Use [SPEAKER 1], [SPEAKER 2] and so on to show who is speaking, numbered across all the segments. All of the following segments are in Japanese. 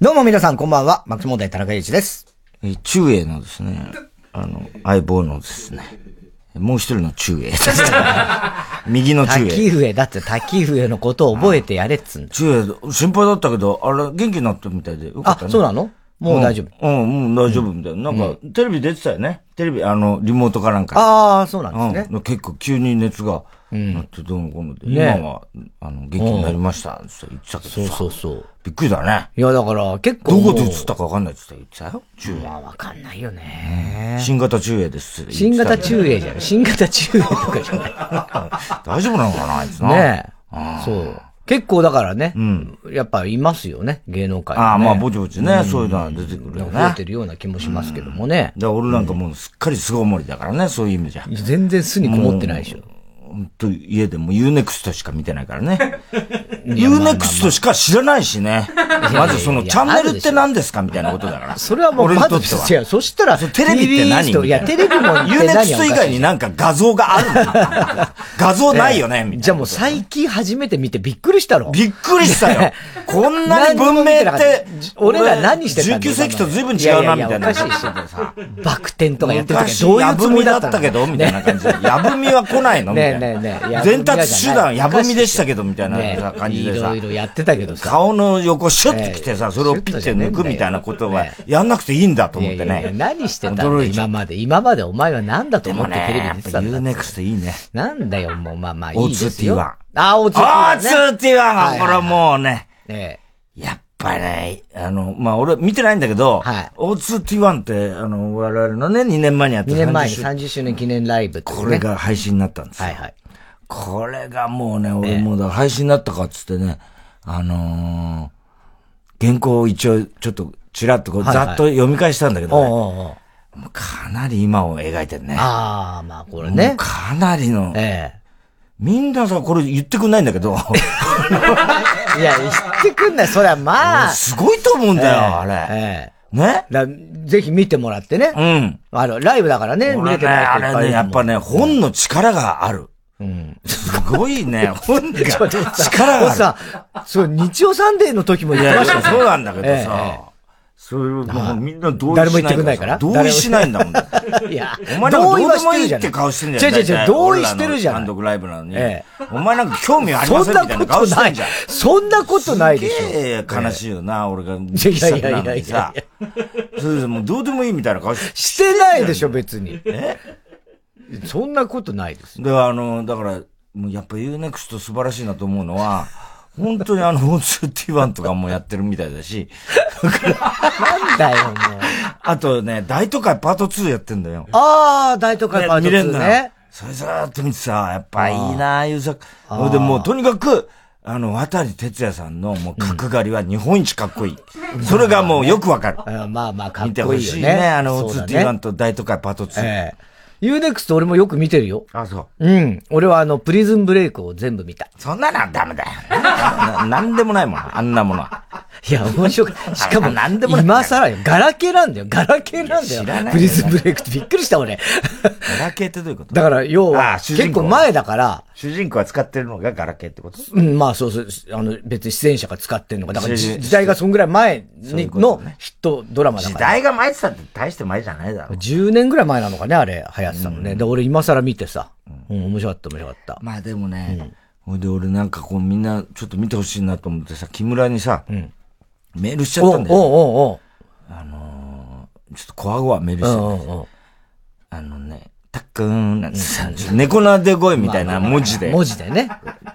[SPEAKER 1] どうも皆さん、こんばんは。マックス問題田中祐一です。
[SPEAKER 2] えー中英のですね、あの、相棒のですね、もう一人の中 英ですね。右の中
[SPEAKER 1] 滝
[SPEAKER 2] 英。
[SPEAKER 1] 上、だって滝上のことを覚えてやれっつうんだ。
[SPEAKER 2] 中英、心配だったけど、あれ、元気になったみたいでよかったね。
[SPEAKER 1] あ、そうなのもう大丈夫。
[SPEAKER 2] 夫。うん、うん、大丈夫みたいな。なんか、テレビ出てたよね。テレビ、あの、リモートかなんか。
[SPEAKER 1] ああ、そうな
[SPEAKER 2] うんん
[SPEAKER 1] ですね。
[SPEAKER 2] 結構急に熱が、なってどうのこうので、
[SPEAKER 1] ね
[SPEAKER 2] 今は、あの、元気になりました、って言ってたけどさ、
[SPEAKER 1] そうそうそう。
[SPEAKER 2] びっくりだね。
[SPEAKER 1] いや、だから結構
[SPEAKER 2] ど
[SPEAKER 1] も
[SPEAKER 2] こ
[SPEAKER 1] う。
[SPEAKER 2] で映ったかわかんないって言ってたよ、中
[SPEAKER 1] ま
[SPEAKER 2] 英。
[SPEAKER 1] あ、わかんないよね。
[SPEAKER 2] 新型中英ですって言
[SPEAKER 1] 新
[SPEAKER 2] ってた
[SPEAKER 1] 型
[SPEAKER 2] けど。
[SPEAKER 1] 中英じゃない。新型中英とかじゃない。
[SPEAKER 2] 大丈夫なのかな、あいつな。
[SPEAKER 1] ねえ。そう。結構だからね。やっぱいますよね。芸能界、ね。
[SPEAKER 2] ああ、まあ、ぼちぼちね、そういうのは出てくるよ
[SPEAKER 1] 増
[SPEAKER 2] ね。
[SPEAKER 1] え
[SPEAKER 2] だか
[SPEAKER 1] てるような気もしますけどもね。
[SPEAKER 2] ら俺なんかもうすっかり巣ごもりだからね、そういう意味じゃ。
[SPEAKER 1] 全然巣にこもってないでしょ。
[SPEAKER 2] ほんと、家でも UNEXT しか見てないから ね。UNEXT しか知らないしね。まずその
[SPEAKER 1] いやいや
[SPEAKER 2] チャンネ
[SPEAKER 1] ある
[SPEAKER 2] ル
[SPEAKER 1] で
[SPEAKER 2] っ
[SPEAKER 1] しょ
[SPEAKER 2] て何ですかみたいなことだから。
[SPEAKER 1] それはもう、
[SPEAKER 2] 俺に
[SPEAKER 1] ま
[SPEAKER 2] と
[SPEAKER 1] ず
[SPEAKER 2] っ、て
[SPEAKER 1] い
[SPEAKER 2] は。
[SPEAKER 1] や、そしたら、
[SPEAKER 2] そうテレビって何
[SPEAKER 1] TBS といや、
[SPEAKER 2] み
[SPEAKER 1] テレビも言って何
[SPEAKER 2] UNEXT 以外になんか画像があるん だ画像ないよね、みたいな。
[SPEAKER 1] じゃあもう最近初めて見てびっくりしたろ。
[SPEAKER 2] びっくりし たよ。こんなに文明って、
[SPEAKER 1] 俺ら何してたんだよ
[SPEAKER 2] ?19 世紀と随分違うな、みた
[SPEAKER 1] いや
[SPEAKER 2] いな。
[SPEAKER 1] いやいやおかしいしてた
[SPEAKER 2] さ。
[SPEAKER 1] バク転とかやってる時
[SPEAKER 2] 昔
[SPEAKER 1] はどういうつもりだった
[SPEAKER 2] やぶみだったけど、みたいな感じで。やぶみは来ないのみたい
[SPEAKER 1] ねえ
[SPEAKER 2] な。
[SPEAKER 1] ねえねえやぶみはじゃない
[SPEAKER 2] 伝達手段、やぶみでしたけど、みたい
[SPEAKER 1] ね
[SPEAKER 2] な感じで
[SPEAKER 1] い
[SPEAKER 2] さ
[SPEAKER 1] ろい。ろやってたけどさ。
[SPEAKER 2] 顔の横シュッと来てさ、それをピッて抜くみたいなことは
[SPEAKER 1] ね、
[SPEAKER 2] やんなくていいんだと
[SPEAKER 1] い
[SPEAKER 2] 思
[SPEAKER 1] や
[SPEAKER 2] っ
[SPEAKER 1] い
[SPEAKER 2] て
[SPEAKER 1] やいや
[SPEAKER 2] ね。
[SPEAKER 1] 何してたんだよ
[SPEAKER 2] 驚いち
[SPEAKER 1] 今
[SPEAKER 2] ゃう
[SPEAKER 1] まで。今までお前は何だと
[SPEAKER 2] で
[SPEAKER 1] 思
[SPEAKER 2] も
[SPEAKER 1] ってテレビ
[SPEAKER 2] ね
[SPEAKER 1] に、出て
[SPEAKER 2] や
[SPEAKER 1] た
[SPEAKER 2] っぱ
[SPEAKER 1] んだ。
[SPEAKER 2] UNEXT いいね。
[SPEAKER 1] なんだよ、もう、まあまあ、いいですよ。
[SPEAKER 2] O2T1
[SPEAKER 1] あ、O2T1 ね。
[SPEAKER 2] あー、ツーティワ
[SPEAKER 1] は
[SPEAKER 2] ン
[SPEAKER 1] い
[SPEAKER 2] が、これはもうね、
[SPEAKER 1] え
[SPEAKER 2] やっぱね、あの、まあ、俺見てないんだけど、
[SPEAKER 1] はい
[SPEAKER 2] O2T1 って、あの、我々のね、2年前にやっ
[SPEAKER 1] え。
[SPEAKER 2] た
[SPEAKER 1] 2年前に
[SPEAKER 2] 30
[SPEAKER 1] 30周年記念ライブってね
[SPEAKER 2] これ。が配信になったんですよ
[SPEAKER 1] はいはい。
[SPEAKER 2] これがもうね、俺もうだ、配信になったかっつってね、あのー、原稿を一応ちょっとちらっとこう、
[SPEAKER 1] はいはい
[SPEAKER 2] ざっと読み返したんだけど
[SPEAKER 1] おう
[SPEAKER 2] ね、
[SPEAKER 1] おうおう
[SPEAKER 2] もうかなり今を描いてるね。
[SPEAKER 1] ああ、まあこれ
[SPEAKER 2] も
[SPEAKER 1] ね
[SPEAKER 2] う。かなりの、
[SPEAKER 1] え
[SPEAKER 2] みんなさ、これ言ってくんないんだ けど、
[SPEAKER 1] え。いや、言ってくんない。そりゃまあ。
[SPEAKER 2] すごいと思うんだよ、あれ。
[SPEAKER 1] ええ。
[SPEAKER 2] ね
[SPEAKER 1] だぜひ見てもらってね。
[SPEAKER 2] うん。
[SPEAKER 1] あの、ライブだからね、見
[SPEAKER 2] 俺
[SPEAKER 1] れて
[SPEAKER 2] ね、
[SPEAKER 1] な
[SPEAKER 2] あ
[SPEAKER 1] い人いっぱ
[SPEAKER 2] れ
[SPEAKER 1] いい
[SPEAKER 2] ね、
[SPEAKER 1] る
[SPEAKER 2] やっ
[SPEAKER 1] も
[SPEAKER 2] ぱ
[SPEAKER 1] ん。
[SPEAKER 2] ね、本の力がある。すごいね、本が、力
[SPEAKER 1] もう
[SPEAKER 2] がある。
[SPEAKER 1] さ、そう、日曜サンデーの時も言
[SPEAKER 2] い
[SPEAKER 1] って
[SPEAKER 2] や、
[SPEAKER 1] ました
[SPEAKER 2] でも
[SPEAKER 1] よ。
[SPEAKER 2] そうなんだけど
[SPEAKER 1] ええ
[SPEAKER 2] さ。それをもうみんな同意しない
[SPEAKER 1] 誰も言ってくんないから
[SPEAKER 2] 同意しないんだもん。
[SPEAKER 1] いや、
[SPEAKER 2] お前なんかどうでもいい
[SPEAKER 1] じゃ
[SPEAKER 2] っ
[SPEAKER 1] な
[SPEAKER 2] て
[SPEAKER 1] い
[SPEAKER 2] 顔してんじゃん。
[SPEAKER 1] 違う違う違う、同意してるじゃ
[SPEAKER 2] 単
[SPEAKER 1] ん。
[SPEAKER 2] 独ライブなのに
[SPEAKER 1] ええ。
[SPEAKER 2] お前なんか興味あり
[SPEAKER 1] そ
[SPEAKER 2] ま
[SPEAKER 1] ん
[SPEAKER 2] せん
[SPEAKER 1] な
[SPEAKER 2] みたい
[SPEAKER 1] こ
[SPEAKER 2] な顔
[SPEAKER 1] と
[SPEAKER 2] し
[SPEAKER 1] な
[SPEAKER 2] てん
[SPEAKER 1] い
[SPEAKER 2] じゃん。。
[SPEAKER 1] そんなことないでし
[SPEAKER 2] す
[SPEAKER 1] ょ。
[SPEAKER 2] げえ悲しいよな、俺が。
[SPEAKER 1] いやいやいやいや
[SPEAKER 2] なのにさ。それでもうどうでもいいみたいな顔して。
[SPEAKER 1] してないでしょ、別 に。そんなことないですよ。
[SPEAKER 2] で、あの、だから、もうやっぱ UNEXT 素晴らしいなと思うのは、本当にあの、O2T1 とかもやってるみたいだし、
[SPEAKER 1] なんだよ、もう。
[SPEAKER 2] あとね、大都会パート2やってんだよ。
[SPEAKER 1] ああ、大都会パート
[SPEAKER 2] 見れん
[SPEAKER 1] 2
[SPEAKER 2] だよ
[SPEAKER 1] ね。。
[SPEAKER 2] それずーっと見てさ、やっぱいいなああいう作。それでもうとにかく、あの、渡哲也さんのもう角刈りは日本一かっこいい。それがもうよくわかる。
[SPEAKER 1] あまあまあ、かっ
[SPEAKER 2] 見て
[SPEAKER 1] こ
[SPEAKER 2] ほ
[SPEAKER 1] いいよ
[SPEAKER 2] しい
[SPEAKER 1] ね。
[SPEAKER 2] ね。あの、
[SPEAKER 1] そうだ
[SPEAKER 2] O2T1 と大都会パート2。
[SPEAKER 1] ええ。UNEXT 俺もよく見てるよ。
[SPEAKER 2] あ、そう。
[SPEAKER 1] うん。俺はあの、プリズンブレイクを全部見た。
[SPEAKER 2] そんなのはダメだよ。ななんでもないもん、あんなものは。
[SPEAKER 1] いや、面白い。しかも、
[SPEAKER 2] なんでもない
[SPEAKER 1] 今更よ。ガラケーなんだよ。ガラケーなんだよ。
[SPEAKER 2] 知らないよ
[SPEAKER 1] プリズンブレイクってびっくりした俺。
[SPEAKER 2] ガラケーってどういうこと
[SPEAKER 1] だから、要
[SPEAKER 2] あ
[SPEAKER 1] は、
[SPEAKER 2] あ主人
[SPEAKER 1] 結
[SPEAKER 2] 公
[SPEAKER 1] 構前だから、
[SPEAKER 2] 主人公は使ってるのがガラケーってこと
[SPEAKER 1] うん、まあそうそう、あの、別に出演者が使ってんのか。だから、
[SPEAKER 2] 主
[SPEAKER 1] じ
[SPEAKER 2] 人
[SPEAKER 1] 時代がそんぐらい前
[SPEAKER 2] そうい
[SPEAKER 1] に
[SPEAKER 2] うこと
[SPEAKER 1] の
[SPEAKER 2] ね
[SPEAKER 1] ヒットドラマだ
[SPEAKER 2] 時
[SPEAKER 1] から。
[SPEAKER 2] 代が前って言ったって大して前じゃないだろ。
[SPEAKER 1] 10年ぐらい前なのかね、あれ、流行ってたのね。で、俺今更見てさ。うん、面白かった、面白かった。
[SPEAKER 2] まあでもね、ほいで俺なんかこうみんなちょっと見てほしいなと思ってさ、木村にさ、メールしちゃっ
[SPEAKER 1] お
[SPEAKER 2] た
[SPEAKER 1] うん
[SPEAKER 2] だよ。
[SPEAKER 1] おう
[SPEAKER 2] ちょっとこわごわメールし
[SPEAKER 1] おうおう
[SPEAKER 2] て、
[SPEAKER 1] うんうんうん。
[SPEAKER 2] あのね、たっくん、なんてさ、ちょっと猫なで声みたいな文字で、
[SPEAKER 1] 文字でね。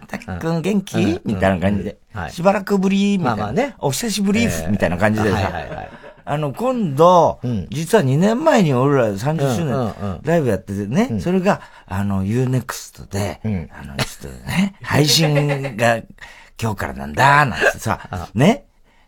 [SPEAKER 2] たっくん元気、みたいな感じで、
[SPEAKER 1] はい
[SPEAKER 2] しばらくぶりみたいな、
[SPEAKER 1] まあまあね
[SPEAKER 2] お久しぶり、みたいな感じでさ、
[SPEAKER 1] はいはいはい
[SPEAKER 2] あの、今度、実は2年前に俺ら30周
[SPEAKER 1] うん
[SPEAKER 2] 年
[SPEAKER 1] うんうん
[SPEAKER 2] ライブやっててね、それが、あの、UNEXT で、あの、ちょっとね、配信が 今日からなんだ、なんてさ、ね、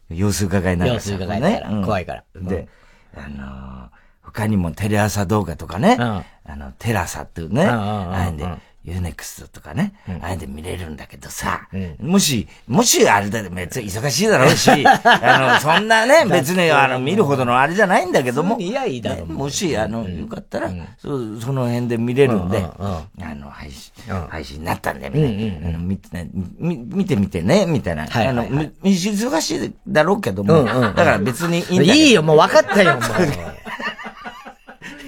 [SPEAKER 2] 様子伺いながらさ。
[SPEAKER 1] 様子伺いながら
[SPEAKER 2] うん
[SPEAKER 1] 怖いからうん
[SPEAKER 2] で、あのー他にもテレ朝動画とかね、あの、テラサっていうね、
[SPEAKER 1] うんうんうんうん
[SPEAKER 2] ああいうんで、UNEXT とかね、ああいうんで見れるんだけどさ、もし、もしあれだって別に忙しいだろ うし、あの、そんなね、別にあの、見るほどのあれじゃないんだけども、ねもし、あの、よかったら、そうその辺で見れるんで、あの、配信、配信になったんで、みたいなあの見てねみ見てみてね、みたいな。あの、み忙しいだろうけども、
[SPEAKER 1] うんうんう
[SPEAKER 2] だ
[SPEAKER 1] ん
[SPEAKER 2] から別にいいんだけど
[SPEAKER 1] いいよ、もう分かった よ、もう。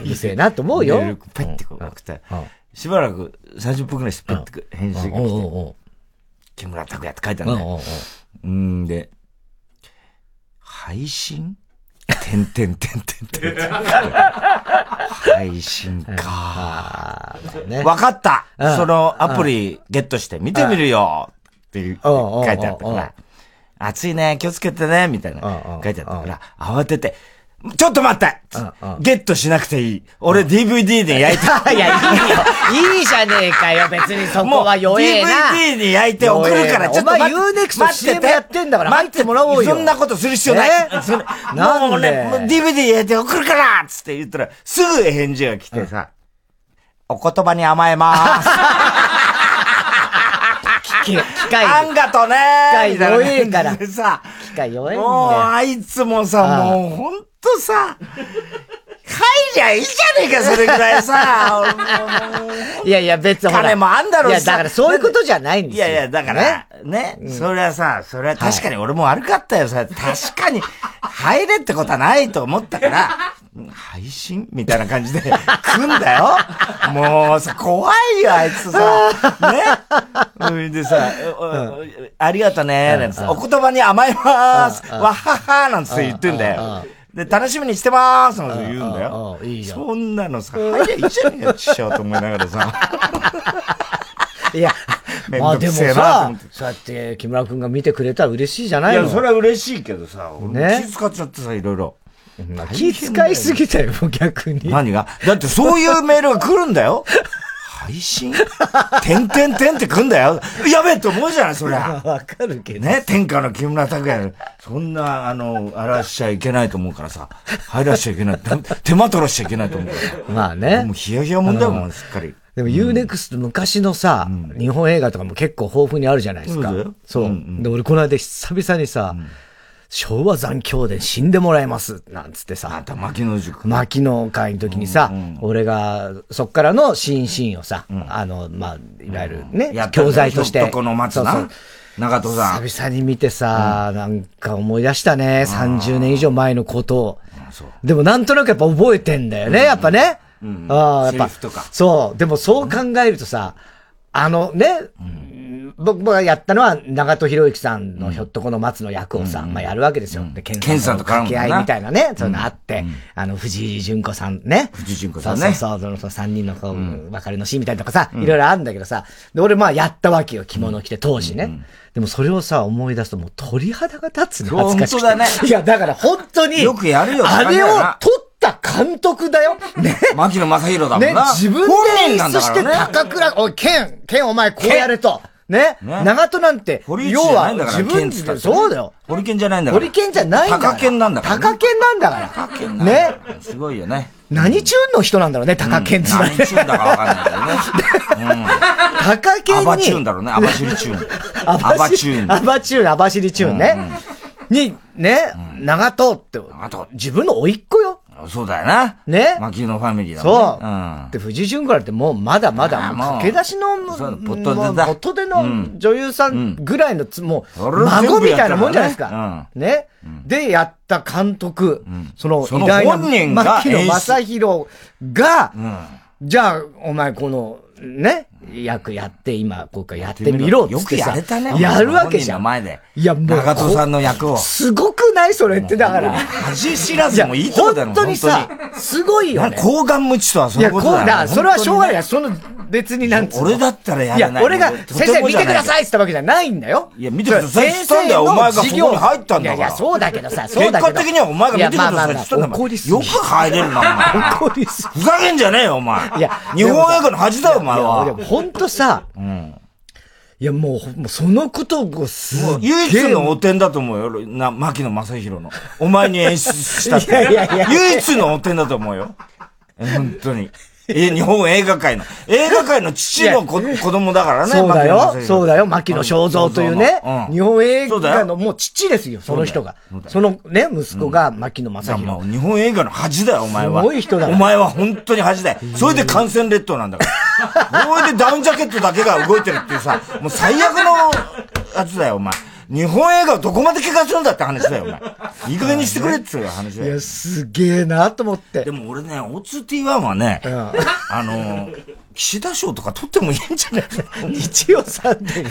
[SPEAKER 1] うるせえなと思うよ。
[SPEAKER 2] メールパッてこう送ったら、しばらく30分くらいしてパッて返信が
[SPEAKER 1] うん
[SPEAKER 2] 来
[SPEAKER 1] うん
[SPEAKER 2] て、木村拓哉って書いてあ
[SPEAKER 1] うん
[SPEAKER 2] るん
[SPEAKER 1] う
[SPEAKER 2] だよ
[SPEAKER 1] んうん。
[SPEAKER 2] うんで、配信てんてんてんてんてん てん。配信か。わかった
[SPEAKER 1] うん
[SPEAKER 2] そのアプリゲットして見てみるよっていう書いてあった
[SPEAKER 1] う
[SPEAKER 2] か
[SPEAKER 1] んうんうん
[SPEAKER 2] ら、暑いね、気をつけてね、みたいな書いてあったから、慌てて、ちょっと待ってゲットしなくていい。俺 DVD で焼いた。
[SPEAKER 1] いや、いいよ。いいじゃねえかよ、別にそこは弱えな。
[SPEAKER 2] DVD に焼いて送るから、ちょっと
[SPEAKER 1] お前
[SPEAKER 2] 待って。
[SPEAKER 1] UNEXT CM やってんだから、待ってもらおうよ。
[SPEAKER 2] そんなことする必要ない。
[SPEAKER 1] ね
[SPEAKER 2] それ
[SPEAKER 1] なんで
[SPEAKER 2] もうね、もう DVD 入れて送るからっつって言ったら、すぐ返事が来てさ、お言葉に甘えまーす。
[SPEAKER 1] 機
[SPEAKER 2] あ
[SPEAKER 1] 械、
[SPEAKER 2] んがとねー
[SPEAKER 1] 機械弱えから
[SPEAKER 2] みたいな感じでさ、
[SPEAKER 1] 機械弱えんだ
[SPEAKER 2] もう
[SPEAKER 1] よ。
[SPEAKER 2] あいつもさ、
[SPEAKER 1] ああ
[SPEAKER 2] もうほんとさ、 入りゃいいじゃねえか、それぐらいさ。
[SPEAKER 1] いやいや、別にほら。
[SPEAKER 2] 金もあんだろう
[SPEAKER 1] い
[SPEAKER 2] し
[SPEAKER 1] や、だからそういうことじゃないんで
[SPEAKER 2] い
[SPEAKER 1] すよ。
[SPEAKER 2] やいや、だから、ね、それはさ、それは確かに俺も悪かったよ、さ、確かに、入れってことはないと思ったから、配信みたいな感じで、 来んだよ。もうさ、怖いよ、あいつさ。ね。それでさ、おおありがとね、なんつってお言葉に甘えまーす。わっはっはーなんつって言ってんだよ。で、楽しみにしてまーすなんて言うんだよ
[SPEAKER 1] うんうんうんいい。じゃん
[SPEAKER 2] そんなのさ、入りゃいいじゃねえよ、ちっしょうと思いながらさ。
[SPEAKER 1] いや、
[SPEAKER 2] めん
[SPEAKER 1] まあ
[SPEAKER 2] ど
[SPEAKER 1] で
[SPEAKER 2] く
[SPEAKER 1] も
[SPEAKER 2] せえなと
[SPEAKER 1] さ
[SPEAKER 2] 思って、
[SPEAKER 1] そうやって木村くんが見てくれたら嬉しいじゃないの。
[SPEAKER 2] は嬉しいけどさ、俺も
[SPEAKER 1] ね
[SPEAKER 2] 気使っちゃってさ、いろいろ。
[SPEAKER 1] 気遣いすぎたよ、逆に。
[SPEAKER 2] 何がだってそういうメールが来るんだよ。配信 てんてんてんって来んだよ。やべえと思うじゃない、そりゃ。
[SPEAKER 1] わかるけど。
[SPEAKER 2] ね、天下の木村拓哉、そんな、あの、荒らしちゃいけないと思うからさ、入らしちゃいけない、手手間取らしちゃいけないと思うからさ。
[SPEAKER 1] まあね
[SPEAKER 2] もう。ヒヤヒヤもんだよ、もん、すっかり。
[SPEAKER 1] でも UNEXT 昔のさ、日本映画とかも結構豊富にあるじゃないですか
[SPEAKER 2] そうだよ。
[SPEAKER 1] そう。で、俺この間久々にさ、昭和残響で死んでもらいます、なんつって
[SPEAKER 2] あん
[SPEAKER 1] さ、
[SPEAKER 2] た、牧野塾。
[SPEAKER 1] 牧野会の時にさ、俺がそっからの新シーンをさ、あの、まあ、いわゆるね、教材として。
[SPEAKER 2] この松
[SPEAKER 1] そうそ
[SPEAKER 2] な
[SPEAKER 1] う。
[SPEAKER 2] 長戸さん。
[SPEAKER 1] 久々に見てさ、なんか思い出したね。30年以上前のことを。でもなんとなくやっぱ覚えてんだよね、やっぱね。ああ、やっ
[SPEAKER 2] セリ
[SPEAKER 1] ぱ
[SPEAKER 2] フとか。
[SPEAKER 1] そう。でもそう考えるとさ、あのね、僕僕がやったのは長戸博之さんのひょっとこの松の役をさ、まあやるわけですよ。で、
[SPEAKER 2] ケンさんと絡
[SPEAKER 1] 掛
[SPEAKER 2] むんだな
[SPEAKER 1] け合いみたいなね、そういうのあって、あの、藤井純子さんね。
[SPEAKER 2] 藤井純子さんね
[SPEAKER 1] そうそうそう、その3人のこう、別れのシーンみたいなとかさ、いろいろあるんだけどさ、で、俺まあやったわけよ、着物着て、当時ね。でもそれをさ、思い出すともう鳥肌が立つね、
[SPEAKER 2] そう
[SPEAKER 1] 恥ずかしくて
[SPEAKER 2] 本当だね
[SPEAKER 1] いや、だから本当に。
[SPEAKER 2] よくやるよ
[SPEAKER 1] あれを
[SPEAKER 2] 考えな
[SPEAKER 1] 撮った監督だよ。ね。
[SPEAKER 2] 牧野正弘だもん
[SPEAKER 1] ね
[SPEAKER 2] な。、
[SPEAKER 1] 自分
[SPEAKER 2] 本
[SPEAKER 1] で
[SPEAKER 2] 人
[SPEAKER 1] 演
[SPEAKER 2] なん
[SPEAKER 1] 出
[SPEAKER 2] だ
[SPEAKER 1] して
[SPEAKER 2] からね
[SPEAKER 1] 高倉、おい、ケン、ケンお前こうやれと。ね。
[SPEAKER 2] ね
[SPEAKER 1] 長門なんて、要
[SPEAKER 2] 堀内じゃな
[SPEAKER 1] はい
[SPEAKER 2] んだから
[SPEAKER 1] 自
[SPEAKER 2] ケ
[SPEAKER 1] 分
[SPEAKER 2] ンっつったっ
[SPEAKER 1] で、
[SPEAKER 2] て
[SPEAKER 1] そうだよ。
[SPEAKER 2] 堀健じゃないんだから。
[SPEAKER 1] 堀健じゃないんだから。
[SPEAKER 2] 高健なんだからね
[SPEAKER 1] 高健なんだから。
[SPEAKER 2] 高健なんだ
[SPEAKER 1] ね
[SPEAKER 2] よ。。すごいよね。
[SPEAKER 1] 何中の人なんだろうね、高健って。
[SPEAKER 2] 何チューンだかわかん ない
[SPEAKER 1] 高
[SPEAKER 2] けど
[SPEAKER 1] 健
[SPEAKER 2] ね。
[SPEAKER 1] に。
[SPEAKER 2] アバチューンだろうね。アバシリ チューン。ア
[SPEAKER 1] ア
[SPEAKER 2] バ
[SPEAKER 1] バ
[SPEAKER 2] チ
[SPEAKER 1] チ
[SPEAKER 2] ュ
[SPEAKER 1] ュ
[SPEAKER 2] ー
[SPEAKER 1] ー
[SPEAKER 2] ン。
[SPEAKER 1] ン。アバチューン、アバシリチューンね。に、ね、長藤って、
[SPEAKER 2] 藤
[SPEAKER 1] 自分の甥っ子よ。
[SPEAKER 2] そうだよな。
[SPEAKER 1] ね
[SPEAKER 2] 牧野ファミリーだも
[SPEAKER 1] そ
[SPEAKER 2] ん
[SPEAKER 1] う。
[SPEAKER 2] ね。
[SPEAKER 1] で、藤井純子なんてもうまだまだ、
[SPEAKER 2] あー
[SPEAKER 1] も
[SPEAKER 2] も
[SPEAKER 1] う
[SPEAKER 2] う
[SPEAKER 1] 駆け出しの、も
[SPEAKER 2] そう
[SPEAKER 1] う
[SPEAKER 2] ポットでだ
[SPEAKER 1] ポットでの女優さんぐらいのつ、もう、
[SPEAKER 2] それ全部
[SPEAKER 1] 孫みたいなもんじゃないです
[SPEAKER 2] やった
[SPEAKER 1] か
[SPEAKER 2] か。
[SPEAKER 1] ね。で、やった監督、その
[SPEAKER 2] その
[SPEAKER 1] 偉大な
[SPEAKER 2] 本人が
[SPEAKER 1] 牧野
[SPEAKER 2] 演出
[SPEAKER 1] 正宏が、じゃあ、お前この、ね、役やって、今、こうかやってみろっ
[SPEAKER 2] よ
[SPEAKER 1] つっ
[SPEAKER 2] く
[SPEAKER 1] てさ
[SPEAKER 2] やれたね。
[SPEAKER 1] やるわけじゃん。
[SPEAKER 2] 本人の前で。
[SPEAKER 1] いや、もう。
[SPEAKER 2] 長戸さんの役を。
[SPEAKER 1] すごくないそれって、だから。
[SPEAKER 2] 恥知ら
[SPEAKER 1] い
[SPEAKER 2] ず
[SPEAKER 1] や、
[SPEAKER 2] もいいとこだろ、
[SPEAKER 1] 本当にさ、すごいよね。
[SPEAKER 2] 本当に。高顔無知とはそ
[SPEAKER 1] いう
[SPEAKER 2] い
[SPEAKER 1] や、
[SPEAKER 2] うこ
[SPEAKER 1] こと
[SPEAKER 2] だ
[SPEAKER 1] う
[SPEAKER 2] よ。
[SPEAKER 1] だ、それはしょうがないい。その、別になんつうの
[SPEAKER 2] 俺だったらやらない
[SPEAKER 1] や、俺が、
[SPEAKER 2] とても
[SPEAKER 1] 先生見
[SPEAKER 2] じゃな
[SPEAKER 1] て
[SPEAKER 2] い
[SPEAKER 1] くださいって言ったわけじゃないんだよ。
[SPEAKER 2] いや見てくださいって言ったんだよ
[SPEAKER 1] それ
[SPEAKER 2] お前が
[SPEAKER 1] 先生の
[SPEAKER 2] そこに入ったんだから
[SPEAKER 1] いやいや、そうだけどさ、そうだけど。
[SPEAKER 2] 結果的にはお前が見てくださいって言ったんだ
[SPEAKER 1] いやまあまあまあ怒りすぎ。
[SPEAKER 2] よく入れるな、お 前。
[SPEAKER 1] 怒りすぎ。
[SPEAKER 2] ふざけんじゃねえよ、お前。
[SPEAKER 1] いや
[SPEAKER 2] 日本映画の恥だよ、お前
[SPEAKER 1] いや
[SPEAKER 2] は
[SPEAKER 1] で。もほんとさ、いや、もう、ほもうそのことをすっげえ
[SPEAKER 2] 唯一の汚点だと思うよ、な、牧野正宏の。お前に演出したっ
[SPEAKER 1] い
[SPEAKER 2] て。
[SPEAKER 1] やいやいや
[SPEAKER 2] 唯一の汚点だと思うよ。本当に。え、日本映画界の。映画界の父の子子供だからね、
[SPEAKER 1] そうだ
[SPEAKER 2] 牧野正
[SPEAKER 1] よ。
[SPEAKER 2] 宏
[SPEAKER 1] そうだよ。牧野正蔵というね
[SPEAKER 2] うん。
[SPEAKER 1] 日本映
[SPEAKER 2] そうだ
[SPEAKER 1] 画の
[SPEAKER 2] よ
[SPEAKER 1] もう父ですよ、その人が。そのね、息子が牧野正
[SPEAKER 2] だからも
[SPEAKER 1] 宏。
[SPEAKER 2] う日本映画の恥だよ、お前は。
[SPEAKER 1] すごい人だな
[SPEAKER 2] お前は本当に恥だよ。それで感染列島なんだから。それでダウンジャケットだけが動いてるっていうさ、もう最悪のやつだよ、お前。日本映画をどこまで怪我するんだって話だよ、お前。いい加減にしてくれっていう話だ
[SPEAKER 1] い
[SPEAKER 2] よ
[SPEAKER 1] や、。すげえなと思って
[SPEAKER 2] で。も俺ね、O2T1 はね、
[SPEAKER 1] ん
[SPEAKER 2] あのー、岸田賞とか取ってもいいんじゃない
[SPEAKER 1] 日曜サンデ ーに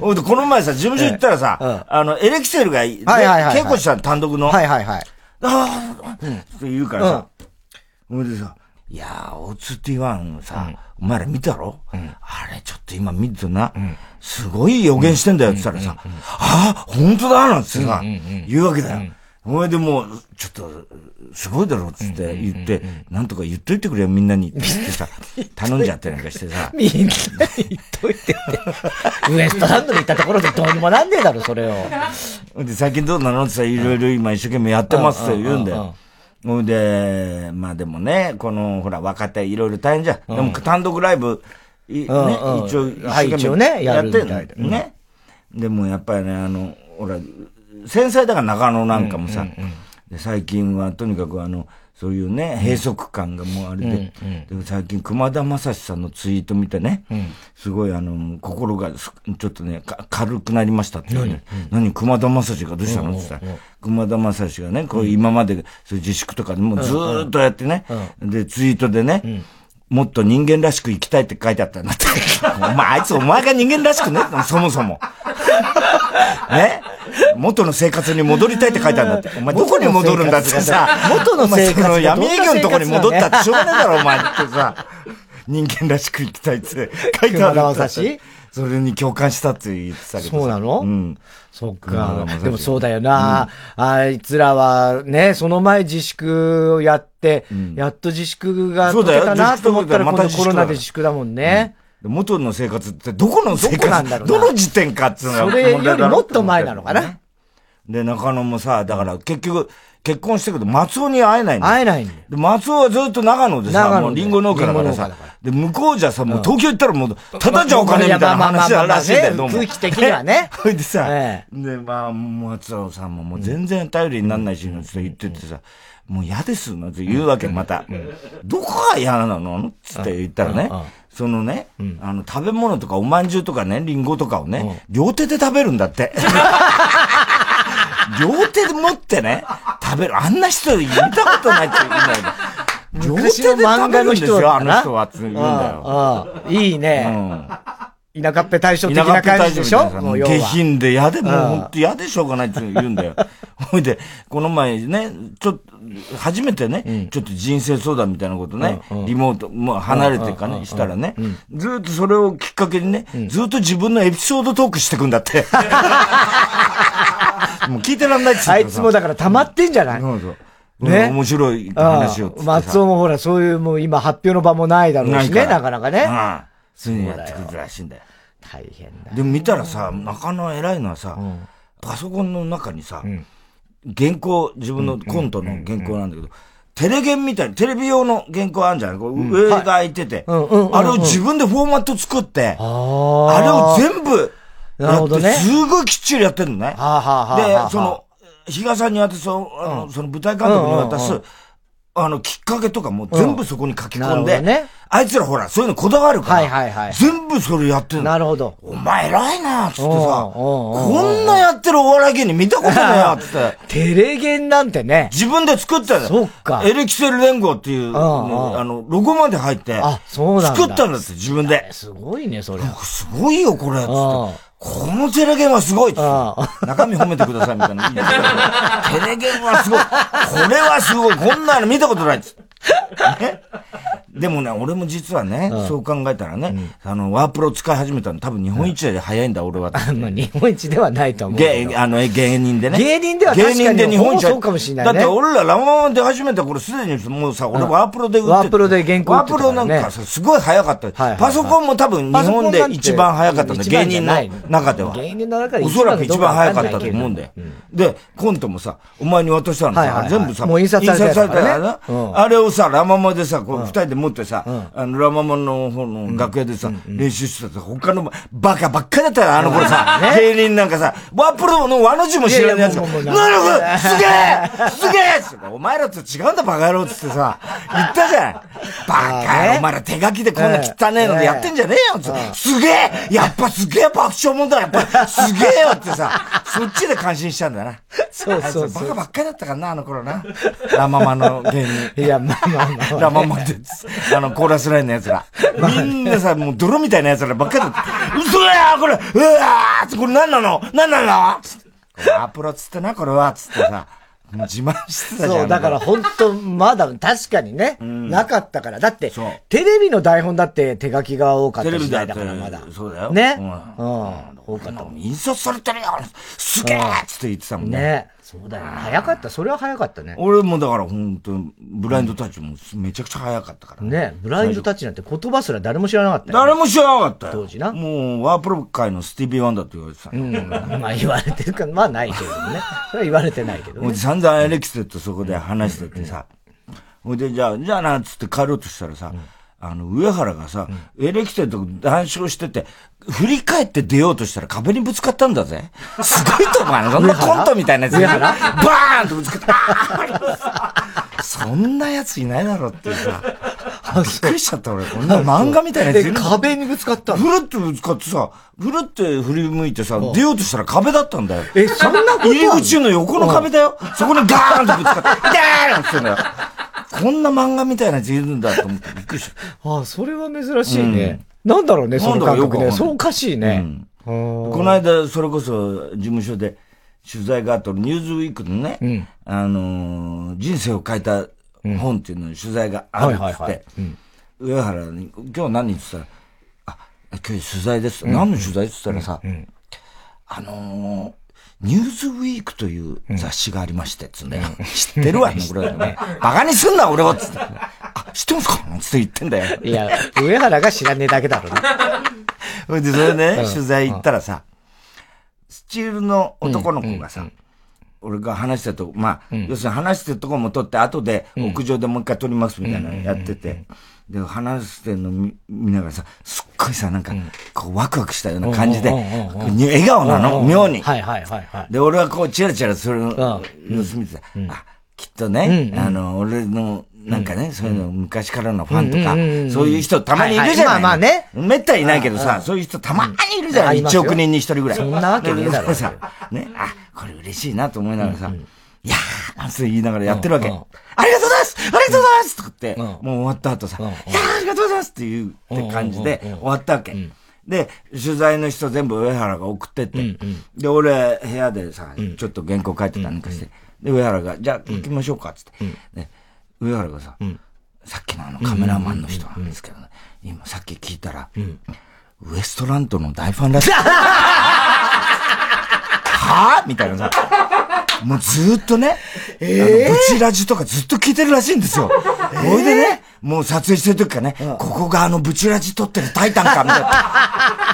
[SPEAKER 2] 俺この前さ、事務所行ったらさ、
[SPEAKER 1] ええうん
[SPEAKER 2] あの、エレキセルが、ね、
[SPEAKER 1] はいはいはい
[SPEAKER 2] 稽古したの単独の。
[SPEAKER 1] はいはいはい。
[SPEAKER 2] ああ、って言うからさ、ほ、んでさ、いやー、オーツティワンさ、お前ら見たろ、あれちょっと今見るとな、すごい予言してんだよって言ったらさ、ああ、本当だなんつってさ、言うわけだよ。お前でもう、ちょっと、すごいだろっつって言って、なんとか言っといてくれよ、みんなに。って言ってさ、頼んじゃってなんかしてさ。
[SPEAKER 1] みんなに言っとい てって。ウエストランドに行ったところでどうにもなんねえだろ、そ れを。
[SPEAKER 2] で、最近どうなのってさ、いろいろ今一生懸命やってますって言うんだよ。ほんで、まあでもね、この、ほら、若手いろいろ大変じゃん。でも単独ライブ、いね、一
[SPEAKER 1] うんうん
[SPEAKER 2] 応、
[SPEAKER 1] はい一応ね
[SPEAKER 2] やってん
[SPEAKER 1] や
[SPEAKER 2] だ
[SPEAKER 1] るみた
[SPEAKER 2] よ
[SPEAKER 1] い
[SPEAKER 2] ね。でもやっぱりね、あの、ほら、繊細だから中野なんかもさ、で最近はとにかくあの、そういうね、閉塞感がもうあれで、で最近熊田正史さんのツイート見てね、すごいあの、心がすちょっとね、か軽くなりましたって言われて、何熊田正史がどうしたのって言ったら、熊田正史がね、こう今までそういう自粛とかでもうずーっとやってね、で、ツイートでね、もっと人間らしく生きたいって書いてあったんだって。お前、あいつお前が人間らしくねえってそもそも。ね元の生活に戻りたいって書いてあるんだって。お前どこに戻るんだってさ。
[SPEAKER 1] 元の生活が
[SPEAKER 2] お前その闇営業のとこに戻ったってしょうがねえだろ、お前ってさ。人間らしく生きたいって書いてあるんだ
[SPEAKER 1] 熊田
[SPEAKER 2] っ
[SPEAKER 1] 正史
[SPEAKER 2] て。それに共感したって言ってたけどさ
[SPEAKER 1] そうなの
[SPEAKER 2] うん。
[SPEAKER 1] そっ
[SPEAKER 2] まあ
[SPEAKER 1] か
[SPEAKER 2] まあ。
[SPEAKER 1] でもそうだよな。あいつらはね、その前自粛をやって、やっと自粛が
[SPEAKER 2] そ
[SPEAKER 1] 解け
[SPEAKER 2] うだよ
[SPEAKER 1] たなと思ったら、
[SPEAKER 2] 自粛解けたらま
[SPEAKER 1] 今
[SPEAKER 2] た
[SPEAKER 1] 度
[SPEAKER 2] 自
[SPEAKER 1] コ
[SPEAKER 2] 粛
[SPEAKER 1] ロ
[SPEAKER 2] だ
[SPEAKER 1] ナで自粛だもんね。
[SPEAKER 2] 元の生活ってどこの生活
[SPEAKER 1] どこなんだろうな
[SPEAKER 2] どの時点かっていうの
[SPEAKER 1] そ
[SPEAKER 2] が
[SPEAKER 1] れ
[SPEAKER 2] 問題
[SPEAKER 1] よ
[SPEAKER 2] だろう
[SPEAKER 1] りもっと前なのかな。
[SPEAKER 2] で、中野もさ、だから結局、結婚してくると松尾に会えないんだよ
[SPEAKER 1] 会えないんだよ
[SPEAKER 2] で松尾はずっと長野でさ、
[SPEAKER 1] 長野で
[SPEAKER 2] もうリンゴ農家だから
[SPEAKER 1] リンゴ農家
[SPEAKER 2] さ
[SPEAKER 1] だから、
[SPEAKER 2] で、向こうじゃさ、もう東京行ったらもう、ただじゃお金みたいな話だらしいんだよ、
[SPEAKER 1] ま
[SPEAKER 2] ど
[SPEAKER 1] あ
[SPEAKER 2] う
[SPEAKER 1] まあまあまあね空
[SPEAKER 2] も。
[SPEAKER 1] 気的にはね
[SPEAKER 2] ほいでさ、
[SPEAKER 1] え
[SPEAKER 2] で、まあ、松尾さんももう全然頼りにならないし、なんて言っててさ、もう嫌です、なんて言うわけ、また。どこが嫌なのつって言ったらね、そのね、あの、食べ物とかおまんじゅうとかね、リンゴとかをね、両手で食べるん だって。両手で持ってね、食べる。あんな人見たことないって言うんだけど。両手
[SPEAKER 1] 昔
[SPEAKER 2] で
[SPEAKER 1] の
[SPEAKER 2] 食
[SPEAKER 1] 漫
[SPEAKER 2] べ
[SPEAKER 1] 画の
[SPEAKER 2] るんで
[SPEAKER 1] 人
[SPEAKER 2] すよ、
[SPEAKER 1] だ
[SPEAKER 2] あ
[SPEAKER 1] な
[SPEAKER 2] の人はって言うんだよ。
[SPEAKER 1] ああ、いいうね。
[SPEAKER 2] ん。
[SPEAKER 1] 田舎っぺ大将的な感じでしょも
[SPEAKER 2] も
[SPEAKER 1] う
[SPEAKER 2] う
[SPEAKER 1] 要は
[SPEAKER 2] 下品で嫌で、もう
[SPEAKER 1] うん
[SPEAKER 2] 本当嫌でしょうがないって言うん だよ。ほいで、この前ね、ちょっと、初めてね、ちょっと人生相談みたいなことね、リモート、もう離れてかね、したらね、ずーっとそれをきっかけにね、ずーっと自分のエピソードトークしてくんだって。 もう聞いてらんないっつってさ
[SPEAKER 1] あいつもだから溜まってんじゃない
[SPEAKER 2] そうそう。
[SPEAKER 1] ね
[SPEAKER 2] ね。面白い話をっつってさ。
[SPEAKER 1] 松尾もほら、そういうもう今発表の場もないだろうしね、なかなかね。
[SPEAKER 2] うん。そういうのやってくるらしいんだよ。
[SPEAKER 1] 大変だ。
[SPEAKER 2] でも見たらさ、中野偉いのはさ、パソコンの中にさ、原稿、自分のコントの原稿なんだけど、テレゲンみたいな、テレビ用の原稿あるじゃないこう上が開いてて、
[SPEAKER 1] うんうんうんうん
[SPEAKER 2] あれを自分でフォーマット作って、
[SPEAKER 1] あ
[SPEAKER 2] あれ
[SPEAKER 1] あ
[SPEAKER 2] を全部
[SPEAKER 1] なる
[SPEAKER 2] や
[SPEAKER 1] ほ
[SPEAKER 2] っ
[SPEAKER 1] ど
[SPEAKER 2] て、
[SPEAKER 1] ね
[SPEAKER 2] すごいきっちりやってんのね。
[SPEAKER 1] はあはあはあはあ
[SPEAKER 2] で、その、比嘉さんに渡す、あの、その舞台監督に渡す、
[SPEAKER 1] うんう
[SPEAKER 2] あの、きっかけとかも全部そこに書き込んで、
[SPEAKER 1] うんなるほどね
[SPEAKER 2] あいつらほら、そういうのこだわるから、
[SPEAKER 1] はいはいはい
[SPEAKER 2] 全部それやってんの。
[SPEAKER 1] なるほど。
[SPEAKER 2] お前偉いなっつってさ、
[SPEAKER 1] おうおうおうおう
[SPEAKER 2] こんなやってるお笑い芸人見たことないよっつって。
[SPEAKER 1] テレゲンなんてね。
[SPEAKER 2] 自分で作ったのよ。
[SPEAKER 1] そっか
[SPEAKER 2] エレキセル連合っていう、
[SPEAKER 1] ああ
[SPEAKER 2] あの、ロゴまで入って、
[SPEAKER 1] あそうなんだ
[SPEAKER 2] 作ったんだって、自分で。
[SPEAKER 1] すごいね、それ。
[SPEAKER 2] すごいよ、これ、つっ
[SPEAKER 1] ああ。
[SPEAKER 2] てこのテレゲンはすごいっつって
[SPEAKER 1] あ
[SPEAKER 2] 中身褒めてくださいみたいな。いいですけどテレゲンはすごい。これはすごい。こんなの見たことないっつってねでもね、俺も実はね、そう考えたらね、あの、ワープロ使い始めたの多分日本一で早いんだ、俺はっ て。
[SPEAKER 1] まあ日本一ではないと思うけ
[SPEAKER 2] 芸
[SPEAKER 1] ど。、
[SPEAKER 2] あの、え芸人でね。
[SPEAKER 1] 芸人では確かに
[SPEAKER 2] 芸人で日本一
[SPEAKER 1] ほぼそうかもしれないね
[SPEAKER 2] だって俺らラママン出始めた頃すでにもうさ、俺
[SPEAKER 1] うん
[SPEAKER 2] ワープロで売って
[SPEAKER 1] ワープロで原稿打
[SPEAKER 2] ワ
[SPEAKER 1] っ
[SPEAKER 2] ー
[SPEAKER 1] てた
[SPEAKER 2] プ
[SPEAKER 1] から
[SPEAKER 2] ロ
[SPEAKER 1] ね
[SPEAKER 2] なんかさ、すごい早かった。
[SPEAKER 1] はいはい
[SPEAKER 2] パソコンも多分日本で一番早かったんだ、
[SPEAKER 1] パソコ
[SPEAKER 2] 芸
[SPEAKER 1] ンなんて
[SPEAKER 2] 人の中では。
[SPEAKER 1] 芸人の中で
[SPEAKER 2] お
[SPEAKER 1] 一
[SPEAKER 2] そ
[SPEAKER 1] 番
[SPEAKER 2] ら
[SPEAKER 1] かど
[SPEAKER 2] く一
[SPEAKER 1] うか
[SPEAKER 2] 番
[SPEAKER 1] わか
[SPEAKER 2] 早
[SPEAKER 1] んな
[SPEAKER 2] か
[SPEAKER 1] いけれど
[SPEAKER 2] ったと思うんだよ。で、コントもさ、お前に渡したの
[SPEAKER 1] はいはい
[SPEAKER 2] さ
[SPEAKER 1] は、い
[SPEAKER 2] 全部さ、
[SPEAKER 1] もう印刷されたやつ
[SPEAKER 2] 印刷されたやつ
[SPEAKER 1] あれねうん
[SPEAKER 2] あれをさ、ラママでさ、こう二人で持ってさ、あの、ラママの方の楽屋でさ、練習してたさ、他のバカばっかりだったよ、あの 頃さ、芸人なんかさ、ワープロの和の字も知らないやつが、
[SPEAKER 1] いやいやもうもうもう
[SPEAKER 2] なるほどすげえすげえつってお前らと違うんだ、バカ野郎っつってさ、言ったじゃん。バ
[SPEAKER 1] あー
[SPEAKER 2] カ
[SPEAKER 1] ね
[SPEAKER 2] お前ら手書きでこんな汚ねえのでやってんじゃねえよつってすげえやっぱすげえ爆笑問題やっぱすげえよって さ、そっちで感心したんだな。
[SPEAKER 1] そう
[SPEAKER 2] あいつ
[SPEAKER 1] そうそ
[SPEAKER 2] バカばっかりだったからな、あの頃な。ラママの芸
[SPEAKER 1] う。
[SPEAKER 2] 人。
[SPEAKER 1] いや、まあまあまあ。
[SPEAKER 2] ラママで、あの、コーラスラインの奴ら。みんなさ、もう泥みたいな奴らばっかりだった。嘘やこれうわーこれ何なの何なのつってこれアプロっつってな、これはつってさ、もう自慢してたじゃん。
[SPEAKER 1] そう、だから本当まだ確かにね、なかったから。だって
[SPEAKER 2] そう、
[SPEAKER 1] テレビの台本だって手書きが多かった
[SPEAKER 2] テレビ
[SPEAKER 1] 時
[SPEAKER 2] だっ
[SPEAKER 1] 代
[SPEAKER 2] て
[SPEAKER 1] だからまだ。
[SPEAKER 2] そうだよ
[SPEAKER 1] ね。う
[SPEAKER 2] うんん。
[SPEAKER 1] 多かったもん
[SPEAKER 2] 印刷されてるよすげえつって言ってたもんね。
[SPEAKER 1] ね。そうだよね。早かった。それは早かったね。
[SPEAKER 2] 俺もだから本当にブラインドタッチもめちゃくちゃ早かったから。
[SPEAKER 1] ね。ブラインドタッチなんて言葉すら誰も知らなかったよ。
[SPEAKER 2] 誰も知らなかったよ。
[SPEAKER 1] 当時な
[SPEAKER 2] もう、ワープロ界のスティービー・ワンダーって言われてた。
[SPEAKER 1] うん。まあ言われてるか、まあないけれどもね。それは言われてないけど
[SPEAKER 2] もう
[SPEAKER 1] ね。
[SPEAKER 2] 散々エレキテとそこで話しててさ。ほいで、じゃあ、じゃあな、つって帰ろうとしたらさ、あの、上原がさ、エレキテと談笑してて、振り返って出ようとしたら壁にぶつかったんだぜ。すごいと思 わないそんなコントみたいなやつに
[SPEAKER 1] 上
[SPEAKER 2] バ
[SPEAKER 1] 原
[SPEAKER 2] ーンとぶつかったあー。そんなやついないだろっていうさ。 びっくりしちゃった俺。こんな漫画みたいなやつい
[SPEAKER 1] で
[SPEAKER 2] るの
[SPEAKER 1] 壁にぶつかったの
[SPEAKER 2] ふるってぶつかってさ、ふるって振り向いてさ、出ようとしたら壁だったんだよ。え、
[SPEAKER 1] そんなことある
[SPEAKER 2] 入り口の横の壁だよ。そこにガーンとぶつかって、ダーンって言ってんだよ。こんな漫画みたいなやついるんだと思ってびっくりした。
[SPEAKER 1] ああ、それは珍しいね。なんだろうね、その感覚
[SPEAKER 2] なんだかよくわかん
[SPEAKER 1] ね。
[SPEAKER 2] ない
[SPEAKER 1] そうおかしいね。
[SPEAKER 2] この間、それこそ事務所で取材があった、ニューズウィークのね、あのー人生を変えた本っていうのに取材があるっ
[SPEAKER 1] はい
[SPEAKER 2] つ
[SPEAKER 1] は
[SPEAKER 2] っ
[SPEAKER 1] いはい
[SPEAKER 2] て、上原に、今日何って言ったら、あ、今日取材です。何の取材って言ったらさ、あのーニューズウィークという雑誌がありまして、つうんだよ。知ってるわ、ね、俺らね。バカにすんな、俺はつって。あ、知ってますかなんつって言ってんだよ。
[SPEAKER 1] いや、上原が知らねえだけだろうね。
[SPEAKER 2] それで、それでね、取材行ったらさ、スチールの男の子がさ、俺が話してたとこ、まあ、要するに話してるとこも撮って、後で屋上でもう一回撮りますみたいなのやってて、で、話してるの見見ながらさ、すっごいさ、なんか、こうワクワクしたような感じで、
[SPEAKER 1] うんうんうんうん
[SPEAKER 2] に笑顔なの、妙に。
[SPEAKER 1] はいはいはいはい。
[SPEAKER 2] で、俺はこう、チラチラそれの
[SPEAKER 1] う
[SPEAKER 2] 様子見てた。あ、きっとね、あの、俺の、なんかね、そういうの昔からのファンとか
[SPEAKER 1] うんうんうんうん、
[SPEAKER 2] そういう人たまにいるじゃない。
[SPEAKER 1] はいはいまあまあね
[SPEAKER 2] めったにいないけどさ、そういう人たまにいるじゃ
[SPEAKER 1] うんあ
[SPEAKER 2] ない。
[SPEAKER 1] います
[SPEAKER 2] 1
[SPEAKER 1] よ
[SPEAKER 2] 億人に1人ぐらい。
[SPEAKER 1] そんなわけねえだ ろ
[SPEAKER 2] でさ、ね、あ、これ嬉しいなと思いながらさ、いやー、なんつって言いながらやってるわけ。
[SPEAKER 1] うんうん
[SPEAKER 2] ありがとうございますありがとうございますとかって、
[SPEAKER 1] ん
[SPEAKER 2] もう終わった後
[SPEAKER 1] ん
[SPEAKER 2] さ、
[SPEAKER 1] うん
[SPEAKER 2] いやー、ありがとうございますっていうって感じで
[SPEAKER 1] うんうんうんうん
[SPEAKER 2] 終わったわけ。で、取材の人全部上原が送ってって、で、俺、部屋でさ、ちょっと原稿書いてたりなんかして、で、上原が、じゃあ行きましょうか、つって、で上原がさ、さっきのあのカメラマンの人なんですけどね、今さっき聞いたら、ウエストランドの大ファンらしい。はぁみたいなさ。もうずーっとね、あのブチラジとかずっと聞いてるらしいんですよ。 ほいでね、もう撮影してる時からね、ここがあのブチラジ撮ってるタイタンか、みたいな。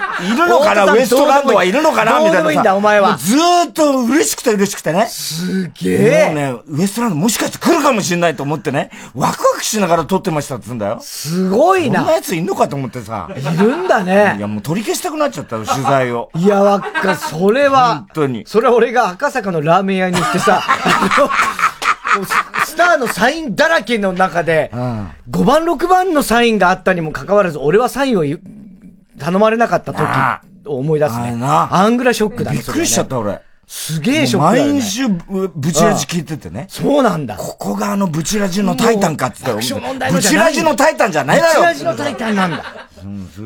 [SPEAKER 2] いるの
[SPEAKER 1] ど
[SPEAKER 2] か
[SPEAKER 1] うで
[SPEAKER 2] な
[SPEAKER 1] も
[SPEAKER 2] ウエストランドはいるのかな
[SPEAKER 1] どう
[SPEAKER 2] みたいなさ。
[SPEAKER 1] でもいいんだお前は
[SPEAKER 2] もうずーっと嬉しくて嬉しくてね。
[SPEAKER 1] すげ
[SPEAKER 2] もう。ね、ウエストランドもしかして来るかもしれないと思ってね、ワクワクしながら撮ってましたっつうんだよ。
[SPEAKER 1] すごい
[SPEAKER 2] こんな
[SPEAKER 1] な。
[SPEAKER 2] やついんのかと思ってさ。
[SPEAKER 1] いるんだ
[SPEAKER 2] い
[SPEAKER 1] ね。
[SPEAKER 2] や、もう取り消したくなっちゃったよ、取材を。
[SPEAKER 1] いや、わっか、それは、
[SPEAKER 2] 本当に
[SPEAKER 1] それは俺が赤坂のラーメン屋に行ってさ、あのもうススターのサインだらけの中で、5番、6番のサインがあったにもかかわらず、俺はサインを言う頼まれなかった
[SPEAKER 2] なあ
[SPEAKER 1] 時を思い出す
[SPEAKER 2] あれ
[SPEAKER 1] ね。
[SPEAKER 2] な
[SPEAKER 1] あんぐらいショックだね。
[SPEAKER 2] びっくりしちゃっ
[SPEAKER 1] それはね。
[SPEAKER 2] た、俺。
[SPEAKER 1] すげえショックだよね。
[SPEAKER 2] 毎週、ぶブチラジ聞いててね。
[SPEAKER 1] そうなんだ。
[SPEAKER 2] ここがあのブチラジのタイタンかっつって
[SPEAKER 1] もうアクション問題の
[SPEAKER 2] ブ
[SPEAKER 1] じゃ
[SPEAKER 2] チ
[SPEAKER 1] な
[SPEAKER 2] ラ
[SPEAKER 1] い
[SPEAKER 2] ジのタイタンじゃない
[SPEAKER 1] チラ
[SPEAKER 2] だ
[SPEAKER 1] ジ
[SPEAKER 2] ろ
[SPEAKER 1] の大会なんだ。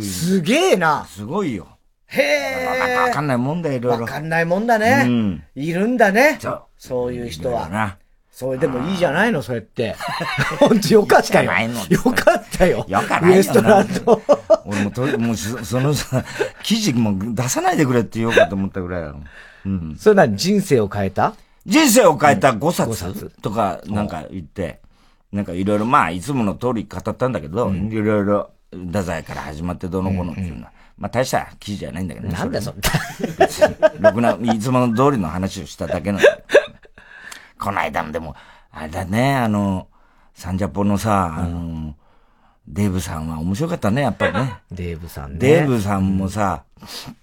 [SPEAKER 1] すげえな。
[SPEAKER 2] すごいよ。
[SPEAKER 1] へ
[SPEAKER 2] わ
[SPEAKER 1] え。
[SPEAKER 2] かんないもんだよ、いろい
[SPEAKER 1] わ
[SPEAKER 2] ろ。
[SPEAKER 1] かんないもんだね。
[SPEAKER 2] うん
[SPEAKER 1] いるんだね。
[SPEAKER 2] そう
[SPEAKER 1] そういう人は。
[SPEAKER 2] な。
[SPEAKER 1] それでもいいじゃないの、そうやって。 本当よかったよ。
[SPEAKER 2] いいじゃないの
[SPEAKER 1] よかったよ。
[SPEAKER 2] よかない
[SPEAKER 1] ウ
[SPEAKER 2] よ
[SPEAKER 1] エストランド。
[SPEAKER 2] 俺もと、もうそ、そのさ、記事も出さないでくれって言おうかと思ったぐらいだもん。うん。
[SPEAKER 1] それなに人生を変えた
[SPEAKER 2] 人生を変えた5
[SPEAKER 1] 五
[SPEAKER 2] 冊
[SPEAKER 1] 冊
[SPEAKER 2] とかなんか言って、なんかいろいろまあいつもの通り語ったんだけど、いろいろ太宰から始まってどうのこうのっていうのは、まあ大した記事じゃないんだけどね。
[SPEAKER 1] なんだよそ
[SPEAKER 2] れ別にろくな、いつもの通りの話をしただけなんだけどこの間もでも、あれだね、あの、サンジャポのさ、あの、デーブさんは面白かったね、やっぱりね。
[SPEAKER 1] デーブさんね。
[SPEAKER 2] デーブさんもさ、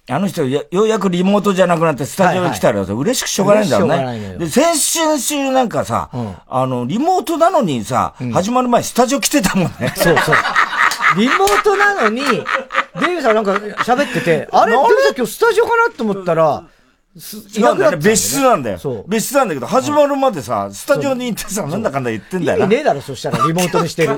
[SPEAKER 2] あの人よ、ようやくリモートじゃなくなってスタジオに来たらさ、嬉しくしょうがないんだろう
[SPEAKER 1] 嬉しくしょうがないの
[SPEAKER 2] ね。
[SPEAKER 1] よ
[SPEAKER 2] で、先週週なんかさ、あの、リモートなのにさ、始まる前スタジオ来てたもんね。
[SPEAKER 1] そう そう。リモートなのに、デーブさんなんか喋ってて、あれデーブさん今日スタジオかなと思ったら、すい
[SPEAKER 2] 違う
[SPEAKER 1] なんくな
[SPEAKER 2] だ
[SPEAKER 1] っ
[SPEAKER 2] よね。
[SPEAKER 1] て
[SPEAKER 2] 別室なんだよ
[SPEAKER 1] そ。う
[SPEAKER 2] 別室なんだけど、始まるまでさ、スタジオに行ってさ、なんだかんだ言ってん
[SPEAKER 1] 意
[SPEAKER 2] だよ
[SPEAKER 1] 味
[SPEAKER 2] な。
[SPEAKER 1] ねえだろ、そしたらリモートにしてる。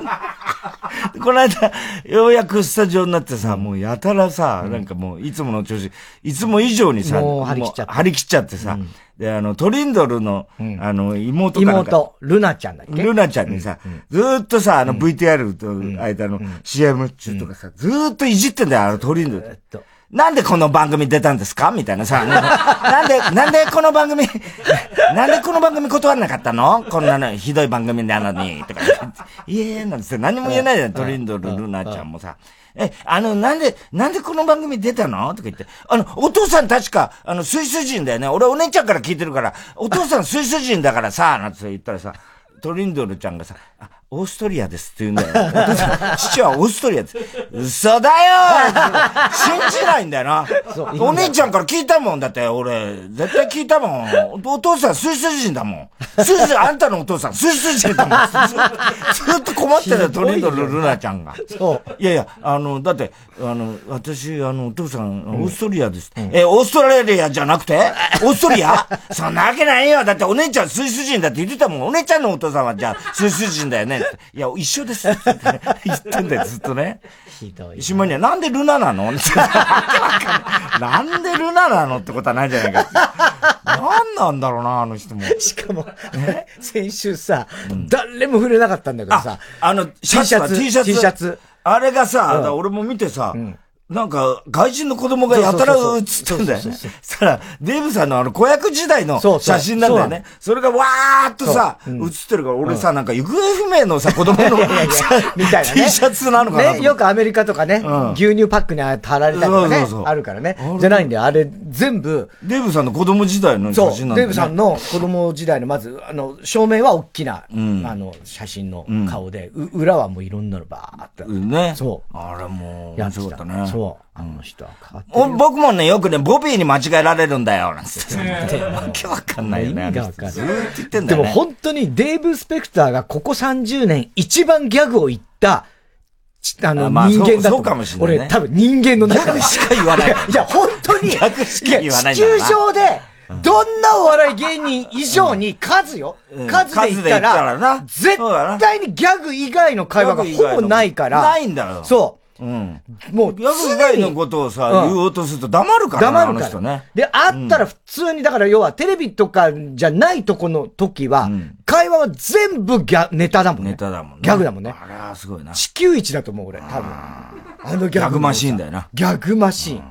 [SPEAKER 2] この間、ようやくスタジオになってさ、もうやたらさ、なんかもう、いつもの調子、いつも以上にさ、
[SPEAKER 1] もう張り切っちゃって
[SPEAKER 2] もう張り切っちゃってさ、で、あの、トリンドルの、あの、妹かなんか、
[SPEAKER 1] 妹、ルナちゃんだっけ
[SPEAKER 2] ルナちゃんにさ、ずーっとさ、あの VTR と間の CM 中とかさ、ずーっといじってんだよ、あのトリンドル
[SPEAKER 1] と。
[SPEAKER 2] なんでこの番組出たんですかみたいなさ、 なんで、なんでこの番組、 なんでこの番組断らなかったのこんなのひどい番組なのに、とか言って、いえなんつって何も言えないじゃん、トリンドル、ルナちゃんもさ。え、あの、なんで、なんでこの番組出たのとか言って、あの、お父さん確か、あの、スイス人だよね。俺お姉ちゃんから聞いてるから、お父さんスイス人だからさ、 なんつって言ったらさ、トリンドルちゃんがさ、あオーストリアですって言うんだよ。お 父さん父はオーストリアです。嘘だよ信じないんだよな。お姉ちゃんから聞いたもん。だって俺、絶対聞いたもん。おお父さんスイス人だもん。スイス、あんたのお父さんスイス人だもん。ずずっと困ってたよ、トリンドルルナちゃんが。
[SPEAKER 1] そう。
[SPEAKER 2] いやいや、あの、だって、あの、私、あの、お父さん、オーストリアです。え、オーストラリアじゃなくてオーストリアそんなわけないよ。だってお姉ちゃんスイス人だって言ってたもん。お姉ちゃんのお父さんは、じゃあ、スイス人だよね。いや、一緒です。って言ってんだよ、ずっとね。
[SPEAKER 1] ひどい。
[SPEAKER 2] 島には、なんでルナなのってなんでルナなのってことはないんじゃないか。なんなんだろうな、あの人も。
[SPEAKER 1] しかも、先週さ、誰も触れなかったんだけどさ
[SPEAKER 2] あ、、あの、シャツだ
[SPEAKER 1] T シャツ
[SPEAKER 2] T シャツ。
[SPEAKER 1] T シャツ
[SPEAKER 2] あれがさ、だから俺も見てさ、なんか、外人の子供がやたら映ってんだよ
[SPEAKER 1] そうそうそうそうそう
[SPEAKER 2] ね。そしたら、デーブさんのあの、子役時代の
[SPEAKER 1] そうそう
[SPEAKER 2] 写真なんだよね。それがわーっとさ、映ってるから、俺さ、なんか行方不 明のさ、子供のさ
[SPEAKER 1] みたいなね。
[SPEAKER 2] T シャツなのかなと思って
[SPEAKER 1] ね、よくアメリカとかね、
[SPEAKER 2] ん
[SPEAKER 1] 牛乳パックに貼られたりとかね、
[SPEAKER 2] そうそうそう
[SPEAKER 1] あるからね。じゃないんだよ、あれ全部、
[SPEAKER 2] デーブさんの子供時代の写
[SPEAKER 1] そう、
[SPEAKER 2] 真なんだ
[SPEAKER 1] デ
[SPEAKER 2] よ
[SPEAKER 1] ーブ
[SPEAKER 2] ね。
[SPEAKER 1] さんの子供時代の、まず、あの、正面は大きな、あの、写真の顔で、う裏はもういろんなのばーっと
[SPEAKER 2] うんね。。
[SPEAKER 1] そう
[SPEAKER 2] あれもう、
[SPEAKER 1] や
[SPEAKER 2] 面
[SPEAKER 1] って
[SPEAKER 2] 白
[SPEAKER 1] き
[SPEAKER 2] かったた
[SPEAKER 1] ね。
[SPEAKER 2] ね。
[SPEAKER 1] そう。あの人は変わって
[SPEAKER 2] お僕もね、よくね、ボビーに間違えられるんだよ、な んつって。わけわかんないよね。
[SPEAKER 1] 意味がわかんない
[SPEAKER 2] ずーっと言ってんだ
[SPEAKER 1] で
[SPEAKER 2] よね。
[SPEAKER 1] も本当にデーブ・スペクターがここ30年一番ギャグを言った、ちあの、
[SPEAKER 2] あまあ
[SPEAKER 1] 人間だと思
[SPEAKER 2] そうそうかもしれないね
[SPEAKER 1] 俺多分人間の中で。
[SPEAKER 2] 逆しか言わない
[SPEAKER 1] いやいや、本当に。
[SPEAKER 2] 逆しか言わないん
[SPEAKER 1] 地
[SPEAKER 2] だな
[SPEAKER 1] 球上で、どんなお笑い芸人以上に数よ。
[SPEAKER 2] うん
[SPEAKER 1] 数で言った
[SPEAKER 2] 数で言ったら
[SPEAKER 1] ら
[SPEAKER 2] な、
[SPEAKER 1] 絶対にギャグ以外の会話がほぼないから。
[SPEAKER 2] ないんだよ。
[SPEAKER 1] そ
[SPEAKER 2] うん。
[SPEAKER 1] う。もう
[SPEAKER 2] ギャグ以外
[SPEAKER 1] 常
[SPEAKER 2] の
[SPEAKER 1] に
[SPEAKER 2] ことをさ、
[SPEAKER 1] うん
[SPEAKER 2] 言おうとすると黙るからな、
[SPEAKER 1] 黙
[SPEAKER 2] あ
[SPEAKER 1] る
[SPEAKER 2] の
[SPEAKER 1] か
[SPEAKER 2] 人
[SPEAKER 1] ら。
[SPEAKER 2] ね。
[SPEAKER 1] で、あったら普通に、だから要はテレビとかじゃないとこの時は、会話は全部ギャ、ネタだもんね。
[SPEAKER 2] ネタだもんね。
[SPEAKER 1] ギャグだもんね。
[SPEAKER 2] あれはすごいな。ギ
[SPEAKER 1] 地球一だと思う、俺、多分。あのギャグ。
[SPEAKER 2] ャグマシーンだよな。
[SPEAKER 1] ギャグマシーン。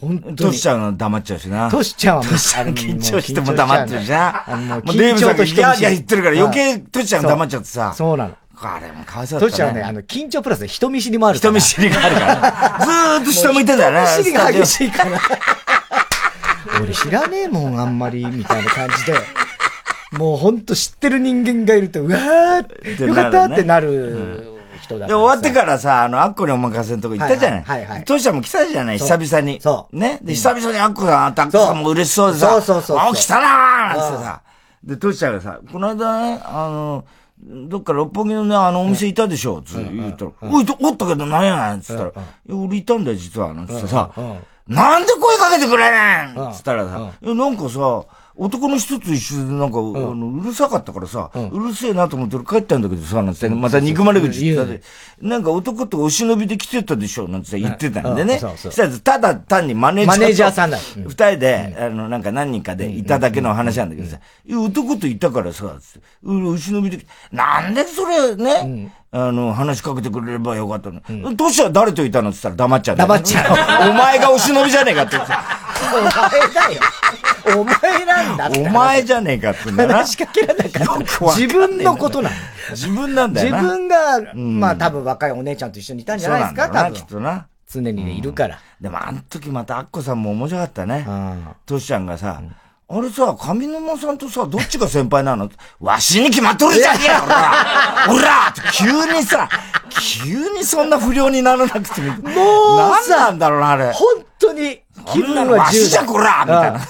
[SPEAKER 1] 本当に。
[SPEAKER 2] トシちゃんが黙っちゃうしな。
[SPEAKER 1] トシちゃんはもう、
[SPEAKER 2] あれ 緊張しても黙ってるじゃ
[SPEAKER 1] あの
[SPEAKER 2] ん。
[SPEAKER 1] もう
[SPEAKER 2] もうデー
[SPEAKER 1] 緊
[SPEAKER 2] ブ
[SPEAKER 1] 張
[SPEAKER 2] さんが
[SPEAKER 1] と人見
[SPEAKER 2] ギャー
[SPEAKER 1] 知
[SPEAKER 2] ギャー
[SPEAKER 1] り
[SPEAKER 2] 言ってるから余計トシちゃんが
[SPEAKER 1] そう
[SPEAKER 2] 黙っちゃってさ。
[SPEAKER 1] そうなの。
[SPEAKER 2] あれもかわいそう
[SPEAKER 1] ト
[SPEAKER 2] だっ
[SPEAKER 1] シ
[SPEAKER 2] た
[SPEAKER 1] ちゃんはね、あの、緊張プラス人見知りもあるから。
[SPEAKER 2] 人見知りがある から。ずーっと下向いてんだよね。
[SPEAKER 1] 人見知りが激
[SPEAKER 2] い。
[SPEAKER 1] しいから。俺知らねえもん、あんまり、みたいな感 じで。もうほんと知ってる人間がいると、うわ
[SPEAKER 2] てなるね
[SPEAKER 1] ーよかったってなる人だ
[SPEAKER 2] で、
[SPEAKER 1] ら
[SPEAKER 2] 終わってからさ、あの、アッコにお任せのとこ行ったじゃない。
[SPEAKER 1] はいはいはいはい
[SPEAKER 2] トシちゃんも来たじゃない、
[SPEAKER 1] そう
[SPEAKER 2] 久々に。
[SPEAKER 1] そう
[SPEAKER 2] ね。で、久々にアッコさん会って、アッコ
[SPEAKER 1] そう
[SPEAKER 2] さんも嬉しそうでさ。
[SPEAKER 1] そうそうそうそう
[SPEAKER 2] あ、来たなーなんつってさ。で、トシちゃんがさ、この間ね、あの、どっか六本木のね、あのお店いたでしょ、つって言ったら、おい、おったけどなんやなんつったら、いや、俺いたんだよ、実は、なんつってさ、なんで声かけてくれねんつったらさ、いや、なんかさ、男の人と一緒でなんか、うあのうるさかったからさ、うるせえなと思って俺帰ったんだけどさ、なんつって、また憎まれ口言ってたで、なんか男とお忍びで来てたでしょ、なんつって言ってたんで
[SPEAKER 1] う
[SPEAKER 2] ね。
[SPEAKER 1] んそうそう
[SPEAKER 2] したらただ単にマネージャーと。
[SPEAKER 1] マネージャーさんだうん
[SPEAKER 2] 二人で、あの、なんか何人かでいただけの話なんだけどさ、いや男といたからさ、つってうんお忍びで来て、なんでそれね、あの、話しかけてくれればよかったの。どうしたら誰といたのって言ったら黙っちゃうんだよね
[SPEAKER 1] 黙っちゃ
[SPEAKER 2] お前がお忍びじゃねえかって言ってさ。
[SPEAKER 1] お前だよ。お前なんだって
[SPEAKER 2] お前じゃねえかってんだな。
[SPEAKER 1] 話しかけられなか
[SPEAKER 2] よ
[SPEAKER 1] っ
[SPEAKER 2] く
[SPEAKER 1] た。
[SPEAKER 2] わかんねえ
[SPEAKER 1] 自分のことなの。
[SPEAKER 2] 自分なんだ
[SPEAKER 1] 自
[SPEAKER 2] よな。
[SPEAKER 1] 分が、まあ多分若いお姉ちゃんと一緒にいたんじゃないですか、
[SPEAKER 2] そ
[SPEAKER 1] 多
[SPEAKER 2] うなんだろうなきっ
[SPEAKER 1] 分。
[SPEAKER 2] とな。
[SPEAKER 1] 常にね、いるから。
[SPEAKER 2] でもあの時またアッコさんも面白かったね
[SPEAKER 1] ん。
[SPEAKER 2] トシちゃんがさ、あれさ、上沼さんとさ、どっちが先輩なのわしに決まっとるじゃねえか、ほらほらって急にさ、急にそんな不良にならなくても、もう何なんだろうな、あれ。
[SPEAKER 1] 本当に、気
[SPEAKER 2] んな
[SPEAKER 1] 分
[SPEAKER 2] の
[SPEAKER 1] は
[SPEAKER 2] わ
[SPEAKER 1] 自由
[SPEAKER 2] しじゃ
[SPEAKER 1] だ。
[SPEAKER 2] こらみたいな。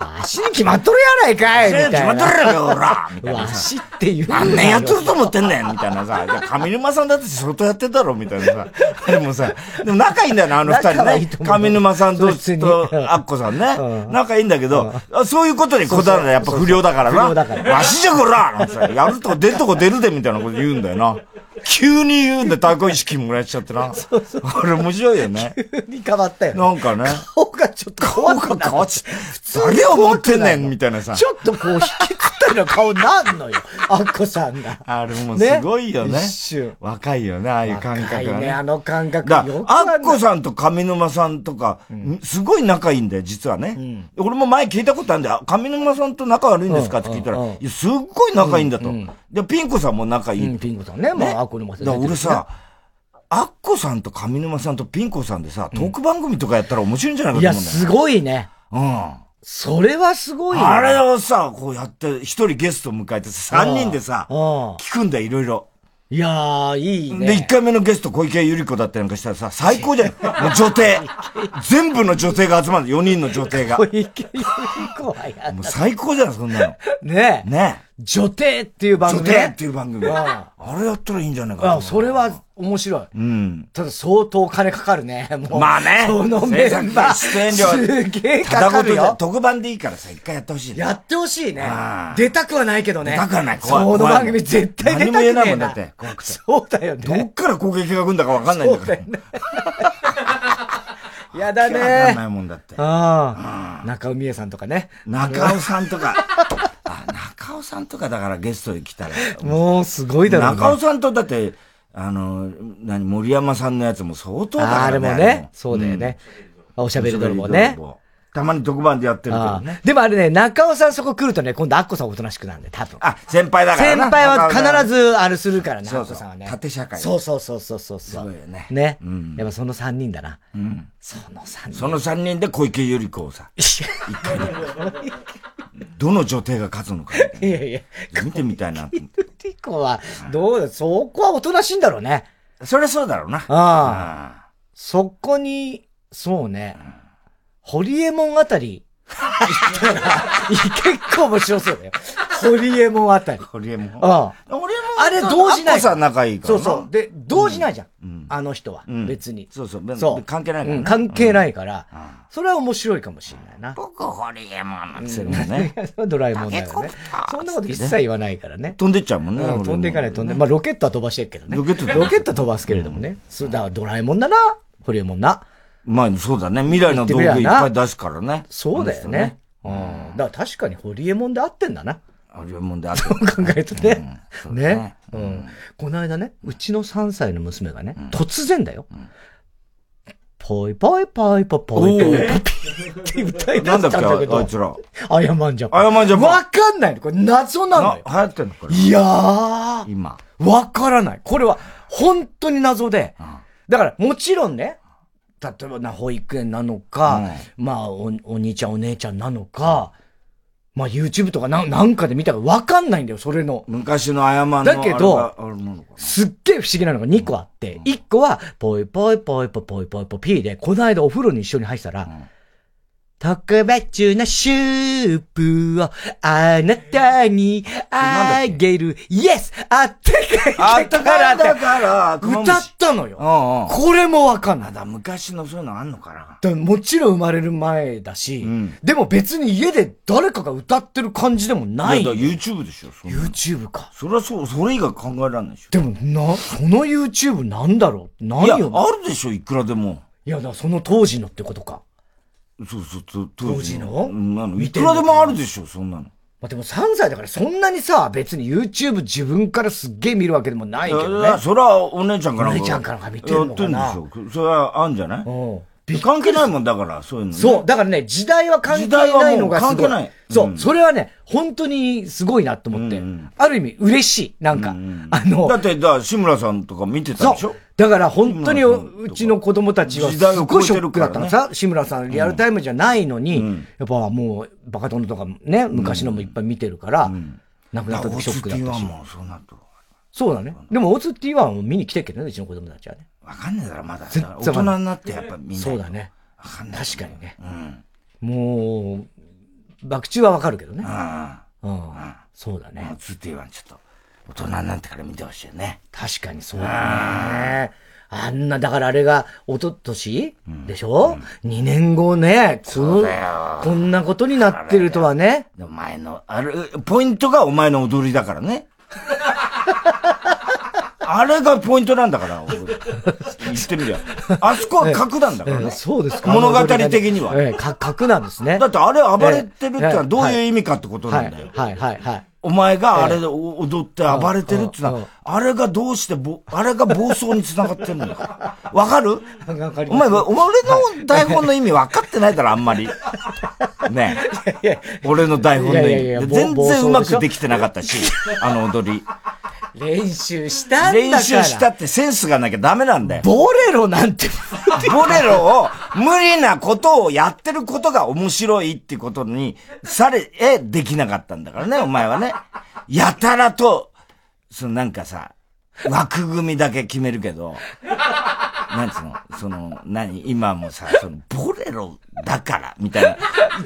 [SPEAKER 1] わしに決まっとるやないかい
[SPEAKER 2] 決
[SPEAKER 1] みた
[SPEAKER 2] ま
[SPEAKER 1] い
[SPEAKER 2] っと
[SPEAKER 1] な。
[SPEAKER 2] るやろ、ほらみたいな
[SPEAKER 1] わ
[SPEAKER 2] さ。
[SPEAKER 1] しって言うな
[SPEAKER 2] 何年やってると思ってんねんみたいな さ。いや上沼さんだって仕事やってたろみたいなさ。でもさ、でも仲いいんだよな、あの二人
[SPEAKER 1] 仲はいい
[SPEAKER 2] ね
[SPEAKER 1] と。思う
[SPEAKER 2] 上沼さんと、
[SPEAKER 1] 普通に
[SPEAKER 2] と、
[SPEAKER 1] うん
[SPEAKER 2] アッコさんね
[SPEAKER 1] う。ん
[SPEAKER 2] 仲いいんだけど、あそういうことにこだわるのはやっぱ不良だからな。
[SPEAKER 1] 不良だから
[SPEAKER 2] わしじゃこらなんてさ、やるとこ出るとこ出るでみたいなこと言うんだよな。急に言うんで対抗意識もらえちゃってな。あれ面白いよね。
[SPEAKER 1] 急に変わったよね。
[SPEAKER 2] なんかね。
[SPEAKER 1] 顔がちょっと怖
[SPEAKER 2] 顔
[SPEAKER 1] く
[SPEAKER 2] が
[SPEAKER 1] な
[SPEAKER 2] 変
[SPEAKER 1] る
[SPEAKER 2] わっちゃって、誰を持ってんねんみたいなさ
[SPEAKER 1] ち。ょっとこう、引きつったような顔なん のよ。アッコさんが。
[SPEAKER 2] あれもうすごいよね
[SPEAKER 1] 一瞬。
[SPEAKER 2] 若いよね、ああいう感覚が
[SPEAKER 1] 若いね、あの感覚。
[SPEAKER 2] だ
[SPEAKER 1] よく
[SPEAKER 2] ア
[SPEAKER 1] あんな
[SPEAKER 2] ッコさんと上沼さんとか、すごい仲いいんだよ、実はね。俺も前聞いたことあるんだよ。あ上沼さんと仲悪いんですかって聞いたら、
[SPEAKER 1] うんうんうん
[SPEAKER 2] いやすっごい仲いいんだと。で、ピン子さんも仲いい。
[SPEAKER 1] うん、ピンクさんね。まあ、アッコにも
[SPEAKER 2] だから俺さ、アッコさんと上沼さんとピン子さんでさ、トーク番組とかやったら面白いんじゃないか
[SPEAKER 1] い
[SPEAKER 2] と
[SPEAKER 1] や、
[SPEAKER 2] 思うんだよ。
[SPEAKER 1] すごいね。
[SPEAKER 2] うん。
[SPEAKER 1] それはすごいよ。
[SPEAKER 2] あれをさ、こうやって、一人ゲスト迎えてさ、三人でさ、
[SPEAKER 1] うん
[SPEAKER 2] 聞くんだよ、いろいろ。
[SPEAKER 1] いやー、いいね。
[SPEAKER 2] で、一回目のゲスト、小池百合子だったりなんかしたらさ、最高じゃん。もう女帝。全部の女帝が集まる。4人の女帝が。も
[SPEAKER 1] 小池百合子はやだ
[SPEAKER 2] う最高じゃん、そんなの。
[SPEAKER 1] ねえ。
[SPEAKER 2] ね
[SPEAKER 1] 女帝っていう番
[SPEAKER 2] 女
[SPEAKER 1] 組
[SPEAKER 2] 帝っ
[SPEAKER 1] ね
[SPEAKER 2] て。いう番組。
[SPEAKER 1] あ
[SPEAKER 2] あれやったらいいんじゃないかと思う
[SPEAKER 1] あ、それ。は面白い。
[SPEAKER 2] うん。
[SPEAKER 1] ただ相当金かかるね。もう
[SPEAKER 2] まあね
[SPEAKER 1] そのメンバー。
[SPEAKER 2] 制作費出演料
[SPEAKER 1] すげえ
[SPEAKER 2] た
[SPEAKER 1] か
[SPEAKER 2] だ
[SPEAKER 1] か
[SPEAKER 2] ごと
[SPEAKER 1] る
[SPEAKER 2] じゃ
[SPEAKER 1] よ。
[SPEAKER 2] 特番でいいからさ、一回やってほしいね。
[SPEAKER 1] やってほしいね
[SPEAKER 2] あ。ー
[SPEAKER 1] 出たくはないけどね。
[SPEAKER 2] 出たくはない
[SPEAKER 1] そ
[SPEAKER 2] 怖い
[SPEAKER 1] の
[SPEAKER 2] 怖い
[SPEAKER 1] 番組絶対出たくねえな。
[SPEAKER 2] 何も言えないもんだって怖くて
[SPEAKER 1] そうだよ
[SPEAKER 2] どっ
[SPEAKER 1] ね。
[SPEAKER 2] から攻撃が来るんだかわかんないんだから。
[SPEAKER 1] やだ
[SPEAKER 2] わかんな
[SPEAKER 1] ね。
[SPEAKER 2] いもんだって。
[SPEAKER 1] ああ。中尾美恵さんとかね。
[SPEAKER 2] 中尾さんとか。あ、中尾さんとかだからゲストに来たら。
[SPEAKER 1] もうすごいだろうね。
[SPEAKER 2] 中尾さんとだって、あの、何、森山さんのやつも相当だ
[SPEAKER 1] あ
[SPEAKER 2] か
[SPEAKER 1] あ
[SPEAKER 2] ら
[SPEAKER 1] れ
[SPEAKER 2] ね。
[SPEAKER 1] もね、そうだよね。おしゃ
[SPEAKER 2] うん。
[SPEAKER 1] べり泥棒ね。
[SPEAKER 2] たまに特番でやってるけど
[SPEAKER 1] あ
[SPEAKER 2] ね
[SPEAKER 1] あ。でもあれね、中尾さんそこ来るとね、今度アッコさんおとなしくなるんで、多分。
[SPEAKER 2] あ、先輩だから
[SPEAKER 1] 先
[SPEAKER 2] な。
[SPEAKER 1] 輩は必
[SPEAKER 2] ず。
[SPEAKER 1] ずあれするからね、ア
[SPEAKER 2] そう
[SPEAKER 1] ッ
[SPEAKER 2] そ
[SPEAKER 1] コ
[SPEAKER 2] う
[SPEAKER 1] さんはね。
[SPEAKER 2] 縦社会
[SPEAKER 1] そうそうそうそうそう。す
[SPEAKER 2] ごいよね
[SPEAKER 1] ね
[SPEAKER 2] うん。
[SPEAKER 1] やっぱその3人だな。 その3人。
[SPEAKER 2] その3人で小池百合子をさ、
[SPEAKER 1] い
[SPEAKER 2] どの女帝が勝つのかみたい
[SPEAKER 1] や いや、
[SPEAKER 2] な。見てみたいなと思って。
[SPEAKER 1] リコは、どうだ、そこはおとなしいんだろうね。
[SPEAKER 2] そりゃそうだろうな。
[SPEAKER 1] あそこに、そうね、ホリエモンあ たり、行ったら、結構面白そうだよ。ホリエモンあたり。
[SPEAKER 2] うん。堀江も。
[SPEAKER 1] あ
[SPEAKER 2] 俺も。
[SPEAKER 1] あれ同時ない
[SPEAKER 2] アッコさん仲いいか
[SPEAKER 1] そ
[SPEAKER 2] ら
[SPEAKER 1] う
[SPEAKER 2] な。
[SPEAKER 1] そう。で、動じないじゃん。
[SPEAKER 2] うん
[SPEAKER 1] あの人は、
[SPEAKER 2] うん
[SPEAKER 1] 別に。
[SPEAKER 2] そうそう。
[SPEAKER 1] そう
[SPEAKER 2] 関係ないから
[SPEAKER 1] う
[SPEAKER 2] ね。
[SPEAKER 1] ん、関係
[SPEAKER 2] い。
[SPEAKER 1] ないから、
[SPEAKER 2] ん
[SPEAKER 1] それは面白いかもしれないな。
[SPEAKER 2] 僕、堀江もなんつってるもんね。
[SPEAKER 1] ドラえもんだよね
[SPEAKER 2] タケコプター。
[SPEAKER 1] そんなこと一切言わないからね。
[SPEAKER 2] 飛んでっちゃうもんね。
[SPEAKER 1] うん
[SPEAKER 2] 俺
[SPEAKER 1] 飛んでいかない、飛んで。まあ、ロケットは飛ばしてるけどね。
[SPEAKER 2] ロケット
[SPEAKER 1] ロケットは飛ばすけれどもね。そうだからドラえもんだな。ホリエモンな。
[SPEAKER 2] まあそうだね。未来の道具いっぱい出すからね。
[SPEAKER 1] そうだよね。うん。だから確かにホリエモンで合ってんだな。
[SPEAKER 2] あれはもんであと
[SPEAKER 1] そう考えるとね。
[SPEAKER 2] うん
[SPEAKER 1] ね。うん。この間ね、うちの3歳の娘がね、突然だよ。ぽいぽいぽいぽいぽいぽいぽいって歌い出
[SPEAKER 2] なん
[SPEAKER 1] し
[SPEAKER 2] だ
[SPEAKER 1] た
[SPEAKER 2] っ
[SPEAKER 1] んだけ
[SPEAKER 2] け、あい
[SPEAKER 1] ど
[SPEAKER 2] つ。ら。
[SPEAKER 1] あやまんじゃん。
[SPEAKER 2] あやまんじゃパン
[SPEAKER 1] わかんないの。これ謎なの
[SPEAKER 2] な
[SPEAKER 1] よ。
[SPEAKER 2] 流行ってんのこれ。
[SPEAKER 1] いやー。
[SPEAKER 2] 今。
[SPEAKER 1] わからない。これは、本当に謎で。だから、もちろんね、例えばな、保育園なのか、まあお、お兄ちゃん、お姉ちゃんなのか、まあ、YouTube とかななんかで見たからわかんないんだよ、それの。
[SPEAKER 2] 昔のあやまんの。
[SPEAKER 1] だけど
[SPEAKER 2] あれがあれなのか
[SPEAKER 1] すっげえ不思議なのが2個あって、1個は、ぽいぽいぽいぽいぽいぽいぽいぽいで、この間お風呂に一緒に入ってたら、特別なシュープをあなたにあげる。イエスあったかいだからって。
[SPEAKER 2] から
[SPEAKER 1] 歌ったのよ。
[SPEAKER 2] うんうん。
[SPEAKER 1] これもわかんない。だ
[SPEAKER 2] 昔のそういうのあんのかな
[SPEAKER 1] からもちろん生まれる前だし、
[SPEAKER 2] ん
[SPEAKER 1] でも別に家で誰かが歌ってる感じでもない
[SPEAKER 2] いやだから YouTube でしょ、そんな
[SPEAKER 1] YouTube か。
[SPEAKER 2] それはそう、それ以外考えられないでしょ。
[SPEAKER 1] でもな、その YouTube なんだろう何
[SPEAKER 2] いや、あ
[SPEAKER 1] よ。
[SPEAKER 2] るでしょ、いくらでも。
[SPEAKER 1] いや、だからその当時のってことか。
[SPEAKER 2] そうそうそう、
[SPEAKER 1] 当時の
[SPEAKER 2] うんあのいくらでもあるでしょ、そんなの。
[SPEAKER 1] まあ、でも3歳だからそんなにさ、別に YouTube 自分からすっげえ見るわけでもないけど
[SPEAKER 2] い
[SPEAKER 1] ね
[SPEAKER 2] や。それはお姉ちゃんから
[SPEAKER 1] お姉ちゃんからが見てんのかな
[SPEAKER 2] やってんでしょ。それはあんじゃない
[SPEAKER 1] うん。
[SPEAKER 2] 関係ないもんだから、そういうの。
[SPEAKER 1] そう。だからね、時代は関係ないのがすごい。
[SPEAKER 2] 時代はもう関係ない
[SPEAKER 1] そう、
[SPEAKER 2] うん
[SPEAKER 1] それはね、本当にすごいなと思って。
[SPEAKER 2] うんうん
[SPEAKER 1] ある意味嬉しい。なんか。あ
[SPEAKER 2] だ
[SPEAKER 1] の
[SPEAKER 2] っ、て、だから志村さんとか見てたでし
[SPEAKER 1] そ
[SPEAKER 2] ょ
[SPEAKER 1] う。だから本当に
[SPEAKER 2] 今のさ
[SPEAKER 1] うちの子供たちはす
[SPEAKER 2] 時代を
[SPEAKER 1] ご
[SPEAKER 2] 超
[SPEAKER 1] い
[SPEAKER 2] え
[SPEAKER 1] ショ
[SPEAKER 2] て
[SPEAKER 1] ッ
[SPEAKER 2] る
[SPEAKER 1] ク
[SPEAKER 2] か
[SPEAKER 1] だ
[SPEAKER 2] らね
[SPEAKER 1] ったのさ、志村さんリアルタイムじゃないのに、
[SPEAKER 2] ん
[SPEAKER 1] やっぱもうバカ殿とかもね、昔のもいっぱい見てるから、亡くなった時ショックだった
[SPEAKER 2] は
[SPEAKER 1] し。
[SPEAKER 2] もうそうなると。
[SPEAKER 1] そうだね。でも OZT は見に来てっけどね、うちの子供たちはね。
[SPEAKER 2] わかんねえだろ、まだ。
[SPEAKER 1] 然
[SPEAKER 2] 大人になってやっぱみんな。
[SPEAKER 1] そうだ。ね。
[SPEAKER 2] わかんない。
[SPEAKER 1] 確かにね。
[SPEAKER 2] うん。
[SPEAKER 1] もう、爆中はわかるけどね。
[SPEAKER 2] あ
[SPEAKER 1] うん。そうだね
[SPEAKER 2] あ。。ずっと言わん、ちょっと。大人になってから見てほしいよね。
[SPEAKER 1] 確かにそうだね。あんな、だからあれが、おととしでしょ、二 ?2 年後ね、この
[SPEAKER 2] そうだよ、
[SPEAKER 1] こんなことになってるとはね。
[SPEAKER 2] でも前の、あれ、ポイントがお前の踊りだから ね。あれがポイントなんだから、俺言ってみりゃ。あそこは格なんだから
[SPEAKER 1] え
[SPEAKER 2] ね
[SPEAKER 1] え。そうですか。
[SPEAKER 2] 物語的には
[SPEAKER 1] ええ、か、格なんですね。
[SPEAKER 2] だってあれ暴れてるって
[SPEAKER 1] え
[SPEAKER 2] の
[SPEAKER 1] ええ
[SPEAKER 2] は
[SPEAKER 1] え
[SPEAKER 2] どういう意味かってこと
[SPEAKER 1] は、
[SPEAKER 2] ないんだよ。
[SPEAKER 1] はい、はい、はい。
[SPEAKER 2] お前があれで踊って暴れてるっての
[SPEAKER 1] うんうん
[SPEAKER 2] は、あれがどうしてぼ、あれが暴走につながってるんだから。わかる
[SPEAKER 1] わかり
[SPEAKER 2] お
[SPEAKER 1] ます
[SPEAKER 2] 前、お前俺の台本の意味分かってないだろ、あんまり。ねえ。俺の台本の
[SPEAKER 1] いや
[SPEAKER 2] 意
[SPEAKER 1] いやいや
[SPEAKER 2] 味。
[SPEAKER 1] ぼ
[SPEAKER 2] で全然うまくできてなかったし、あの踊り。
[SPEAKER 1] 練習したんだから。
[SPEAKER 2] 練習したってセンスがなきゃダメなんだよ。
[SPEAKER 1] ボレロなんて。
[SPEAKER 2] ボレロを無理なことをやってることが面白いってことにされ、え、できなかったんだからね、お前はね。やたらと、そのなんかさ、枠組みだけ決めるけど、なんつうの、その、何、今もさ、その、ボレロだから、みたいな。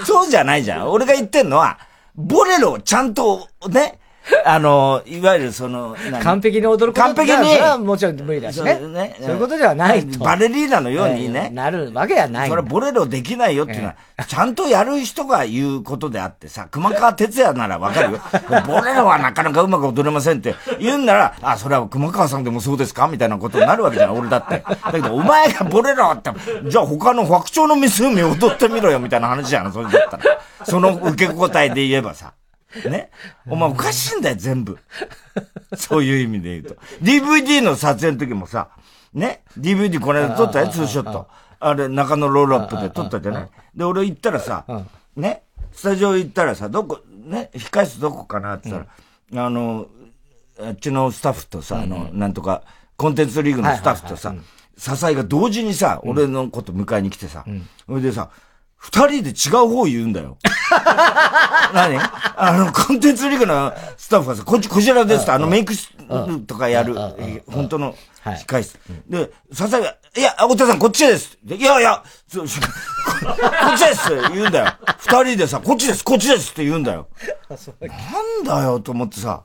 [SPEAKER 2] そうじゃないじゃん。俺が言ってんのは、ボレロをちゃんと、ね、あの、いわゆるその、何
[SPEAKER 1] 完璧に踊ること
[SPEAKER 2] 完璧に
[SPEAKER 1] それはもちろん無理だしね。そう,、いうことではないと。
[SPEAKER 2] バレリーナのようにね。
[SPEAKER 1] ええなるわけがないん
[SPEAKER 2] そ
[SPEAKER 1] だ。
[SPEAKER 2] れはボレロできないよっていうのは、 ちゃんとやる人が言うことであってさ、熊川哲也ならわかるよ。 ボレロはなかなかうまく踊れませんって言うんなら、あ、それは熊川さんでもそうですかみたいなことになるわけじゃん、俺だって。だけど、お前がボレロって、じゃあ他の白鳥の湖を踊ってみろよ、みたいな話じゃん、それだったら。その受け答えで言えばさ。ねお前おかしいんだよ、全部。そういう意味で言うと。DVD の撮影の時もさ、ね、DVD この間撮ったやつ、ツーショット。あれ、中野ロールアップで撮ったじゃないで、俺行ったらさ、ね、スタジオ行ったらさ、どこ、ね、控室どこかなって言ったら、あの、あっちのスタッフとさ、あの、なんとか、コンテンツリーグのスタッフとさ、笹井が同時にさ、俺のこと迎えに来てさ、それでさ、二人で違う方言うん だよ。何あの、コンテンツリーグのスタッフがさ、こっち、こちらですって、あの、メイクしとかやる、本当の
[SPEAKER 1] はい
[SPEAKER 2] 控室。で、笹井が、いや、太田さん、こっちですでいやいや、そ そここっちですって言うんだよ。二人でさ、こっちです、こっちですって言うんだよ。なんだよと思ってさ、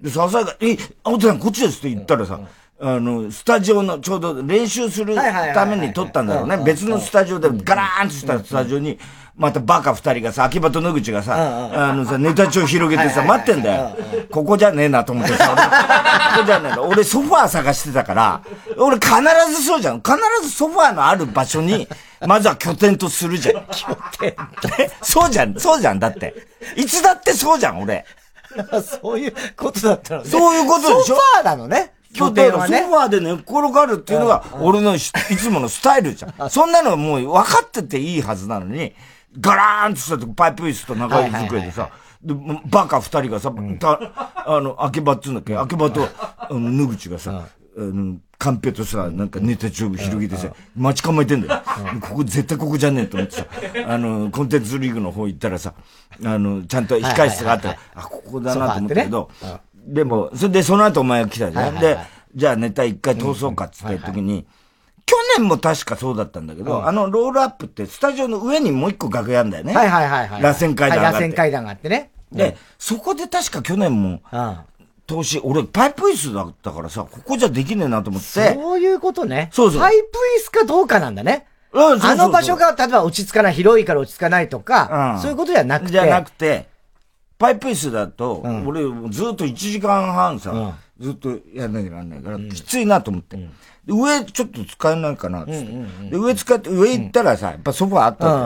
[SPEAKER 2] で、笹井が、え、青田さんこっちですって言ったらさ、あの、スタジオのちょうど練習する
[SPEAKER 1] はいはいはいはい
[SPEAKER 2] ために撮ったんだろうね。別のスタジオでガラーンとしたスタジオに、またバカ二人がさ、秋葉と野口がさ、あのさ、ネタ帳広げてさ、待ってんだよ。ここじゃねえなと思ってさ、俺ここじゃねえな。俺ソファー探してたから、俺必ずそうじゃん。必ずソファーのある場所に、まずは拠点とするじ ゃん。拠点そうじゃん、そうじゃん、だって。いつだってそうじゃん、俺。
[SPEAKER 1] そういうことだったのね。
[SPEAKER 2] そういうことでしょ
[SPEAKER 1] ソファーなのね。拠
[SPEAKER 2] 拠点
[SPEAKER 1] 点
[SPEAKER 2] は
[SPEAKER 1] は
[SPEAKER 2] ね。ソ
[SPEAKER 1] ね。
[SPEAKER 2] ファーで寝っ転がるっていうのが、俺のしいつものスタイルじゃ ん。そんなのもう分かってていいはずなのに、ガラーンとしたとこパイプ椅子と長い机でさ、でバカ二人がさ、たあの、秋葉って言うんだっけ秋葉と、あの、野口がさ、あの、カンペとさ、なんかネタ帳広げてさ、待ち構えてんだよ。ここ絶対ここじゃねえと思ってさ、あの、コンテンツリーグの方行ったらさ、あの、ちゃんと控室があったから、あ、ここだなと思ったけど、でも、それでその後お前が来たじゃん。で、じゃあネタ一回通そうかっつった時に、去年も確かそうだったんだけど、
[SPEAKER 1] うん
[SPEAKER 2] あのロールアップってスタジオの上にもう一個楽屋あんだよね。
[SPEAKER 1] はいはいはいはい。
[SPEAKER 2] 螺旋階段があ
[SPEAKER 1] は
[SPEAKER 2] っ
[SPEAKER 1] い
[SPEAKER 2] て
[SPEAKER 1] 螺旋階段があってね。
[SPEAKER 2] で、そこで確か去年も、投資、俺パイプ椅子だったからさ、ここじゃできねえなと思って。
[SPEAKER 1] そういうことね。
[SPEAKER 2] そうそう
[SPEAKER 1] パイプ椅子かどうかなんだね。
[SPEAKER 2] うんそうそうそう
[SPEAKER 1] あの場所が、例えば落ち着かない、広いから落ち着かないとか、
[SPEAKER 2] うん
[SPEAKER 1] そういうことじゃなくて。
[SPEAKER 2] じゃなくて、パイプ椅子だと、
[SPEAKER 1] うん
[SPEAKER 2] 俺ずっと1時間半さ、ずっとやんなきゃなんないから、きついなと思って。で上ちょっと使えないかなっつって、で、上使って、上行ったらさ、やっぱソファーあったじゃ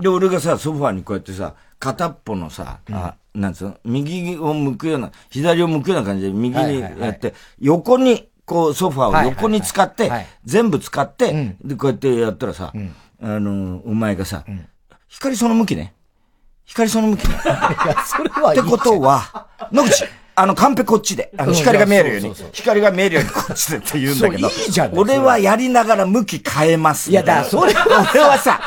[SPEAKER 2] んで、俺がさ、ソファーにこうやってさ、片っぽのさ、あなんつうの、右を向くような、左を向くような感じで右にやって、横に、こう、ソファーを横に使って、全部使って、で、こうやってやったらさ、あの、お前がさ、光その向きね。 光その向 きね。
[SPEAKER 1] それは
[SPEAKER 2] ってことは、野口、あの、カンペこっちで。あの、
[SPEAKER 1] うん
[SPEAKER 2] 光が見えるよう
[SPEAKER 1] そう
[SPEAKER 2] に
[SPEAKER 1] そうそう。
[SPEAKER 2] 光が見えるようにこっちでって言うんだけど。
[SPEAKER 1] そういいじゃん
[SPEAKER 2] 俺はやりながら向き変えます。
[SPEAKER 1] いやだからそれ
[SPEAKER 2] 俺はさ、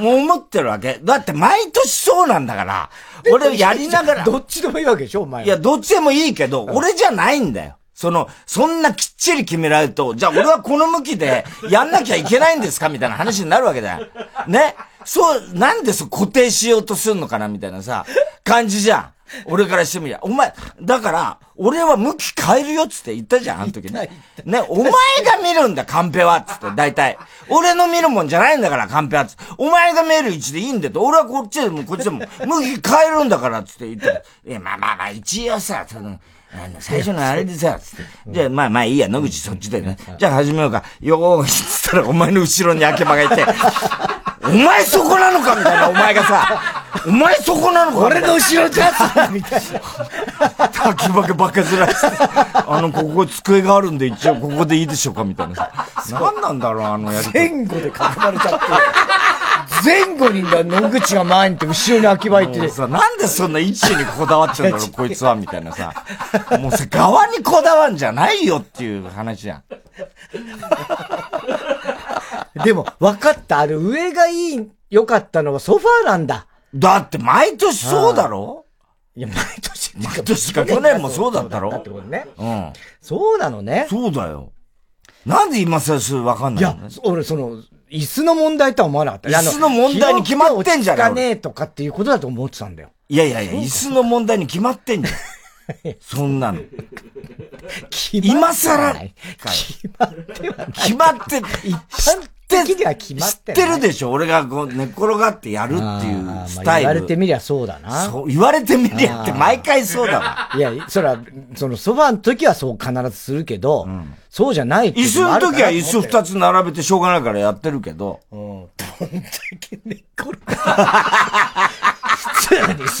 [SPEAKER 2] もう思ってるわけ。だって毎年そうなんだから。俺やりながら。
[SPEAKER 1] どっちでもいいわけでしょ、お前は。
[SPEAKER 2] いや、どっちでもいいけど、俺じゃないんだよ。その、そんなきっちり決められると、じゃあ俺はこの向きでやんなきゃいけないんですかみたいな話になるわけだよ。ねそう、なんでそう固定しようとするのかなみたいなさ、感じじゃん。俺からしてみりゃ。お前、だから、俺は向き変えるよっつって言ったじゃん、あの時ね。ね、お前が見るんだ、カンペはっつって、大体。俺の見るもんじゃないんだから、カンペはっつって。お前が見える位置でいいんだと。俺はこっちでも、こっちでも、向き変えるんだからっつって言ったら。いや、まあまあまあ、一応さ、その、あの、最初のあれでさ、つって。じゃあ、まあまあいいや、野口そっちでね。じゃあ始めようか。よーい、つったらお前の後ろに秋葉がいて。 お前そこなのかみたいな、お前がさ。お前そこなのか
[SPEAKER 1] 俺の後ろじゃすみたい
[SPEAKER 2] 滝ばけばけずらして、あの、ここ机があるんで一応ここでいいでしょうかみたいなさ。何なんだろう、あのやり
[SPEAKER 1] な。
[SPEAKER 2] 方。
[SPEAKER 1] 前後で囲まれちゃ ってる。前後にだ、野口が前にいて、後ろに秋葉いて
[SPEAKER 2] もう。さ、なんでそんな位置にこだわっちゃうんだろう、こいつは、みたいなさ。もうさ、側にこだわんじゃないよっていう話じゃん。
[SPEAKER 1] でも、分かった。あれ、上がいい、良かったのはソファーなんだ。
[SPEAKER 2] だって毎年そうだろ
[SPEAKER 1] いや、毎年。
[SPEAKER 2] 毎年か、去年もそうだった
[SPEAKER 1] だっ
[SPEAKER 2] ろ
[SPEAKER 1] てことね。
[SPEAKER 2] うん。
[SPEAKER 1] そうなのね。
[SPEAKER 2] そうだよ。なんで今さ、それわか
[SPEAKER 1] い
[SPEAKER 2] んない
[SPEAKER 1] や
[SPEAKER 2] の、
[SPEAKER 1] 俺、その、椅子の問題とは思わなかった。
[SPEAKER 2] 椅子の問題に決まってんじゃ
[SPEAKER 1] ない。落ち着
[SPEAKER 2] ねえ
[SPEAKER 1] かねえとかっていうことだと思ってたんだよ。
[SPEAKER 2] いやいやいや、椅子の問題に決まってんじゃん。そ んなの。今更
[SPEAKER 1] 決まってはない。
[SPEAKER 2] 決まって、一
[SPEAKER 1] 般的には決まってない
[SPEAKER 2] 知ってるでしょ俺がこう寝っ転がってやるって
[SPEAKER 1] あ
[SPEAKER 2] いう
[SPEAKER 1] ー
[SPEAKER 2] ス
[SPEAKER 1] まあ
[SPEAKER 2] タ
[SPEAKER 1] 言
[SPEAKER 2] イル。
[SPEAKER 1] われてみりゃそうだな。
[SPEAKER 2] そう、言われてみりゃって毎回そうだわ。
[SPEAKER 1] いや、そら、その、そばの時はそう必ずするけど、そうじゃない
[SPEAKER 2] 椅子の時は椅子
[SPEAKER 1] 二
[SPEAKER 2] 二つ並べてしょうがないからやってるけど、
[SPEAKER 1] うん。どんだけ寝っ転が普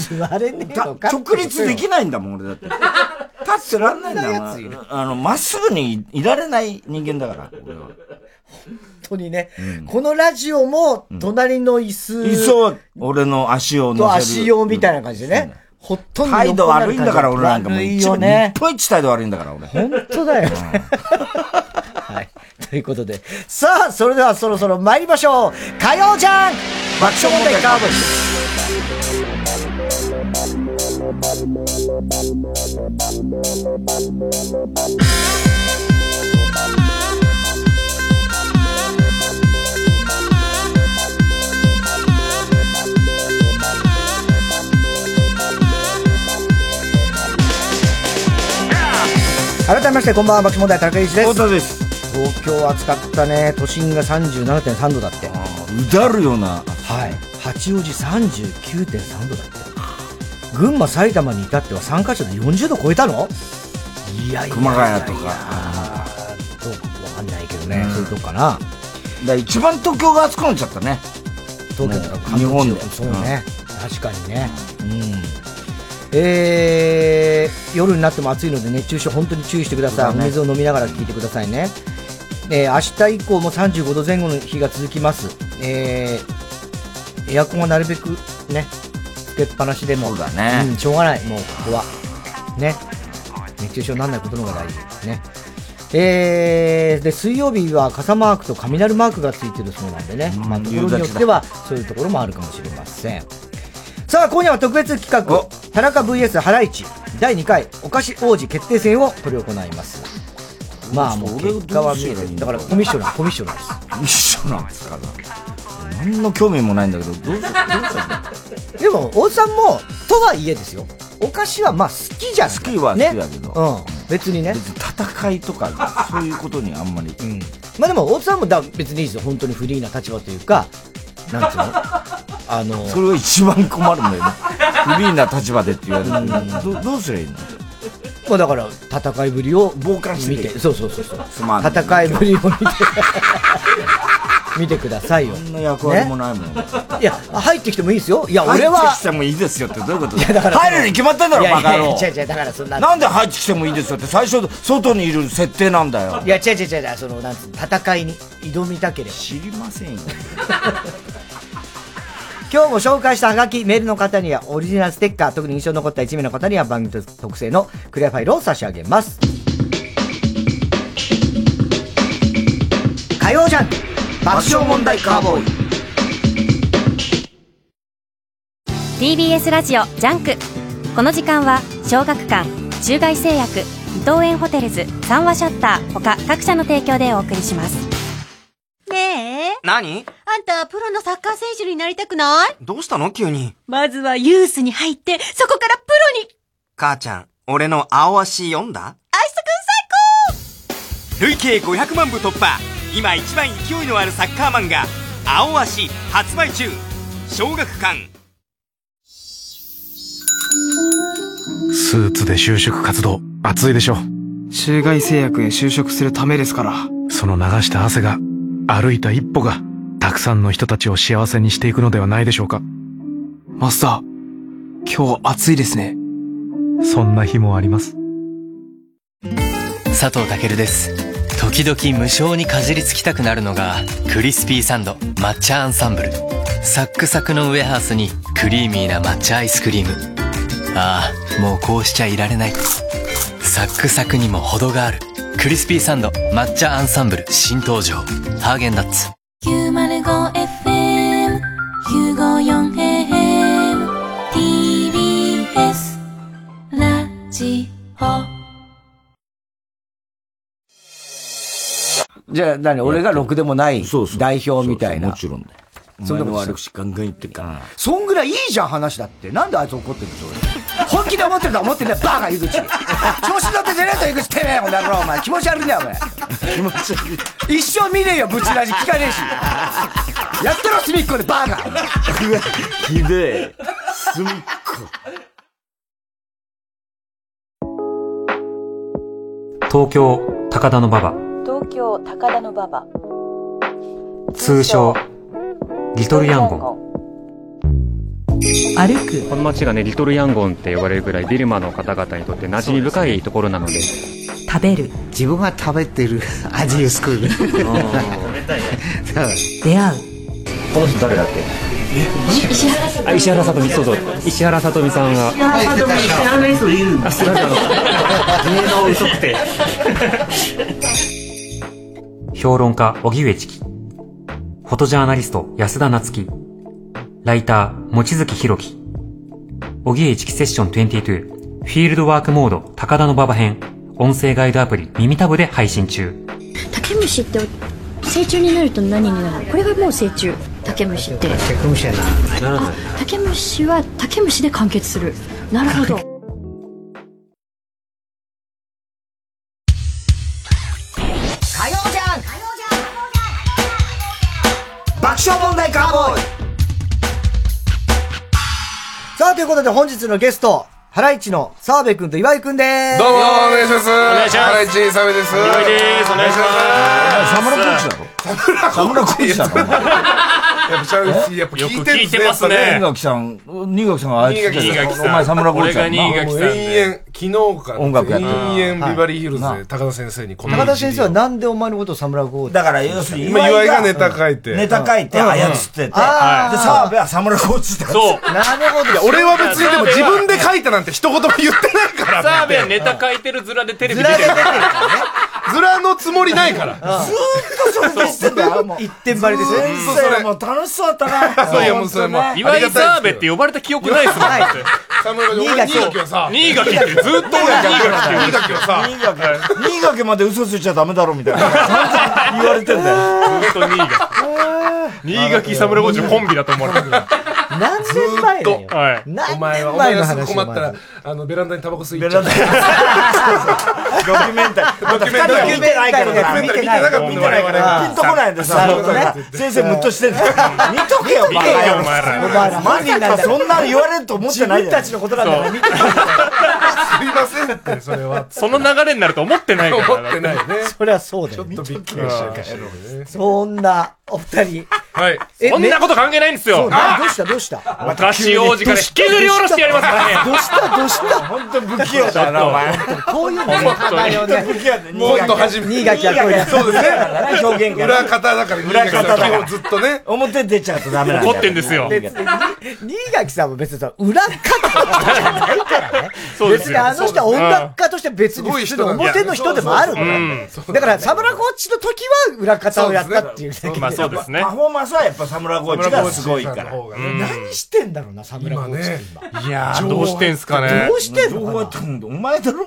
[SPEAKER 1] 通に座れねえ
[SPEAKER 2] た
[SPEAKER 1] のかってことよ。
[SPEAKER 2] 直立できないんだもん、俺だって。立ってらんないんだ
[SPEAKER 1] そんなやつい
[SPEAKER 2] も
[SPEAKER 1] る
[SPEAKER 2] ん。あの、まっすぐにいられない人間だから、俺は。
[SPEAKER 1] 本当にね、このラジオも、隣の椅子、
[SPEAKER 2] 椅子を、俺の足を乗せ
[SPEAKER 1] と
[SPEAKER 2] る。
[SPEAKER 1] 足用みたいな感じでね。ほっとんど
[SPEAKER 2] 態度悪いんだから、俺なんかもう
[SPEAKER 1] 悪い
[SPEAKER 2] 一
[SPEAKER 1] よ
[SPEAKER 2] 番、
[SPEAKER 1] ね
[SPEAKER 2] 日。本一態度悪いんだから、俺。
[SPEAKER 1] 本当だ よね。はい。 ということで。さあ、それではそろそろ参りましょう。火曜じゃん爆笑問題カーボーイズ。改めまして、こんばんは、爆笑問題高石です。
[SPEAKER 2] 田です。
[SPEAKER 1] 東京は暑かったね。都心が37.3度だって。は
[SPEAKER 2] うだるような。
[SPEAKER 1] い。八王子39.3度だって。群馬、埼玉に至っては3カ所で40度超えたのいやいやいやいや
[SPEAKER 2] 熊谷とか
[SPEAKER 1] どうかわかんないけどね。そういうとこかな。
[SPEAKER 2] だから一番東京が暑くなっちゃったね。
[SPEAKER 1] 東京とか
[SPEAKER 2] 日本で
[SPEAKER 1] そうね、確かにねうんえー夜になっても暑いので熱中症本当に注意してください、
[SPEAKER 2] そうだ
[SPEAKER 1] お
[SPEAKER 2] ね
[SPEAKER 1] 水を飲みながら聞いてくださいね、えー明日以降も35度前後の日が続きます、えーエアコンはなるべくねつけっぱなしでも
[SPEAKER 2] そうだね
[SPEAKER 1] んしょうがないもうここはね熱中症にならないことの方が大事ですねえーで水曜日は傘マークと雷マークがついてるそうなんでね、
[SPEAKER 2] うん
[SPEAKER 1] まあ、ところによってはそういうところもあるかもしれませんさあ今夜は特別企画
[SPEAKER 2] お
[SPEAKER 1] 田中 VS ハライチ第2回お菓子王子決定戦を執り行いますまあもう結果は見え
[SPEAKER 2] どうすればいい
[SPEAKER 1] て
[SPEAKER 2] ん
[SPEAKER 1] だ
[SPEAKER 2] だ
[SPEAKER 1] からコミッショナーコミッショナーです
[SPEAKER 2] 一緒なんですから。何の興味もないんだけど、どう す
[SPEAKER 1] でも、大津さんも、とはいえですよ。お菓子はまあ好きじゃん。
[SPEAKER 2] 好きは好き
[SPEAKER 1] ね。
[SPEAKER 2] だけど
[SPEAKER 1] うん。別にね
[SPEAKER 2] 別。に戦いとか、そういうことにあんまり。
[SPEAKER 1] うん。まあでも、大津さんもだ別にいいですよ。本当にフリーな立場というか、なんつ うのあの、
[SPEAKER 2] それが一番困る んだよね。フリーな立場でって言われてるどどうすりゃいいの
[SPEAKER 1] まあだから、戦いぶりを
[SPEAKER 2] 傍観して
[SPEAKER 1] 見
[SPEAKER 2] て
[SPEAKER 1] て、そうそうそうそう。
[SPEAKER 2] つまんない
[SPEAKER 1] 戦いぶりを見て、 見てくださいよ。
[SPEAKER 2] 何の役割もないもん。
[SPEAKER 1] いや、入ってきてもいいですよ。いや、俺は、
[SPEAKER 2] 入ってきてもいいですよってどういうこと
[SPEAKER 1] やだから
[SPEAKER 2] 入るに決まってんだ
[SPEAKER 1] い
[SPEAKER 2] ろ、
[SPEAKER 1] や
[SPEAKER 2] バ
[SPEAKER 1] いや
[SPEAKER 2] カ
[SPEAKER 1] い
[SPEAKER 2] 野郎。
[SPEAKER 1] や、違う違う、だからそんな。
[SPEAKER 2] なんで入ってきてもいいですよって最初、外にいる設定なんだよ
[SPEAKER 1] い。や、違う違う違う違う、その、なんつうの戦いに挑みたければ。
[SPEAKER 2] 知りませんよ。
[SPEAKER 1] 今日ご紹介したハガキ、メールの方にはオリジナルステッカー、特に印象に残った1名の方には番組特製のクリアファイルを差し上げます。火曜じゃん爆笑問題カーボーイ
[SPEAKER 3] TBS ラジオジャンクこの時間は小学館中外製薬伊藤園ホテルズ三話シャッター他各社の提供でお送りします
[SPEAKER 4] ねえ、
[SPEAKER 5] 何
[SPEAKER 4] あんたプロのサッカー選手になりたくない
[SPEAKER 5] どうしたの急に。
[SPEAKER 4] まずはユースに入って、そこからプロに
[SPEAKER 5] 母ちゃん、俺の青足読んだ
[SPEAKER 4] アイス
[SPEAKER 5] 累計500万部突破今一番勢いのあるサッカー漫画「青足」発売中小学館
[SPEAKER 6] スーツで就職活動、暑いでしょ。
[SPEAKER 7] 中外製薬へ就職するためですから。
[SPEAKER 6] その流した汗が、歩いた一歩が、たくさんの人たちを幸せにしていくのではないでしょうか。
[SPEAKER 7] マスター、今日暑いですね。
[SPEAKER 6] そんな日もあります。
[SPEAKER 8] 佐藤健です時々無性にかじりつきたくなるのがクリスピーサンド抹茶アンサンブルサックサクのウエハースにクリーミーな抹茶アイスクリームああもうこうしちゃいられないサックサクにも程がある「クリスピーサンド抹茶アンサンブル」新登場ハーゲンダッツ
[SPEAKER 3] 905FM954AM TBS ラジオ
[SPEAKER 2] じゃあ何俺がろくでもない代表みたいな。
[SPEAKER 1] そう
[SPEAKER 2] もちろんだよ。そんなこと私ガンガン言ってるから。
[SPEAKER 1] そんぐらいいいじゃん、話だって。なんであいつ怒ってるんでしょう本気で思ってるとは思ってんだよ、バカ、 井口。調子乗って出ねえと、井口、てめえ、この野郎、お前。気持ち悪いんだよ、お前。
[SPEAKER 2] 気持ち悪い。
[SPEAKER 1] 一生見ねえよ、ぶちラジ。聞かねえし。やってろ、隅っこで、バカ。
[SPEAKER 2] ひでえ。すみっ
[SPEAKER 9] 東京高田の馬場
[SPEAKER 10] 東京高田の馬場
[SPEAKER 9] 通称リトルヤンゴン
[SPEAKER 10] 歩く
[SPEAKER 9] この街がねリトルヤンゴンって呼ばれるぐらいビルマの方々にとって馴染み深いところなので
[SPEAKER 10] 食べる
[SPEAKER 11] 自分が食べてる 味を作る。
[SPEAKER 10] 出会う
[SPEAKER 9] この人誰だっけあ石原さとみそうそう石原さとみさんがあすいませんあの芸能嘘くて評論家荻上チキフォトジャーナリスト安田夏樹ライター望月博樹荻上チキセッション22フィールドワークモード高田の馬場編音声ガイドアプリ耳タブで配信中
[SPEAKER 12] 竹虫って成虫になると何になるのこれがもう成虫竹虫って
[SPEAKER 11] 竹虫やな。
[SPEAKER 12] 竹虫は竹虫で完結するなるほど
[SPEAKER 1] 火曜じゃん爆笑問題カーボーイさあ、ということで本日のゲスト、ハライチの澤部君と岩井君です。
[SPEAKER 13] どうもお願いします。お願いします。原市サメです。お願いです。お願いします。
[SPEAKER 2] サムラコーチだろサムラコーチだろ
[SPEAKER 13] やっぱちゃうし、やっぱ聞いてるんですね。やっぱ
[SPEAKER 2] 新垣さん、新垣さんがああやって
[SPEAKER 13] 新垣さん
[SPEAKER 2] お前サムラコーチだろ
[SPEAKER 13] 俺が新垣さんで延々、昨日から
[SPEAKER 2] 音楽やってる
[SPEAKER 13] 延々ビバリーヒルズで高田先生にこんな
[SPEAKER 1] 高田先生はなんでお前のことを侍ゴー
[SPEAKER 2] だから要するに
[SPEAKER 13] 今岩井がネタ書いて。
[SPEAKER 2] ネタ書いて
[SPEAKER 13] うん
[SPEAKER 2] 操ってて、で、
[SPEAKER 1] あー
[SPEAKER 2] 澤部はサムラコーチだろ
[SPEAKER 13] そう。
[SPEAKER 1] なるほど。
[SPEAKER 13] いや、俺は別にでも自分で書いたなんて一言も言ってないから。
[SPEAKER 14] 澤部はネタ書いてるズラでテレビ出てる
[SPEAKER 13] ズラのつもりないから。
[SPEAKER 1] 一点張りですよ。
[SPEAKER 2] 先生もう楽しそうだったな。
[SPEAKER 13] そういやもうそれもう
[SPEAKER 14] 岩井澤部って呼ばれた記憶ないっすもんだって
[SPEAKER 13] 侍が
[SPEAKER 2] 新垣
[SPEAKER 13] 俺新垣はさ
[SPEAKER 2] 新垣ってずっと俺
[SPEAKER 13] 新垣はさ
[SPEAKER 2] 新垣はさ新垣まで嘘ついちゃダメだろみたいな言われてんだよ
[SPEAKER 15] ずっと新垣新垣侍王子のコンビだと思われてる
[SPEAKER 1] 何年前だよ
[SPEAKER 15] はい
[SPEAKER 13] お前はお前がすぐ困ったらあのベランダにタバコ吸いに行っちゃう
[SPEAKER 2] ドキュメンタリー。まだ二人は見てないからな。
[SPEAKER 13] 見てないから
[SPEAKER 2] 見てないから。ピンとこないんでさ
[SPEAKER 13] なるほどね。
[SPEAKER 2] 先生ムッとしてる。見とけよ、
[SPEAKER 13] 見と
[SPEAKER 2] バカ
[SPEAKER 13] けよ
[SPEAKER 2] よ。
[SPEAKER 13] お前ら
[SPEAKER 2] まさかそんなの言われると思ってない
[SPEAKER 1] 自分たちのことなんだから見て
[SPEAKER 13] すいませんってそれは
[SPEAKER 15] その流れになると思ってないから
[SPEAKER 13] 思ってないね
[SPEAKER 1] そりゃそうだよ
[SPEAKER 13] ちょっとびっくりしちゃうかもしれないね
[SPEAKER 1] そんなお二人
[SPEAKER 15] はい
[SPEAKER 1] え
[SPEAKER 15] そんなこと関係ないんです
[SPEAKER 1] そ
[SPEAKER 15] よ
[SPEAKER 1] うねどうしたどうした
[SPEAKER 15] 私王子から引きずり下ろしてやりますからね
[SPEAKER 1] どうしたどうした
[SPEAKER 2] 本当不器用だな、お前。
[SPEAKER 1] こういうのねあのね
[SPEAKER 13] もっと始め
[SPEAKER 1] 新垣はこういう
[SPEAKER 13] そうですね
[SPEAKER 2] 表現が
[SPEAKER 13] 裏方だから
[SPEAKER 2] 裏方
[SPEAKER 13] 新
[SPEAKER 2] だから
[SPEAKER 13] 垣さん基本ずっとね
[SPEAKER 2] 表出ちゃうとダメなんだよ
[SPEAKER 15] 怒ってんですよ
[SPEAKER 1] 別に新垣さんも別にさ裏方じゃないからね
[SPEAKER 15] そうです
[SPEAKER 1] 別
[SPEAKER 15] よ
[SPEAKER 1] にあの人は音楽家として別に普通の表の人でもあるか
[SPEAKER 15] う
[SPEAKER 1] ら
[SPEAKER 15] ん
[SPEAKER 1] だからサムラコーチの時は裏方をやったっていうだけで
[SPEAKER 15] まあそうですね
[SPEAKER 2] パフォーマンスはやっぱサムラゴーチがすごいから。
[SPEAKER 1] 何してんだろうなサムラコーチって
[SPEAKER 15] いやーどうしてんすかね
[SPEAKER 1] どうしてんの
[SPEAKER 2] 情報はどんどんお前だろ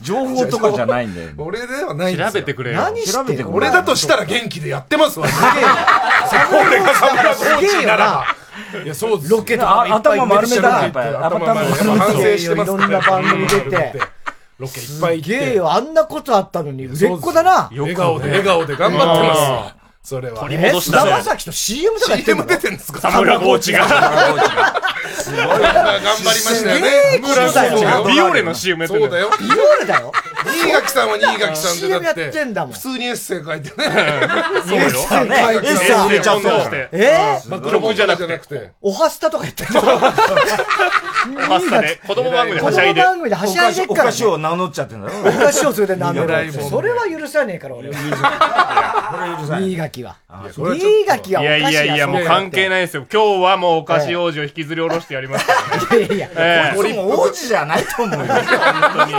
[SPEAKER 2] 情報とかじゃないんだよ。
[SPEAKER 13] 俺ではないんですよ
[SPEAKER 15] 調べてくれよ
[SPEAKER 1] 何
[SPEAKER 2] 調べ
[SPEAKER 1] して
[SPEAKER 2] て
[SPEAKER 1] ん
[SPEAKER 2] く
[SPEAKER 1] の
[SPEAKER 2] れ
[SPEAKER 13] 俺だとしたら元気でやってますわすげえ 俺がサムラコーチならいやそうですよ
[SPEAKER 1] ロケとかもいっぱい
[SPEAKER 2] 頭丸めだ
[SPEAKER 1] や
[SPEAKER 2] やっぱり
[SPEAKER 13] 頭丸め
[SPEAKER 2] 頭
[SPEAKER 13] 反省してま
[SPEAKER 1] い
[SPEAKER 13] す
[SPEAKER 1] ろん
[SPEAKER 13] から
[SPEAKER 1] な番組出て
[SPEAKER 13] ロケいっ
[SPEAKER 1] す
[SPEAKER 13] ぱい行っ
[SPEAKER 1] げえ
[SPEAKER 13] て
[SPEAKER 1] よあんなことあったのに売れっ子だな
[SPEAKER 13] 笑顔で笑顔で頑張ってますそれは
[SPEAKER 15] 取り戻した
[SPEAKER 1] え菅田
[SPEAKER 15] ね
[SPEAKER 1] 将暉と CM とかやってん
[SPEAKER 13] CM
[SPEAKER 1] の
[SPEAKER 13] 出てんですか
[SPEAKER 15] サムラコーチが
[SPEAKER 13] 頑張りましたよね
[SPEAKER 1] すげえことだよ
[SPEAKER 13] 村
[SPEAKER 15] ビオレの CM やって
[SPEAKER 13] そ
[SPEAKER 15] る
[SPEAKER 13] うだよ
[SPEAKER 1] ビオレだよ
[SPEAKER 13] 新垣さんは新垣さん
[SPEAKER 1] CM
[SPEAKER 13] でだ
[SPEAKER 1] や
[SPEAKER 13] っ
[SPEAKER 1] っててんだもん
[SPEAKER 13] 普通にエッセイ書いてね
[SPEAKER 15] そうよ
[SPEAKER 2] そうね。エッセン入れちゃう
[SPEAKER 15] そうして
[SPEAKER 1] えー
[SPEAKER 15] 曲じゃなくて
[SPEAKER 13] て
[SPEAKER 1] おはスタとかやってんの
[SPEAKER 15] パスタで子供番組で
[SPEAKER 1] 子
[SPEAKER 15] はしゃい
[SPEAKER 1] 供
[SPEAKER 15] で
[SPEAKER 1] 番組ではしゃいでっ
[SPEAKER 2] お
[SPEAKER 1] から
[SPEAKER 2] 菓
[SPEAKER 1] ね
[SPEAKER 2] 子を名乗っちゃってんだろ。
[SPEAKER 1] お菓子を連れてなんで
[SPEAKER 13] 偉い
[SPEAKER 1] る
[SPEAKER 13] もんね
[SPEAKER 1] それは許さねえから俺は新垣は新垣はいお
[SPEAKER 15] やい
[SPEAKER 1] 菓子
[SPEAKER 15] やいやもう関係ないですよ今日はもうお菓子王子を引きずり下ろしてやりますからね
[SPEAKER 1] いやい
[SPEAKER 15] え
[SPEAKER 1] や
[SPEAKER 15] え
[SPEAKER 2] 俺も王子じゃないと思うよ。い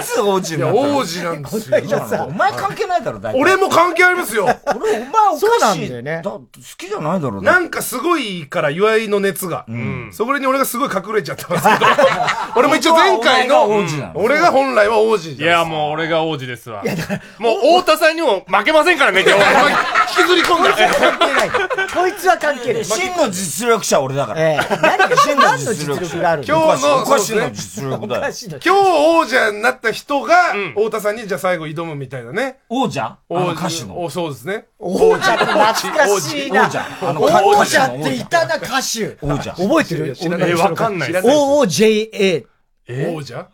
[SPEAKER 2] つ王子に
[SPEAKER 13] いや
[SPEAKER 2] なったの
[SPEAKER 13] 王子なんですよ
[SPEAKER 1] じゃあさ
[SPEAKER 2] お前関係ないだろ、大体。
[SPEAKER 13] 俺も関係あります よ
[SPEAKER 2] 俺、お前お
[SPEAKER 1] そうな
[SPEAKER 2] か
[SPEAKER 1] ん
[SPEAKER 2] しい。
[SPEAKER 1] だよね
[SPEAKER 2] 好きじゃないだろ、
[SPEAKER 13] なんんかすごいから岩井の熱が、そこに俺がすごい隠れちゃったんですけど 俺も一応前回の
[SPEAKER 2] お前が王子なの
[SPEAKER 13] 俺が本来は王子じゃん
[SPEAKER 15] いやもう俺が王子ですわもう太田さんにも負けませんからね今日
[SPEAKER 13] お前引きずり込んだ
[SPEAKER 1] 関係ないこいつは関係ない
[SPEAKER 2] 真の実力者は俺だから。
[SPEAKER 1] ええ何が
[SPEAKER 2] 真の
[SPEAKER 1] 何の
[SPEAKER 2] 実
[SPEAKER 1] 実
[SPEAKER 2] 力
[SPEAKER 1] 力があるの
[SPEAKER 13] 今日の
[SPEAKER 2] お菓子の実力だよ。
[SPEAKER 1] 今
[SPEAKER 13] 今日王者になった人が、太田さんにじゃあ最後挑むみたいなね
[SPEAKER 2] 王者あの歌手の。
[SPEAKER 13] おそうですね
[SPEAKER 1] 王者って懐かしいな
[SPEAKER 2] 王者あの
[SPEAKER 1] 王者っていたな歌手
[SPEAKER 2] 王者。
[SPEAKER 1] 覚えてる
[SPEAKER 13] 知らない
[SPEAKER 15] えわかんないです
[SPEAKER 1] OOJA
[SPEAKER 13] 王者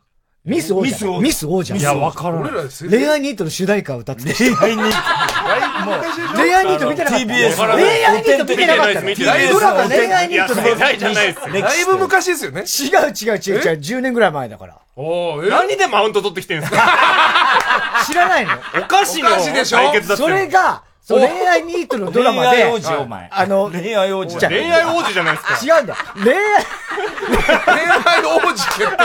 [SPEAKER 1] ミス王
[SPEAKER 2] ミス王
[SPEAKER 1] 者
[SPEAKER 2] 者
[SPEAKER 1] ミス王者
[SPEAKER 15] いやわからな
[SPEAKER 13] 俺
[SPEAKER 15] い
[SPEAKER 13] らですよ
[SPEAKER 1] 恋愛ニートの主題歌を歌ってた
[SPEAKER 2] 恋愛に。
[SPEAKER 1] 恋愛ニート見てなかった
[SPEAKER 2] TBS
[SPEAKER 1] 恋愛ニート見てなかっ
[SPEAKER 15] 見て
[SPEAKER 1] た
[SPEAKER 15] ないです
[SPEAKER 1] ドラマ恋愛
[SPEAKER 15] い
[SPEAKER 1] ニー
[SPEAKER 15] や
[SPEAKER 1] トの
[SPEAKER 15] 世代じゃないですよ
[SPEAKER 2] 歴
[SPEAKER 13] だい
[SPEAKER 2] 史
[SPEAKER 13] ぶ昔ですよね
[SPEAKER 1] 違う違う違う違う、10年ぐらい前だから。
[SPEAKER 13] おおえ
[SPEAKER 15] 何でマウント取ってきてんすか
[SPEAKER 1] 知らないの
[SPEAKER 15] お菓子の
[SPEAKER 13] お菓子でしょ
[SPEAKER 15] 対決だって
[SPEAKER 1] それが、その恋愛ニートのドラマ
[SPEAKER 2] 恋
[SPEAKER 1] で、
[SPEAKER 2] 愛王子お前。
[SPEAKER 1] あの、
[SPEAKER 2] 恋愛王子
[SPEAKER 1] じゃあ
[SPEAKER 15] 恋愛王子じゃないですか
[SPEAKER 1] 違うんだよ。恋愛、
[SPEAKER 13] 恋愛 王子決定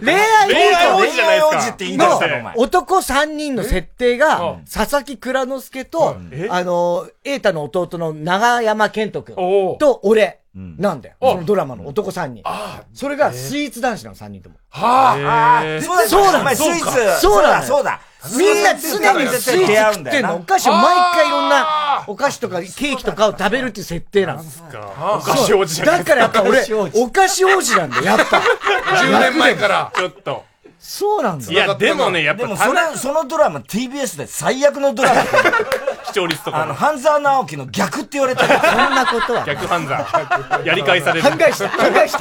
[SPEAKER 1] 恋愛ニ
[SPEAKER 15] 恋愛
[SPEAKER 1] ー
[SPEAKER 15] 王
[SPEAKER 1] ト
[SPEAKER 15] 子じゃないですか
[SPEAKER 2] 恋愛王子って言い出したの、お前。
[SPEAKER 1] 男3人の設定が
[SPEAKER 15] え、
[SPEAKER 1] 佐々木蔵之介と
[SPEAKER 15] え、
[SPEAKER 1] あの、瑛太の弟の長山健人君
[SPEAKER 15] おう
[SPEAKER 1] と俺
[SPEAKER 2] ん
[SPEAKER 1] なんだよ。そのドラマの男3人。それがスイーツ男子なの3人とも。
[SPEAKER 2] あ
[SPEAKER 15] えー
[SPEAKER 2] そうだ
[SPEAKER 1] そうな
[SPEAKER 2] お
[SPEAKER 1] の
[SPEAKER 2] 前スイーツ。
[SPEAKER 1] そうなの
[SPEAKER 2] そうだ。そうだ
[SPEAKER 1] みんな常にスイーツ食ってんの。お菓子を毎回いろんなお菓子とかケーキとかを食べるっていう設定なの。
[SPEAKER 15] お菓子王子じゃない
[SPEAKER 1] だからやっぱ俺
[SPEAKER 2] お菓子王、子
[SPEAKER 1] お菓子王子なんだよ、やっぱ。
[SPEAKER 13] 10年前から
[SPEAKER 15] ちょっと
[SPEAKER 1] そうなんだ
[SPEAKER 15] い
[SPEAKER 1] よ。
[SPEAKER 15] やでもねやっ
[SPEAKER 2] で
[SPEAKER 15] ぱ
[SPEAKER 2] もそ
[SPEAKER 15] 田中
[SPEAKER 2] れ、そのドラマ TBS で最悪のドラマだよ
[SPEAKER 15] 視聴率と
[SPEAKER 2] あの、
[SPEAKER 15] か
[SPEAKER 2] 半沢直樹の逆って言われたよ。
[SPEAKER 1] そんなことは。
[SPEAKER 15] 逆犯罪やり返される
[SPEAKER 1] 考えした、考えし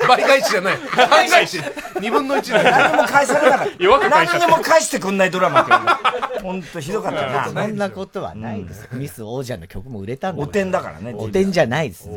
[SPEAKER 1] た。
[SPEAKER 13] 倍返しじゃない倍返 し2分の1だよ
[SPEAKER 2] 何にも返されなかっ
[SPEAKER 15] 弱く
[SPEAKER 2] た。
[SPEAKER 15] 返しちゃった
[SPEAKER 2] 何にも返してくんないドラマっていうの。ほんとひどかった
[SPEAKER 1] そ
[SPEAKER 2] な。
[SPEAKER 1] んなことはないですよ。ミス王者の曲も売れたんだ
[SPEAKER 2] お
[SPEAKER 1] から。
[SPEAKER 2] てんだからね。
[SPEAKER 1] おてんじゃないです。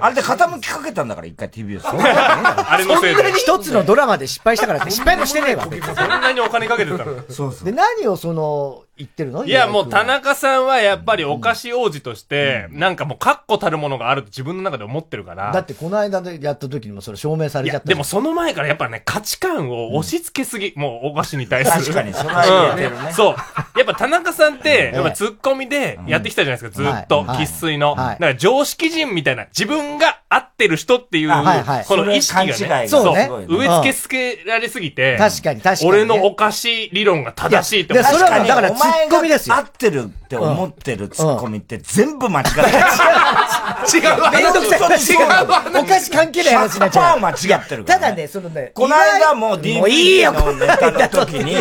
[SPEAKER 2] あれで傾きかけたんだから、一回 TBS。
[SPEAKER 15] あれのせいで
[SPEAKER 1] 一つのドラマで失敗したからって失敗もしてねえわ。
[SPEAKER 15] そんなにお金かけてたの
[SPEAKER 2] そうそう。
[SPEAKER 1] で、何をその、言ってるの
[SPEAKER 6] いや、もう田
[SPEAKER 1] 棚
[SPEAKER 6] 中さんはやっぱりお菓子王子として、なんかもう確固たるものがあると自分の中で思ってるから。
[SPEAKER 1] だってこの間でやった時にもそれ証明されちゃった
[SPEAKER 6] でもその前からやっぱね、価値観を押し付けすぎ。もうお菓子に対する。
[SPEAKER 2] 確かにそれは言えてるね
[SPEAKER 6] うんそう。やっぱ田中さんって
[SPEAKER 2] え、え
[SPEAKER 6] やっぱツッコミでやってきたじゃないですか、ずっと
[SPEAKER 2] は。い
[SPEAKER 6] 喫水の。
[SPEAKER 2] は
[SPEAKER 6] だ
[SPEAKER 2] い
[SPEAKER 6] から常識人みたいな、自分が合ってる人っていう、
[SPEAKER 2] あはいはい
[SPEAKER 6] この意識
[SPEAKER 2] それ
[SPEAKER 6] が
[SPEAKER 2] 勘違
[SPEAKER 6] ね、
[SPEAKER 2] いそうね
[SPEAKER 6] そう植え付けつけられすぎて、
[SPEAKER 2] 確かに確かにね
[SPEAKER 6] 俺のお菓子理論が正しいって思う
[SPEAKER 2] 確かにお
[SPEAKER 6] 確かに
[SPEAKER 2] 前が合ってるって思ってるツッコミって全部間違って る。
[SPEAKER 1] 違うめんどくさい
[SPEAKER 2] 違う
[SPEAKER 1] 違うお菓子関係ない話になっちゃう
[SPEAKER 2] 100%間違ってるから
[SPEAKER 1] ただねそのね
[SPEAKER 2] この間も
[SPEAKER 1] 意外もういい
[SPEAKER 2] DVD
[SPEAKER 1] よ
[SPEAKER 2] のネタの時に、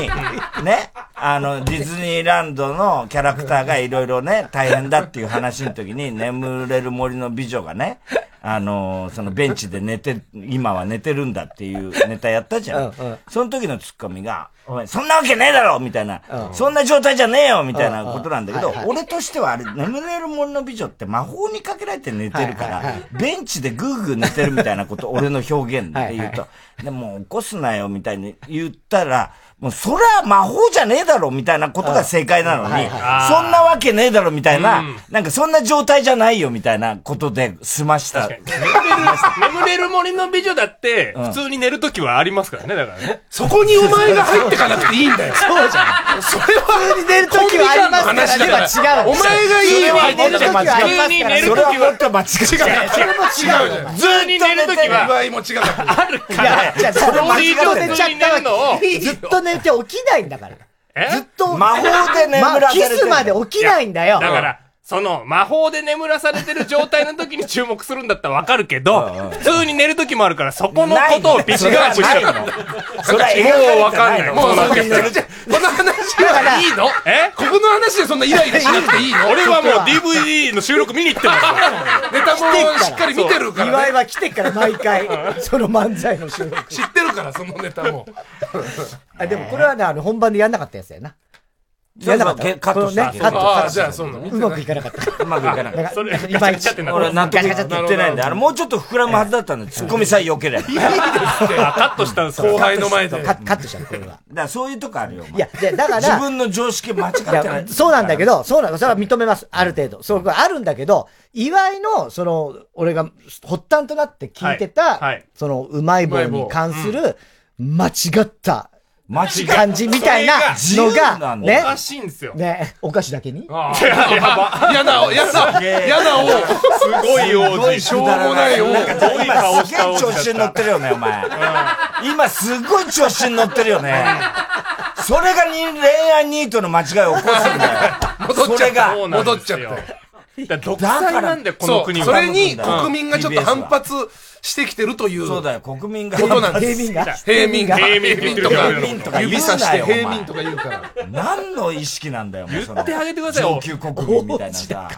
[SPEAKER 2] ね、あの、ディズニーランドのキャラクターがいろいろね、大変だっていう話の時に、眠れる森の美女がね、あの、そのベンチで寝て、今は寝てるんだっていうネタやったじゃん。
[SPEAKER 16] うんうん
[SPEAKER 2] その時のツッコミが、お前、そんなわけねえだろみたいな、そんな状態じゃねえよみたいなことなんだけど、
[SPEAKER 16] うんうんはい
[SPEAKER 2] 俺としてはあれ、眠れる森の美女って魔法にかけられて寝てるから、
[SPEAKER 16] はいはいはい
[SPEAKER 2] ベンチでグーグー寝てるみたいなこと、俺の表現で言うと、でもう起こすなよみたいに言ったら、もうそりゃ魔法じゃねえだろみたいなことが正解なのに、
[SPEAKER 16] はいはい
[SPEAKER 2] そんなわけねえだろみたいな、
[SPEAKER 6] うん
[SPEAKER 2] なんかそんな状態じゃないよみたいなことで済ました。
[SPEAKER 6] 眠れる森の美女だって、普通に寝る時はありますからね、だからね。
[SPEAKER 13] そこにお前が入ってかなくていいん だよ。
[SPEAKER 1] そうじゃ
[SPEAKER 13] ん。それは。
[SPEAKER 1] 普通に寝る時はありますからでは違う
[SPEAKER 13] お前がいいよ。
[SPEAKER 1] 普通に寝る時はありますから
[SPEAKER 13] それは
[SPEAKER 2] 本当は間違
[SPEAKER 13] 違う。
[SPEAKER 1] それも違うじゃ
[SPEAKER 13] 違
[SPEAKER 1] ん
[SPEAKER 13] う。
[SPEAKER 6] ずっと寝る時は
[SPEAKER 13] 岩井も違かった。
[SPEAKER 6] ある
[SPEAKER 1] いや、じゃあ、それ間違って寝ちゃったわけ。ずっと寝て起きないんだから。
[SPEAKER 6] ずっ
[SPEAKER 1] と魔法で眠らされてるキスまで起きないんだよ
[SPEAKER 6] だから、その、魔法で眠らされてる状態の時に注目するんだったらわかるけど、普通に寝る時もあるから、そこのことをビシガーチしちゃうの。
[SPEAKER 2] それは
[SPEAKER 6] 違うもうわかんない。もうなんか
[SPEAKER 13] この話はいいの
[SPEAKER 6] え
[SPEAKER 13] ここの話でそんなイライラしなくていいの
[SPEAKER 6] 俺はもう DVD の収録見に行ってます
[SPEAKER 13] ネタもしっかり見てるからね
[SPEAKER 1] 岩井は来てっから毎回、その漫才の収録。
[SPEAKER 13] 知ってるから、そのネタも。
[SPEAKER 1] あ、でもこれはね、あの、本番でやんなかったやつやな。
[SPEAKER 2] そ
[SPEAKER 1] や
[SPEAKER 2] うそう
[SPEAKER 1] んなかった。
[SPEAKER 2] カットした
[SPEAKER 1] このねカット
[SPEAKER 2] あー
[SPEAKER 1] カット
[SPEAKER 2] じゃあそうなの
[SPEAKER 1] うまくいかなかった。
[SPEAKER 2] うまくいかなかった
[SPEAKER 1] それ、いまいち。
[SPEAKER 2] 俺納得いってないんで、あれもうちょっと膨らむはずだったんで、ツッコミさえ良ければ。
[SPEAKER 6] カットしたんです
[SPEAKER 2] よ
[SPEAKER 13] 後輩の前で
[SPEAKER 1] カカットしたの、これは。
[SPEAKER 2] だからそういうとこあるよ。
[SPEAKER 1] いや、でだから、
[SPEAKER 2] 自分の常識間違ってない
[SPEAKER 1] いやそうなんだけど、そうなんだ。それは認めます。ある程度。そう、あるんだけど、岩井の、その、俺が発端となって聞いてた、その、うまい棒に関する、間違った、
[SPEAKER 2] 間
[SPEAKER 6] 違った
[SPEAKER 1] 感じみたいなのが、
[SPEAKER 6] 自由なの
[SPEAKER 1] ね。
[SPEAKER 6] おかしいんですよ
[SPEAKER 1] ね、お菓子だけに
[SPEAKER 6] いやいやば
[SPEAKER 13] やな、やな、やな王。
[SPEAKER 6] すごい王子。
[SPEAKER 2] しょうもない王子。なんか今すげえ調子に乗ってるよね、お前。今すごい調子に乗ってるよね。それがに恋愛ニートの間違いを起こすんだよ。
[SPEAKER 13] 戻っち
[SPEAKER 2] そ
[SPEAKER 13] ゃ
[SPEAKER 2] れ
[SPEAKER 13] った
[SPEAKER 2] が。
[SPEAKER 13] 戻っちゃった。
[SPEAKER 6] だ独
[SPEAKER 13] 裁
[SPEAKER 2] なんだよこの国は
[SPEAKER 13] それに国民がちょっと反発してきてるという。そう
[SPEAKER 2] だよ、国民が
[SPEAKER 13] ことなんです。
[SPEAKER 2] 平民が
[SPEAKER 13] 平民が。
[SPEAKER 2] 平民が
[SPEAKER 13] とか。
[SPEAKER 2] 平民とか言うなよ
[SPEAKER 13] 指さして平民とか言うから。
[SPEAKER 2] 何の意識なんだよ、もうそ
[SPEAKER 6] 言
[SPEAKER 2] の
[SPEAKER 6] ってあげてくださいよ
[SPEAKER 2] 上級国民みたいなさ。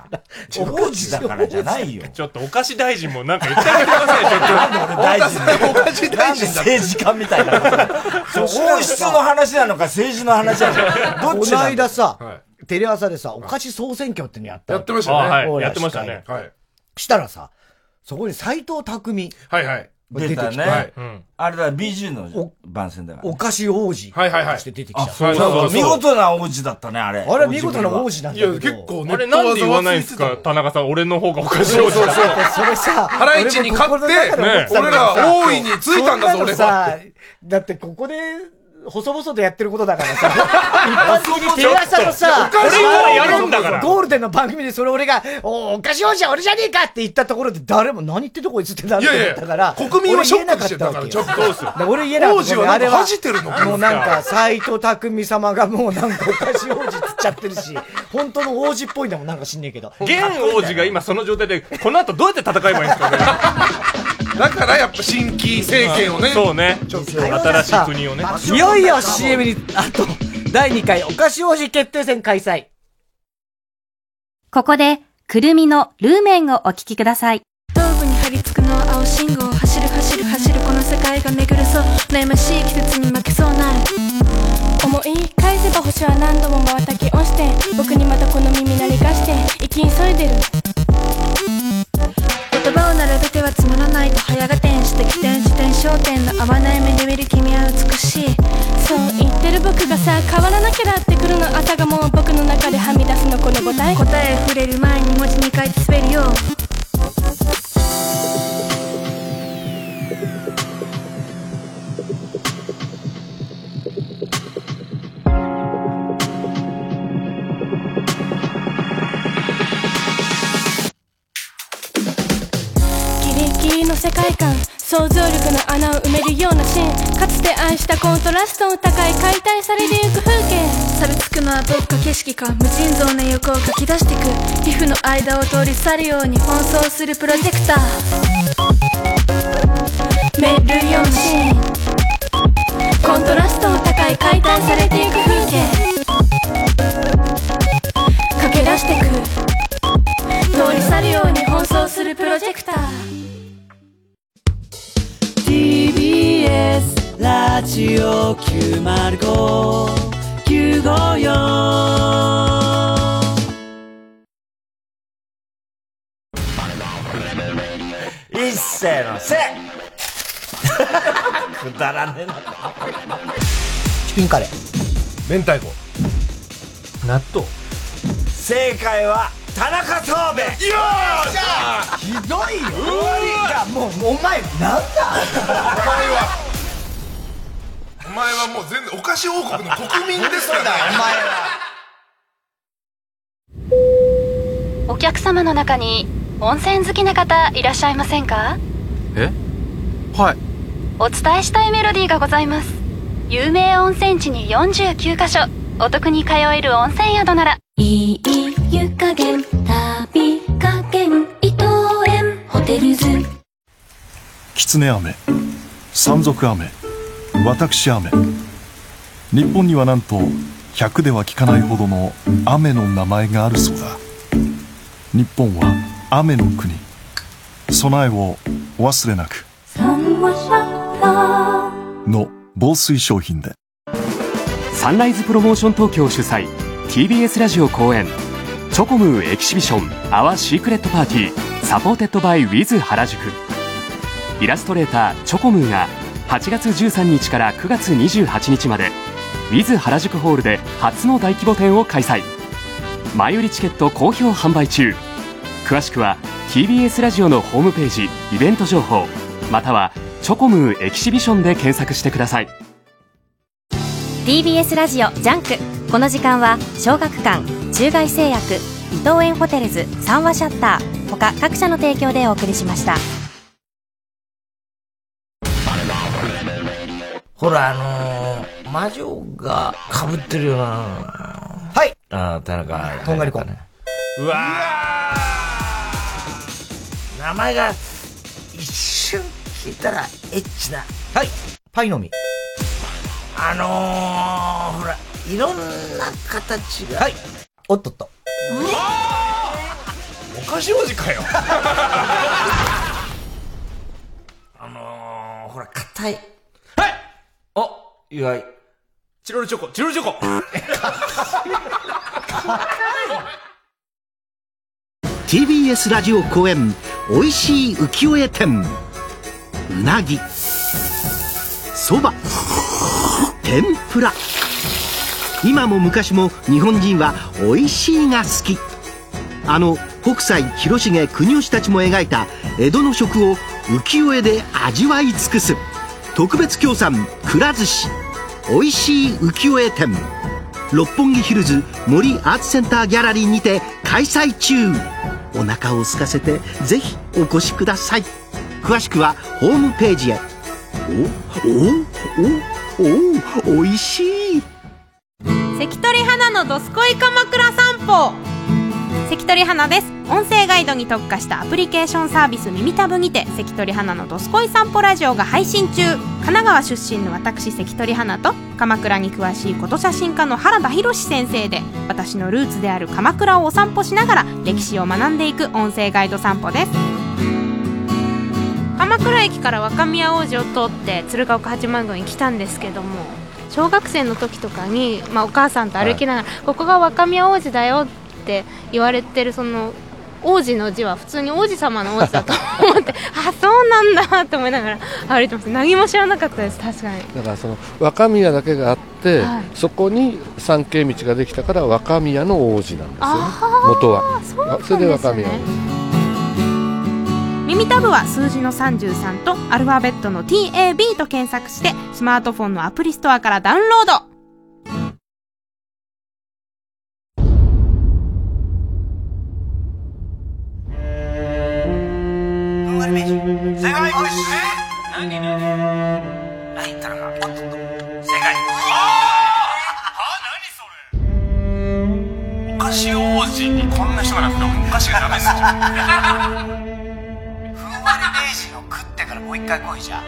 [SPEAKER 2] 王子だからじゃないよ。
[SPEAKER 6] ちょっとお菓子大臣もなんか言ってあげてくださいよ、ちょっと。
[SPEAKER 2] 大臣おかしい大臣政治家みたいなそう王室の話なのか政治の話な のかどっち
[SPEAKER 1] この
[SPEAKER 2] なんだ
[SPEAKER 1] 間さ、テレ朝でさ、お菓子総選挙ってのやったの
[SPEAKER 13] やってましたね
[SPEAKER 1] ほら
[SPEAKER 13] はいやってましたね
[SPEAKER 1] 司会
[SPEAKER 13] はい
[SPEAKER 1] したらさ、そこに斎藤匠。
[SPEAKER 13] はいはい。
[SPEAKER 1] 出て
[SPEAKER 2] 出た
[SPEAKER 1] きて、
[SPEAKER 2] ね、あれだ BG の番宣だから
[SPEAKER 1] お菓子王子として出てき
[SPEAKER 2] あ
[SPEAKER 1] た。
[SPEAKER 2] そうそう見事な王子だったねあれ
[SPEAKER 1] あれ見事な王子なんだけど。
[SPEAKER 6] 構あれなんで言わないんですか田中さん、俺の方がおかしいおじさん。
[SPEAKER 1] そうそうそうそれさ
[SPEAKER 13] ハライチに勝って
[SPEAKER 1] 俺も心の中で思てたんだけど
[SPEAKER 13] 俺ら大いについたんだぞ
[SPEAKER 1] そなの
[SPEAKER 13] 俺は
[SPEAKER 1] さだってここで、細々とやってること だからさ。一般的にテレ朝のさ、
[SPEAKER 13] ちょっとおかしい
[SPEAKER 1] 俺
[SPEAKER 13] 俺やるんだから
[SPEAKER 1] ゴールデンの番組でそれ俺が、おおかしいおじゃ俺じゃねえかって言ったところで誰も何言ってとこいつってなるん
[SPEAKER 13] いやい
[SPEAKER 1] だ
[SPEAKER 13] や
[SPEAKER 1] ったから。
[SPEAKER 13] 国民はショックでしたよ
[SPEAKER 1] 俺言えなか
[SPEAKER 13] だからちょっ
[SPEAKER 1] ったわけよ
[SPEAKER 13] とそうっすよ
[SPEAKER 1] だから 俺言えなかった。
[SPEAKER 13] 王子はなんか
[SPEAKER 1] あれ
[SPEAKER 13] 恥じてるのか
[SPEAKER 1] もうなんか、斎藤匠様がもうなんかおかしい王子っつっちゃってるし、本当の王子っぽいんだもんなんか知んねえけど。
[SPEAKER 6] 現王子が今その状態で、この後どうやって戦えばいいんですかね
[SPEAKER 13] だからやっぱ新規政権をね。
[SPEAKER 6] そうね。新しい国をね。
[SPEAKER 1] いよいよ CM に、あと、第2回お菓子王子決定戦開催。
[SPEAKER 12] ここで、くるみのルーメンをお聞きください。
[SPEAKER 17] 頭部に張り付くのは青信号走る走る走るこの世界が巡るそう悩ましい季節に負けそうな思い返せば星は何度も瞬き落ちて僕にまたこの耳鳴りがして生き急いでる言葉を並べてはつまらないと早が転して起点視点焦点の合わない目で見る君は美しいそう言ってる僕がさ変わらなきゃだってくるの朝がもう僕の中ではみ出すのこのボタン答え触れる前に文字に書いて滑るよギリギリの世界観想像力の穴を埋めるようなシーンかつて愛したコントラストの高い解体されてゆく風景錆びつくのはどっか景色か無尽蔵な欲を書き出してく皮膚の間を通り去るように奔走するプロジェクターメルヨンシーンコントラストの高い解体されてゆく風景駆け出してく通り去るように奔走するプロジェクター
[SPEAKER 8] TBS ラジオ905-954
[SPEAKER 2] 一世のせくだらねえな
[SPEAKER 1] チキンカレー。
[SPEAKER 13] 明太子。
[SPEAKER 18] 納豆。
[SPEAKER 2] 正解は田中宗兵衛よっしゃひどいよいやもうお前なんだ
[SPEAKER 13] お前はもう全然お菓子王国の国民ですからね
[SPEAKER 2] お前
[SPEAKER 12] お客様の中に温泉好きな方いらっしゃいませんか
[SPEAKER 19] えはい
[SPEAKER 12] お伝えしたいメロディーがございます有名温泉地に49カ所お得に通える温泉宿ならいい湯加減旅加減伊藤園ホテルズ
[SPEAKER 20] きつね飴山賊飴私飴日本にはなんと100では聞かないほどの雨の名前があるそうだ日本は雨の国備えをお忘れなくの防水商品で
[SPEAKER 6] サンライズプロモーション東京主催 TBS ラジオ公演チョコムーエキシビションアワーシークレットパーティーサポーテッドバイウィズ原宿イラストレーターチョコムーが8月13日から9月28日までウィズ原宿ホールで初の大規模展を開催前売りチケット好評販売中詳しくは TBS ラジオのホームページイベント情報またはチョコムーエキシビションで検索してください
[SPEAKER 12] TBS ラジオジャンクこの時間は小学館中外製薬伊藤園ホテルズ三和シャッター他各社の提供でお送りしました
[SPEAKER 2] ほらあのー、魔女が被ってるよなはいああ田中とんがりこ
[SPEAKER 18] うわ
[SPEAKER 2] 名前が一瞬聞いたらエッチな
[SPEAKER 1] はいパイのみ
[SPEAKER 2] あのー、ほらいろんな形がはい
[SPEAKER 1] おっとっと
[SPEAKER 18] お菓子王子かよ
[SPEAKER 2] あのー、ほら硬い
[SPEAKER 18] 意外チロルチョコチロルチョコ
[SPEAKER 11] TBS ラジオ公演おいしい浮世絵展うなぎそば 天ぷら今も昔も日本人は「おいしい」が好きあの北斎広重国吉たちも描いた江戸の食を浮世絵で味わい尽くす特別協賛くら寿司おいしい浮世絵展六本木ヒルズ森アーツセンターギャラリーにて開催中お腹を空かせてぜひお越しください詳しくはホームページへおおおおおいしい
[SPEAKER 4] 関取花のどすこい鎌倉散歩関取花です音声ガイドに特化したアプリケーションサービス耳たぶにて関取花のどすこい散歩ラジオが配信中神奈川出身の私関取花と鎌倉に詳しいこと写真家の原田博先生で私のルーツである鎌倉をお散歩しながら歴史を学んでいく音声ガイド散歩です鎌倉駅から若宮王子を通って鶴岡八幡宮に来たんですけども小学生の時とかに、まあ、お母さんと歩きながら、ここが若宮王子だよって言われてるその王子の字は普通に王子様の王子だと思って あそうなんだと思いながら歩いてました何も知らなかったです確かに
[SPEAKER 21] だからその若宮だけがあって、
[SPEAKER 4] はい
[SPEAKER 21] そこに三景道ができたから若宮の王子なんですよね
[SPEAKER 4] あー
[SPEAKER 21] 元は
[SPEAKER 4] そうなんですね
[SPEAKER 21] それで若宮の王子
[SPEAKER 4] 耳タブは数字の33とアルファベットの TAB と検索してスマートフォンのアプリストアからダウンロード
[SPEAKER 11] 世界一周何何何何言ったのかおっとっと世界
[SPEAKER 22] お菓子王子にこんな人がなくてもお菓子がダメですよ
[SPEAKER 11] ふんわりレイジを食ってからもう一回来いじゃんふ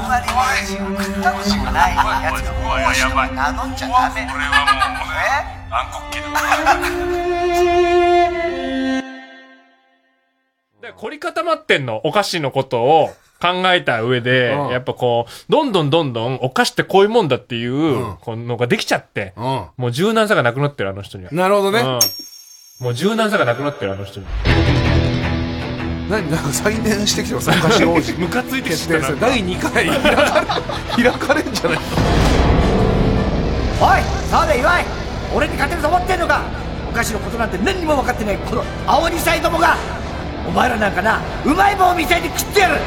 [SPEAKER 11] んわりレイジを食ったことがないやつが王子を名乗っちゃダメこれはもう暗黒期だ
[SPEAKER 6] で凝り固まってんの、お菓子のことを考えた上で、
[SPEAKER 15] うん
[SPEAKER 6] やっぱこう、どんどんどんどんお菓子ってこういうもんだっていう、このができちゃって、もう柔軟さがなくなってる、あの人には。
[SPEAKER 13] なるほどね
[SPEAKER 6] うんもう柔軟さがなくなってる、あの人に。
[SPEAKER 23] 何なんか再燃してきてますお菓子王 子
[SPEAKER 6] ムカついて
[SPEAKER 23] きてる第2回開かれ開かれんじゃない
[SPEAKER 24] おい澤部岩井俺に勝てると思ってんのかお菓子のことなんて何にも分かってないこの青二歳どもがお前らなんかなうまい棒みたいに食ってやる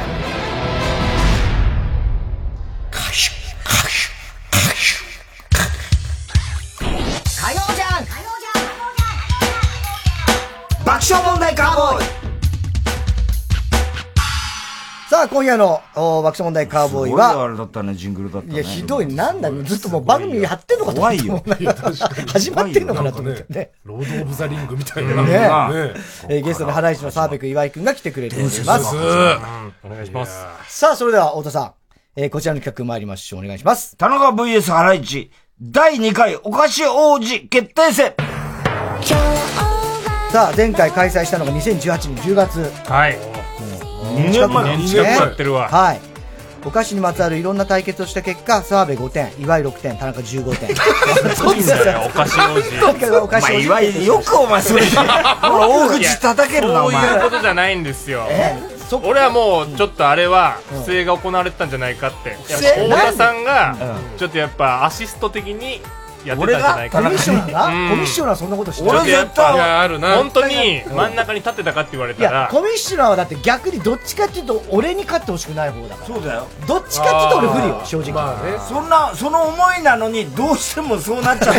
[SPEAKER 11] 火曜じゃん爆笑問題カーボーイ
[SPEAKER 1] さあ、今夜のお爆笑問題カーボーイ
[SPEAKER 2] すごい
[SPEAKER 1] は、
[SPEAKER 2] あれだったね、ジングルだったね。
[SPEAKER 1] いや、ひどい、なんだずっともう番組やってんのかと思って。怖いよ。 始まってんのかなと思ってね。
[SPEAKER 13] ロード・オブ・ザ・リングみたい
[SPEAKER 1] ね
[SPEAKER 13] な。
[SPEAKER 1] えーゲストの原市の澤部君、岩井君が来てくれております。
[SPEAKER 6] お願いします。
[SPEAKER 1] さあ、それでは、太田さん、えーこちらの企画参りましょう。お願いします。
[SPEAKER 2] 田中 VS ハライチ、第2回お菓子王子決定戦
[SPEAKER 1] さあ、前回開催したのが2018年10月。
[SPEAKER 6] はい。
[SPEAKER 1] 2
[SPEAKER 6] 2年前近くなってるわ
[SPEAKER 1] はい。お菓子にまつわるいろんな対決をした結果、澤部5点、岩井6点、田中15点。
[SPEAKER 6] いいんだよ、お菓子王
[SPEAKER 1] 今回は
[SPEAKER 6] 子。
[SPEAKER 1] お菓子王子
[SPEAKER 2] お前岩井よくお前それほら大口叩けるなお前
[SPEAKER 6] いやそういうことじゃないんですよ。俺はもう、ちょっとあれは、不正が行われてたんじゃないかって。やっぱ
[SPEAKER 1] 不正
[SPEAKER 6] 太田さんが、ちょっとやっぱアシスト的にやってたんじゃない
[SPEAKER 1] コ
[SPEAKER 6] か
[SPEAKER 1] ミ
[SPEAKER 6] な。
[SPEAKER 1] ッショナーが、
[SPEAKER 6] うん
[SPEAKER 1] コミッショナーそんなことして
[SPEAKER 6] ちょっとやっぱ本当に
[SPEAKER 1] うん
[SPEAKER 6] 真ん中に立ってたかって言われ
[SPEAKER 1] い
[SPEAKER 6] た
[SPEAKER 1] や
[SPEAKER 6] ら
[SPEAKER 1] コミッショナーはだって逆にどっちかっていうと俺に勝ってほしくない方だからそう
[SPEAKER 2] だよ
[SPEAKER 1] どっちかっていうと俺不利よ正直、
[SPEAKER 2] そんな、その思いなのに、どうしてもそうなっちゃっ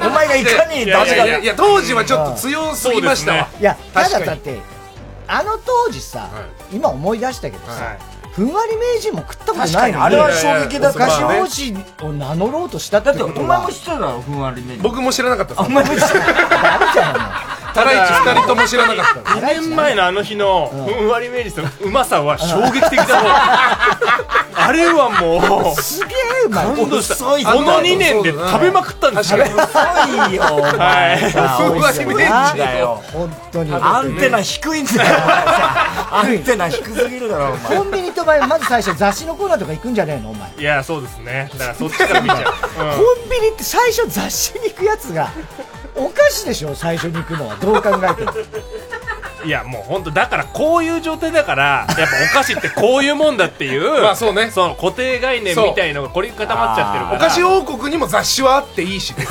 [SPEAKER 2] た。お前がいかにダメ
[SPEAKER 13] い
[SPEAKER 2] だ
[SPEAKER 13] やいやいや当時はちょっと強すぎましたわ
[SPEAKER 1] いやただ
[SPEAKER 13] 確か
[SPEAKER 1] だっ
[SPEAKER 13] に
[SPEAKER 1] てあの当時さ、今思い出したけどさ、ふんわり名人も食ったことないのに
[SPEAKER 2] 確かにあれは衝撃だった
[SPEAKER 1] お菓子王子を名乗ろうとしたって ことは
[SPEAKER 2] 知ってたろふんわり名人
[SPEAKER 13] 僕も知らなかったお
[SPEAKER 2] 前も知らな
[SPEAKER 13] かったタライチ二人とも知らなかった
[SPEAKER 6] 2年前のあの日のふんわり明治のうまさは衝撃 的だもんあれはもう
[SPEAKER 1] すげえうまい
[SPEAKER 6] 感動したこ
[SPEAKER 1] 遅いんだよ
[SPEAKER 6] の2年で食べまくったんですよ
[SPEAKER 2] 遅いよお前さ
[SPEAKER 6] はい
[SPEAKER 2] 遅いよなだよ
[SPEAKER 1] 本当に
[SPEAKER 2] アンテナ低いん だよお前さアンテナ低すぎるだろお前
[SPEAKER 1] コンビニと前まず最初雑誌のコーナーとか行くんじゃねえのお前
[SPEAKER 6] いやそうですねだからそっちから見ちゃう、うん
[SPEAKER 1] コンビニって最初雑誌に行くやつがお菓子でしょ最初に行くのはどう考えても
[SPEAKER 6] いやもう本当だからこういう状態だからやっぱお菓子ってこういうもんだっていう
[SPEAKER 13] まあそうね
[SPEAKER 6] その固定概念みたいのが凝り固まっちゃってるか
[SPEAKER 13] お
[SPEAKER 6] ら
[SPEAKER 13] 菓子王国にも雑誌はあっていいし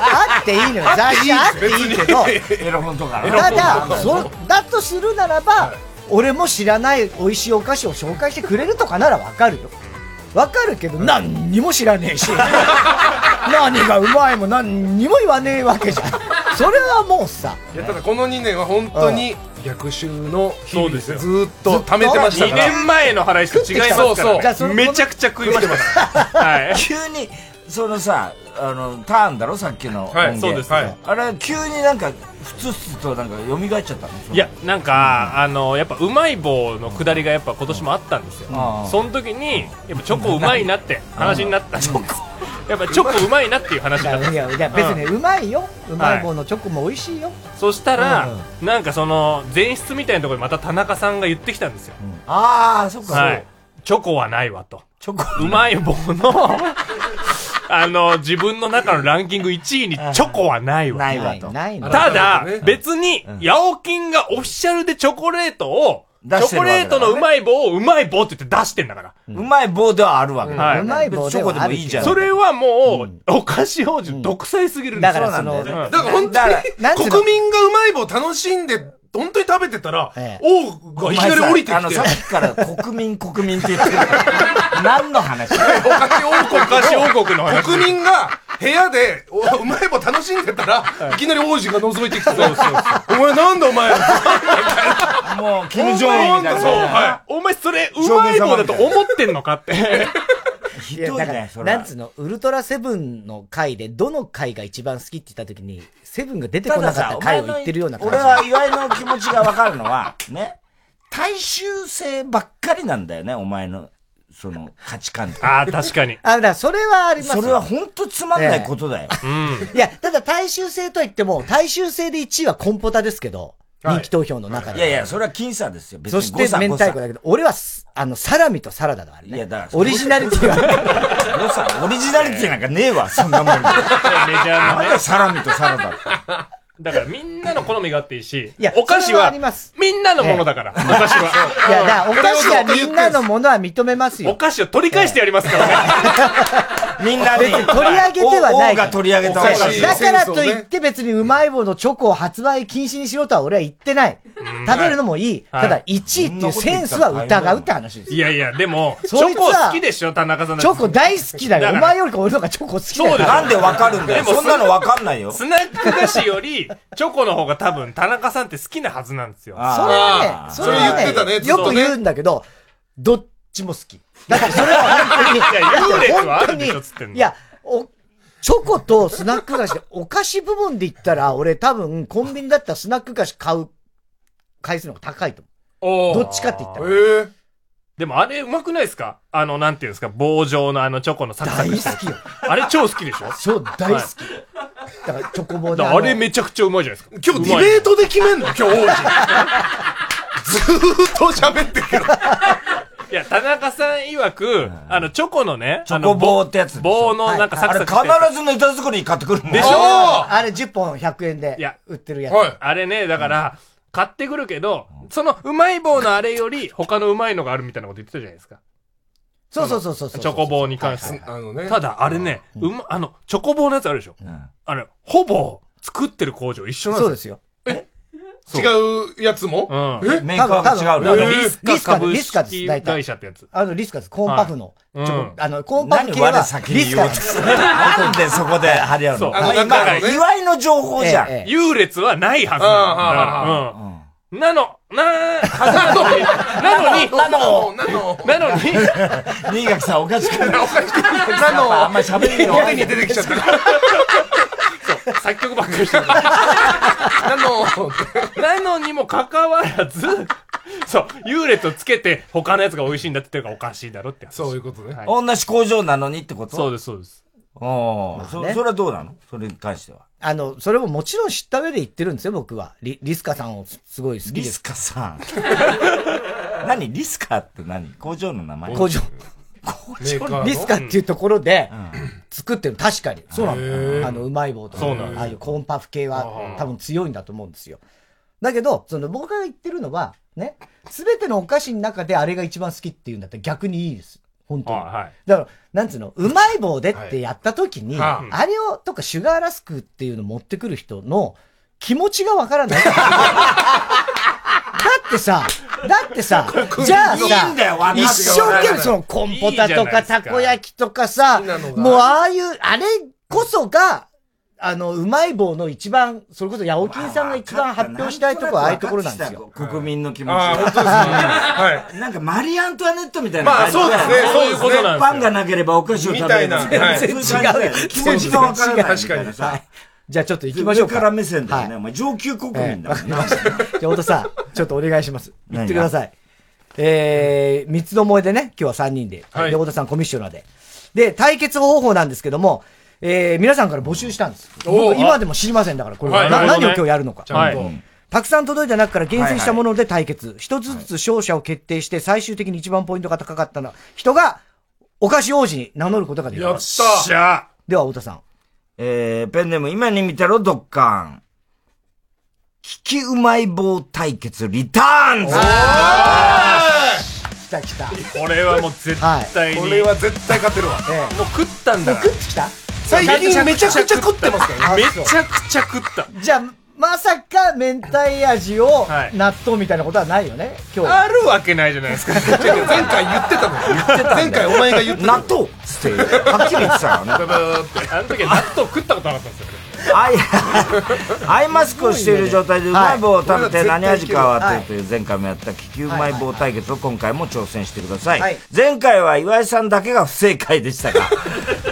[SPEAKER 1] あっていいのよ雑誌あっていいけど
[SPEAKER 2] エロ本とか
[SPEAKER 1] ただそだとするならば俺も知らない美味しいお菓子を紹介してくれるとかならわかるよわかるけど何にも知らねえし何がうまいも何にも言わねえわけじゃんそれはもうさ
[SPEAKER 13] いやただこの2年は本当に逆襲の日々ずーっと
[SPEAKER 6] 貯
[SPEAKER 13] 貯めてました
[SPEAKER 6] 2年前の払いと違います
[SPEAKER 13] そう
[SPEAKER 6] か
[SPEAKER 13] そうじゃあ
[SPEAKER 6] ら
[SPEAKER 13] その
[SPEAKER 6] ねめちゃくちゃ食いましたからはい
[SPEAKER 2] 急にそのさあのターンだろさっきの音
[SPEAKER 6] はい
[SPEAKER 2] 源
[SPEAKER 6] そうですはい
[SPEAKER 2] あれ急になんかふつふつとなんか蘇っちゃったの
[SPEAKER 6] いやなんか、あのやっぱうまい棒の下りがやっぱ今年もあったんですよ、
[SPEAKER 2] うん
[SPEAKER 6] その時にやっぱチョコうまいなって話になった、チョコやっぱチョコうまいなっていう話になった
[SPEAKER 1] いやいや別にうまいようまい棒のチョコも美味しいよ
[SPEAKER 6] そしたら、なんかその前室みたいなところにまた田中さんが言ってきたんですよ、
[SPEAKER 2] ああそっか
[SPEAKER 6] はい、チョコはないわと
[SPEAKER 2] チョコ
[SPEAKER 6] うまい棒のあの、自分の中のランキング1位にチョコはないわ。
[SPEAKER 2] ないわと
[SPEAKER 1] ない
[SPEAKER 2] の
[SPEAKER 6] ただ、別に、ヤオキンがオフィシャルでチョコレートを、チ
[SPEAKER 2] 出して
[SPEAKER 6] ョコ
[SPEAKER 2] るわけだから
[SPEAKER 6] レートの
[SPEAKER 2] ね
[SPEAKER 6] うまい棒をうまい棒って言って出してんだから。
[SPEAKER 2] うまい棒ではあるわけだ
[SPEAKER 6] は
[SPEAKER 2] よねチョコでもいいじゃん。
[SPEAKER 6] それはもう、お菓子王子独裁すぎるん
[SPEAKER 1] だからそ
[SPEAKER 6] そうな
[SPEAKER 1] の
[SPEAKER 6] んだよね
[SPEAKER 13] だから本
[SPEAKER 1] なんて
[SPEAKER 13] 当
[SPEAKER 1] いう
[SPEAKER 13] に
[SPEAKER 1] の
[SPEAKER 13] 国民がうまい棒楽しんで、本当に食べてたら、王がいきなり降りて
[SPEAKER 2] あ
[SPEAKER 13] き
[SPEAKER 2] の、
[SPEAKER 13] て
[SPEAKER 2] さっ。きから国民国民って言ってるから。何の話
[SPEAKER 13] お菓子
[SPEAKER 6] 王国の話
[SPEAKER 13] 国民が部屋でおうまい棒楽しんでた ら、いきなり王子が覗いてきて、お前なんだお前。
[SPEAKER 2] もう、金正恩みたいな
[SPEAKER 6] そう、はい。お前それ、うまい棒だと思ってんのかって。
[SPEAKER 1] ひどい
[SPEAKER 2] ねそれ
[SPEAKER 1] なんつうの、ウルトラセブンの回で、どの回が一番好きって言った時に、セブンが出てこなかった回を言ってるような感じ。
[SPEAKER 2] 俺は岩井の気持ちがわかるのは、ね、大衆性ばっかりなんだよね、お前の、その、価値観って。
[SPEAKER 6] ああ、 確かに。
[SPEAKER 1] あ、だからそれはあります
[SPEAKER 2] それは本当つまんないことだよ。
[SPEAKER 1] いや、ただ大衆性とは言っても、大衆性で1位はコンポタですけど、人気投票の中
[SPEAKER 2] い
[SPEAKER 1] で。
[SPEAKER 2] やいや、それは僅差ですよ。別に
[SPEAKER 1] そして明太子だけど、俺はす、あの、サラミとサラダだからね。
[SPEAKER 2] いや、だから
[SPEAKER 1] オリジナリティ は。
[SPEAKER 2] 誤差オリジナリティなんかねえわ、そんなもん。まだサラミとサラダ。
[SPEAKER 6] だからみんなの好みがあっていいし
[SPEAKER 1] いや、
[SPEAKER 6] お菓子
[SPEAKER 1] それはあ
[SPEAKER 6] は
[SPEAKER 1] り、
[SPEAKER 6] みんなのものだから、お菓子は。
[SPEAKER 1] いや、だからお菓子はみんなのものは認めますよ。
[SPEAKER 6] お菓子を取り返してやりますからね。
[SPEAKER 2] みんな
[SPEAKER 1] 別に取り上げてはないから。
[SPEAKER 2] お菓
[SPEAKER 1] だ
[SPEAKER 2] 子
[SPEAKER 1] からといって別にうまい棒のチョコを発売禁止にしろとは俺は言ってない。食べるのもいい。
[SPEAKER 6] はい
[SPEAKER 1] ただ1位っていうセンスは疑うって話です。
[SPEAKER 6] いやいや、でも、チ
[SPEAKER 1] そい
[SPEAKER 6] ョ
[SPEAKER 1] つ
[SPEAKER 6] コ
[SPEAKER 1] は
[SPEAKER 6] 好きでしょ、田中さんだ
[SPEAKER 1] チ
[SPEAKER 6] って
[SPEAKER 1] ョコ大好きだよ。
[SPEAKER 6] だか
[SPEAKER 1] お
[SPEAKER 6] ら
[SPEAKER 1] 前よりか俺の方がチョコ好きだよ。
[SPEAKER 2] なんでわかるんだよ。
[SPEAKER 6] でも
[SPEAKER 2] そんなのわかんないよ。
[SPEAKER 6] スナック菓子より、チョコの方が多分、田中さんって好きなはずなんですよ。それ
[SPEAKER 1] それはね、それはね、よく言うんだけど、どっちも好き。だってそれは本当に、
[SPEAKER 6] いや優劣はあるでしょ
[SPEAKER 1] だって
[SPEAKER 6] つってんの
[SPEAKER 1] いや、お、チョコとスナック菓子で、お菓子部門で言ったら、俺多分、コンビニだったらスナック菓子買う回数の方が高いと思う。どっちかって言ったら。
[SPEAKER 6] でもあれうまくないですかあの、なんていうんですか、棒状のあのチョコのサクサク大好きよ。あれ超好きでしょ
[SPEAKER 1] そう、大好き。だからチョコ棒での
[SPEAKER 6] あれめちゃくちゃうまいじゃないですか。
[SPEAKER 13] 今日ディベー
[SPEAKER 6] ト
[SPEAKER 13] トで決めんの今日王子。ずーっと喋ってるけど。
[SPEAKER 6] いや、田中さん曰く、あの、チョコのね、チ
[SPEAKER 2] ョコ棒ってやつ。
[SPEAKER 6] 棒のなんかサクサク
[SPEAKER 2] あれ必ずネタ作りに買ってくるもん。
[SPEAKER 6] でしょ
[SPEAKER 1] あれ10本100円で売ってるやつ。
[SPEAKER 6] あれね、だから、買ってくるけど、そのうまい棒のあれより、他のうまいのがあるみたいなこと言ってたじゃないですか。
[SPEAKER 1] そうそうそうそうそう。
[SPEAKER 6] チョコ棒に関して。
[SPEAKER 13] あのね
[SPEAKER 6] ただ、あれね、うま、あの、チョコ棒のやつあるでしょあれ、ほぼ、作ってる工場一緒なん
[SPEAKER 1] そうですよ。
[SPEAKER 13] 違うやつも
[SPEAKER 6] うん
[SPEAKER 13] え
[SPEAKER 2] メーカーが違う
[SPEAKER 1] 多分
[SPEAKER 2] え
[SPEAKER 1] 多分
[SPEAKER 2] ー
[SPEAKER 1] リスカ
[SPEAKER 6] リスカ
[SPEAKER 1] 株式
[SPEAKER 6] リスカです大体会社ってやつ
[SPEAKER 1] あの、リスカです。コーンパフの。
[SPEAKER 6] はい
[SPEAKER 1] ちょ
[SPEAKER 6] う
[SPEAKER 1] こ
[SPEAKER 6] ん
[SPEAKER 1] あの、コーンパフ
[SPEAKER 2] 何
[SPEAKER 1] 系は
[SPEAKER 2] 我
[SPEAKER 1] リスカ
[SPEAKER 2] 先に言おうとする。なんでそこで張り合う
[SPEAKER 6] そう
[SPEAKER 2] の
[SPEAKER 6] あのだからね
[SPEAKER 2] 岩井の情報じゃん。
[SPEAKER 1] え
[SPEAKER 6] 優劣はないはずなんだから。うんなの、な、はずなのに、なのに、なのに、
[SPEAKER 2] 新垣さんおかし くない。おかしくない。
[SPEAKER 13] なの
[SPEAKER 2] あんまり喋りの。
[SPEAKER 13] 表に出てきちゃった。
[SPEAKER 6] 作曲ばっかりしてる。なの、なのにもかかわらず、そう、優劣をつけて、他のやつが美味しいんだって言ってるからおかしいだろって話。そういうことね。
[SPEAKER 2] 同じ工場なのにってこと
[SPEAKER 6] そうです、そうです。
[SPEAKER 2] お
[SPEAKER 1] ま
[SPEAKER 2] ー
[SPEAKER 1] あ
[SPEAKER 2] そ
[SPEAKER 1] ね
[SPEAKER 2] それはどうなのそれに関しては。
[SPEAKER 1] あの、それももちろん知った上で言ってるんですよ、僕は。リリスカさんをすすごい好きです。
[SPEAKER 2] リスカさん。 何リスカって何工場の名前
[SPEAKER 1] 工場。
[SPEAKER 2] メーカーの
[SPEAKER 1] リスカっていうところで、作ってる。確かに。そうなの。あの、うまい棒とか
[SPEAKER 6] そうなん、だ
[SPEAKER 1] ああいうコーンパフ系は多分強いんだと思うんですよ。だけど、その僕が言ってるのは、ね、すべてのお菓子の中であれが一番好きっていうんだったら逆にいいです。本当に。だから、なんつうの、うまい棒でってやった時に、
[SPEAKER 11] は
[SPEAKER 1] あれを、とかシュガーラスクっていうの持ってくる人の気持ちがわからない。だってさ、だってさ
[SPEAKER 11] これ、
[SPEAKER 1] じゃあさ、
[SPEAKER 11] いいんだよわかってる
[SPEAKER 1] 一生懸命そのコンポタ
[SPEAKER 11] いいじゃ
[SPEAKER 1] と
[SPEAKER 11] な
[SPEAKER 1] か
[SPEAKER 11] いですか
[SPEAKER 1] たこ焼きとかさ、もうああいう、あれこそが、あの、うまい棒の一番、それこそ八百金さんが一番発表したいとこはああいうところなんですよ。
[SPEAKER 2] 国民の気持ち。
[SPEAKER 1] あー本当です ね
[SPEAKER 2] はい。なんかマリーアントワネットみたいな感じだよ。
[SPEAKER 13] まあそうですねそういうことなんですよ
[SPEAKER 2] パンがなければお菓子を食べれ
[SPEAKER 13] みたいなはい
[SPEAKER 2] そうう感じだよね気持ちがわからな
[SPEAKER 1] 全然
[SPEAKER 2] い。
[SPEAKER 1] 違う
[SPEAKER 2] みたいなさ
[SPEAKER 1] じゃあちょっと行きましょうか。
[SPEAKER 2] 上から目線だよね。お前上級国民だもんね。
[SPEAKER 1] じゃあ、太田さん、ちょっとお願いします。言ってください。えー、三つの思いでね、今日は3人で。
[SPEAKER 2] はい
[SPEAKER 1] で、太田さんコミッショナーで。で、対決方法なんですけども、えー、皆さんから募集したんです。
[SPEAKER 11] おー
[SPEAKER 1] 僕今でも知りませんだから、これは。
[SPEAKER 11] はい
[SPEAKER 1] な
[SPEAKER 11] なるほど
[SPEAKER 1] 何
[SPEAKER 11] ね
[SPEAKER 1] を今日やるのか。
[SPEAKER 11] ちゃんとはい
[SPEAKER 1] たくさん届いた中から厳選したもので対決。一、つずつ勝者を決定して、最終的に一番ポイントが高かったの人が、お菓子王子に名乗ることができます。
[SPEAKER 13] やったよっしゃ
[SPEAKER 1] では、太田さん。
[SPEAKER 2] えー、ペンネーム、今に見てろ、ドッカン。聞きうまい棒対決、リターンズ
[SPEAKER 1] 来た来た。
[SPEAKER 6] これはもう絶対に、
[SPEAKER 13] これは絶対勝てるわ。
[SPEAKER 6] もう食ったんだから
[SPEAKER 1] 来た
[SPEAKER 13] 最近めちゃくちゃ食ってますからね。
[SPEAKER 6] めちゃくちゃ食った。
[SPEAKER 1] じゃあ、まさか明太味を納豆みたいなことはないよね、今日。
[SPEAKER 6] あるわけないじゃないですか。前回言ってたもん。
[SPEAKER 13] 前回お前が言って
[SPEAKER 2] 納豆つって、はっきり言ってたからね。
[SPEAKER 6] あの時は納豆食ったことなかったんですよ。
[SPEAKER 2] アイアイマスクをしている状態でうまい棒を食べて何味かを当てるという前回もやった気球うまい棒対決を今回も挑戦してください、
[SPEAKER 1] はい
[SPEAKER 2] 前回は岩井さんだけが不正解 でしたが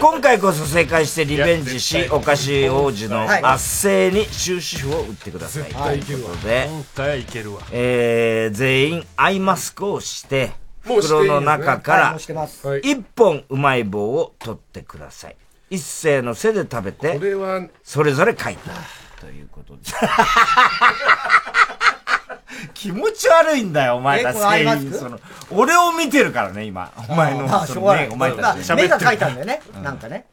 [SPEAKER 2] 今回こそ正解してリベンジしお菓子王子の圧政に終止符を打ってください
[SPEAKER 6] 絶対いけるわ
[SPEAKER 2] ということで、
[SPEAKER 6] 今回はいけるわ。
[SPEAKER 2] えー、全員アイマスクをして
[SPEAKER 6] もうしていい
[SPEAKER 2] 袋
[SPEAKER 6] ですね
[SPEAKER 2] の中か
[SPEAKER 6] はい
[SPEAKER 2] ら
[SPEAKER 6] もうしてます
[SPEAKER 2] 1本うまい棒を取ってください一斉の背で食べてそれぞれ書いたということで 気持ち悪いんだよお前たち
[SPEAKER 1] えこのアイマスク
[SPEAKER 2] その俺を見てるからね今お前の
[SPEAKER 1] まあ、し
[SPEAKER 2] そ
[SPEAKER 1] ょ
[SPEAKER 2] の
[SPEAKER 1] うがな
[SPEAKER 2] ね
[SPEAKER 1] い。
[SPEAKER 2] お前たち
[SPEAKER 1] まあ目が描いたんだよね、なんかね。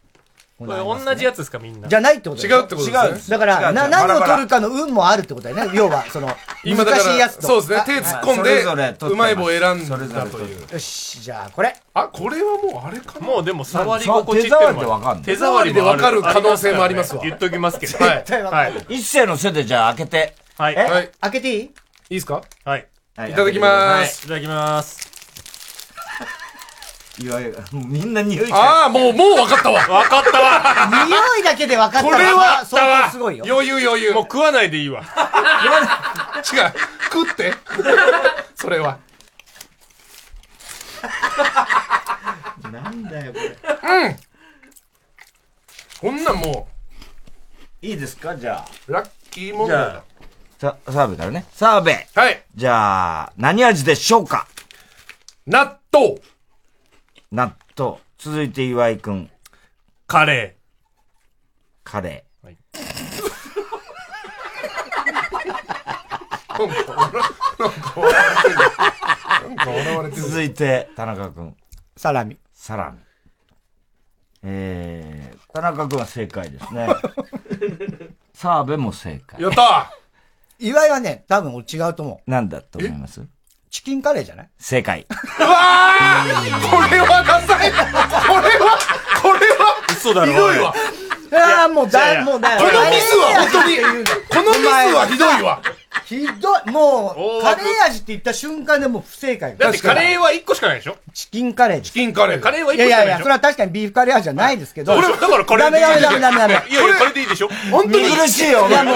[SPEAKER 6] これ同じやつですかみんな。
[SPEAKER 1] じゃないってことでしょ
[SPEAKER 6] 違うってことですね
[SPEAKER 1] 違うだから、
[SPEAKER 6] 違う
[SPEAKER 1] な
[SPEAKER 6] 違うバ
[SPEAKER 1] 何
[SPEAKER 6] ラ
[SPEAKER 1] を
[SPEAKER 6] バラ
[SPEAKER 1] 取るかの運もあるってことだよね。要は、その、
[SPEAKER 13] 今だか
[SPEAKER 1] 難しい
[SPEAKER 13] ら、
[SPEAKER 1] やつと。
[SPEAKER 13] そうですね。手突っ込んで、
[SPEAKER 2] それぞれ取ってます
[SPEAKER 13] うまい棒選んだという。
[SPEAKER 1] よし、じゃあこれ。
[SPEAKER 13] あ、これはもうあれかな
[SPEAKER 6] もうでも触り心地っていうのもある手触り
[SPEAKER 13] で
[SPEAKER 6] もあ
[SPEAKER 13] わかる可能性もありますわ。
[SPEAKER 6] 言っときます けど。
[SPEAKER 13] 絶
[SPEAKER 2] 対
[SPEAKER 6] わかる。
[SPEAKER 2] 一斉の背でじゃあ開けて
[SPEAKER 6] はい。
[SPEAKER 2] え
[SPEAKER 6] はい。
[SPEAKER 1] 開けていい
[SPEAKER 13] い
[SPEAKER 1] い
[SPEAKER 13] ですか
[SPEAKER 6] はい。
[SPEAKER 2] はい
[SPEAKER 13] いただきます。
[SPEAKER 6] いただきます。
[SPEAKER 2] いわゆるもうみんな匂い
[SPEAKER 13] ああ、もう、もう分かったわ。
[SPEAKER 6] 分かったわ。
[SPEAKER 1] 匂いだけで分かった
[SPEAKER 13] これは
[SPEAKER 1] 相当すごいよ。
[SPEAKER 13] 余裕余裕。もう
[SPEAKER 6] 食わないでい い
[SPEAKER 13] 違
[SPEAKER 6] わ。
[SPEAKER 13] う。食って。それは。
[SPEAKER 2] なんだよこれ
[SPEAKER 13] うん。こんなんも
[SPEAKER 2] いいですかじゃあ
[SPEAKER 13] う、ラッキーもん
[SPEAKER 2] じ
[SPEAKER 13] だよ
[SPEAKER 2] ゃ。さ澤部からね澤部
[SPEAKER 13] はい
[SPEAKER 2] じゃあ何味でしょうか
[SPEAKER 13] 納豆
[SPEAKER 2] 納豆続いて岩井くん
[SPEAKER 6] カレ
[SPEAKER 2] カレー
[SPEAKER 13] なんか笑なんか笑われてる。
[SPEAKER 2] 続いて、田中君。
[SPEAKER 1] サラミ。
[SPEAKER 2] サラミ。えー、田中君は正解で すね。澤部も正解。
[SPEAKER 13] やった
[SPEAKER 1] 岩井はね、多分俺違うと思う。
[SPEAKER 2] なんだと思います
[SPEAKER 1] チキンカレーじゃない
[SPEAKER 2] 正解。
[SPEAKER 13] うわーこれはダサいこれは、これは、
[SPEAKER 6] 嘘だろ
[SPEAKER 13] ひどいわ。
[SPEAKER 1] ああ、もうだ、もうだ。
[SPEAKER 13] このミスは本当に、このミスはひどいわ。
[SPEAKER 1] ひどい。もう、カレー味って言った瞬間でもう不正解。
[SPEAKER 6] だってカレーは1個しかないでしょ
[SPEAKER 1] チキンカレーチ
[SPEAKER 13] キンカレー。
[SPEAKER 6] カレーは1
[SPEAKER 1] い
[SPEAKER 6] 個
[SPEAKER 1] やい
[SPEAKER 6] しかない
[SPEAKER 1] やい
[SPEAKER 6] で
[SPEAKER 1] や、
[SPEAKER 6] し
[SPEAKER 1] そ
[SPEAKER 6] ょ
[SPEAKER 1] れは確かにビーフカレー味じゃないですけど。
[SPEAKER 6] 俺はだからカレー
[SPEAKER 1] ダ
[SPEAKER 6] で
[SPEAKER 1] メ
[SPEAKER 6] いい
[SPEAKER 1] ダメ
[SPEAKER 6] じゃ
[SPEAKER 1] ダ
[SPEAKER 6] ん
[SPEAKER 1] メダメダメ。
[SPEAKER 6] いやいや、これでいいでしょ
[SPEAKER 13] 本当に
[SPEAKER 2] 見苦しいよ、お前。
[SPEAKER 1] こ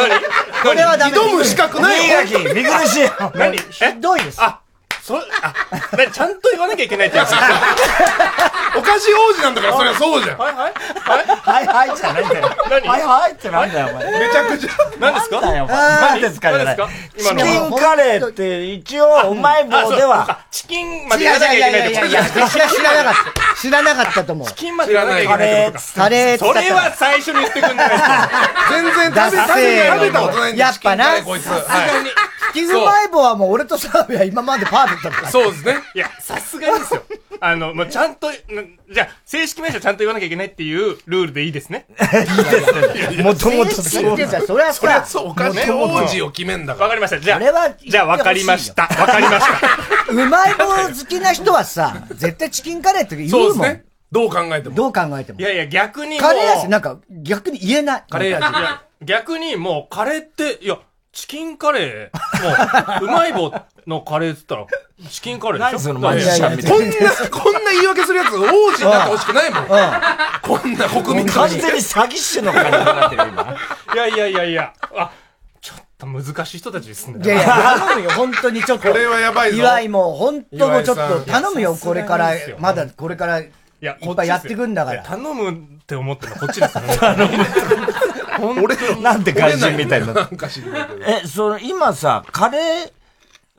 [SPEAKER 1] れはダメ。
[SPEAKER 13] 挑む資格ないよ。
[SPEAKER 2] 新垣、見苦しいよ。
[SPEAKER 6] 何え
[SPEAKER 1] ひどいです。
[SPEAKER 6] あ、そ、あ、なちゃんと言わなきゃいけないってや つ。は
[SPEAKER 13] お菓子王子なんだから、そりゃそうじゃん。
[SPEAKER 6] いはい。
[SPEAKER 2] はいはいじゃないんだよ。
[SPEAKER 6] 何
[SPEAKER 2] はいはいってなんだよ、お前。
[SPEAKER 13] めちゃくちゃ。
[SPEAKER 6] 何ですか
[SPEAKER 2] なんだよ、お前。何ですか、じゃない。
[SPEAKER 6] 何
[SPEAKER 2] チ
[SPEAKER 6] です
[SPEAKER 2] キ
[SPEAKER 6] か今のは。
[SPEAKER 2] ンカレーって一応、うまい棒では、
[SPEAKER 6] チキンま
[SPEAKER 1] い
[SPEAKER 6] で言
[SPEAKER 1] や
[SPEAKER 6] わ
[SPEAKER 1] い
[SPEAKER 6] なき
[SPEAKER 1] や
[SPEAKER 6] ゃ
[SPEAKER 1] い
[SPEAKER 6] いけない
[SPEAKER 1] やい
[SPEAKER 6] と
[SPEAKER 1] や
[SPEAKER 6] か。
[SPEAKER 1] い
[SPEAKER 6] チ
[SPEAKER 1] や、知ら知らなかった。知らなかったと思う。
[SPEAKER 6] キンまで言わなきゃいけ
[SPEAKER 2] カ
[SPEAKER 6] ない
[SPEAKER 2] レ
[SPEAKER 6] と
[SPEAKER 2] ー
[SPEAKER 6] か。
[SPEAKER 2] つ
[SPEAKER 1] カレーって
[SPEAKER 6] そ
[SPEAKER 1] 言った
[SPEAKER 6] れは最初に言ってくんない
[SPEAKER 13] 全然食べ、食
[SPEAKER 1] ダセー
[SPEAKER 13] べ、
[SPEAKER 1] よ
[SPEAKER 13] 食べたことないんだ
[SPEAKER 1] やっぱな
[SPEAKER 13] チキンカレーこいつ。は
[SPEAKER 1] チキンうまい棒はもう俺と澤部は今までパーフェクトだか
[SPEAKER 13] い。
[SPEAKER 1] ら。
[SPEAKER 13] そうですね。
[SPEAKER 6] いや、さすがにですよ。あの、もうちゃんと、なじゃあ、正式名称ちゃんと言わなきゃいけないっていうルールでいいですね。
[SPEAKER 2] もともと
[SPEAKER 1] 正式ってさ、それは
[SPEAKER 13] そりゃ
[SPEAKER 1] さ、
[SPEAKER 13] そう、お菓子王子を決めんだか
[SPEAKER 6] わ
[SPEAKER 13] ら。
[SPEAKER 6] かりました。じゃ
[SPEAKER 1] それは
[SPEAKER 6] あ、じゃあわかりました。わかりました。
[SPEAKER 1] うまい棒好きな人はさ、絶対チキンカレーって言
[SPEAKER 13] そう
[SPEAKER 1] う
[SPEAKER 13] です
[SPEAKER 1] もん
[SPEAKER 13] ね。。どう考えても。
[SPEAKER 1] どう考えても
[SPEAKER 6] い。やいや、逆にもう。
[SPEAKER 1] カレー味なんか逆に言えない。
[SPEAKER 13] カレー味
[SPEAKER 6] い。や、逆にもうカレーって、いや、チキンカレー、も う、うまい棒のカレーって言ったら、チキンカレーでしょ
[SPEAKER 2] 何そのマジシ
[SPEAKER 1] いやい
[SPEAKER 2] ャ
[SPEAKER 1] や
[SPEAKER 2] ンみた
[SPEAKER 13] こ
[SPEAKER 2] い
[SPEAKER 13] んな、こんな言い訳するやつ、王子になってほしくないもん。こんな国民
[SPEAKER 2] な。
[SPEAKER 13] 感
[SPEAKER 2] 完
[SPEAKER 13] じ
[SPEAKER 2] 全に詐欺師の感じになってるよ、今。
[SPEAKER 6] いやいやいやいや、あ、ちょっと難しい人たちですね。
[SPEAKER 1] いやいや、頼むよ、本当にちょっと。
[SPEAKER 13] これはやばいぞ
[SPEAKER 1] 岩井も、本当もうちょっ
[SPEAKER 13] 岩井
[SPEAKER 1] と、
[SPEAKER 13] さ
[SPEAKER 1] 頼むよ、これから
[SPEAKER 6] さすがですよ、
[SPEAKER 1] まだこれから、い
[SPEAKER 6] いや
[SPEAKER 1] っぱいやってくんだから。
[SPEAKER 6] 頼むって思ってるのこっちですからね。頼む。
[SPEAKER 13] 俺
[SPEAKER 2] なんで外人みたいになってる
[SPEAKER 13] なんか知らないけど。
[SPEAKER 2] え、その、今さ、カレー、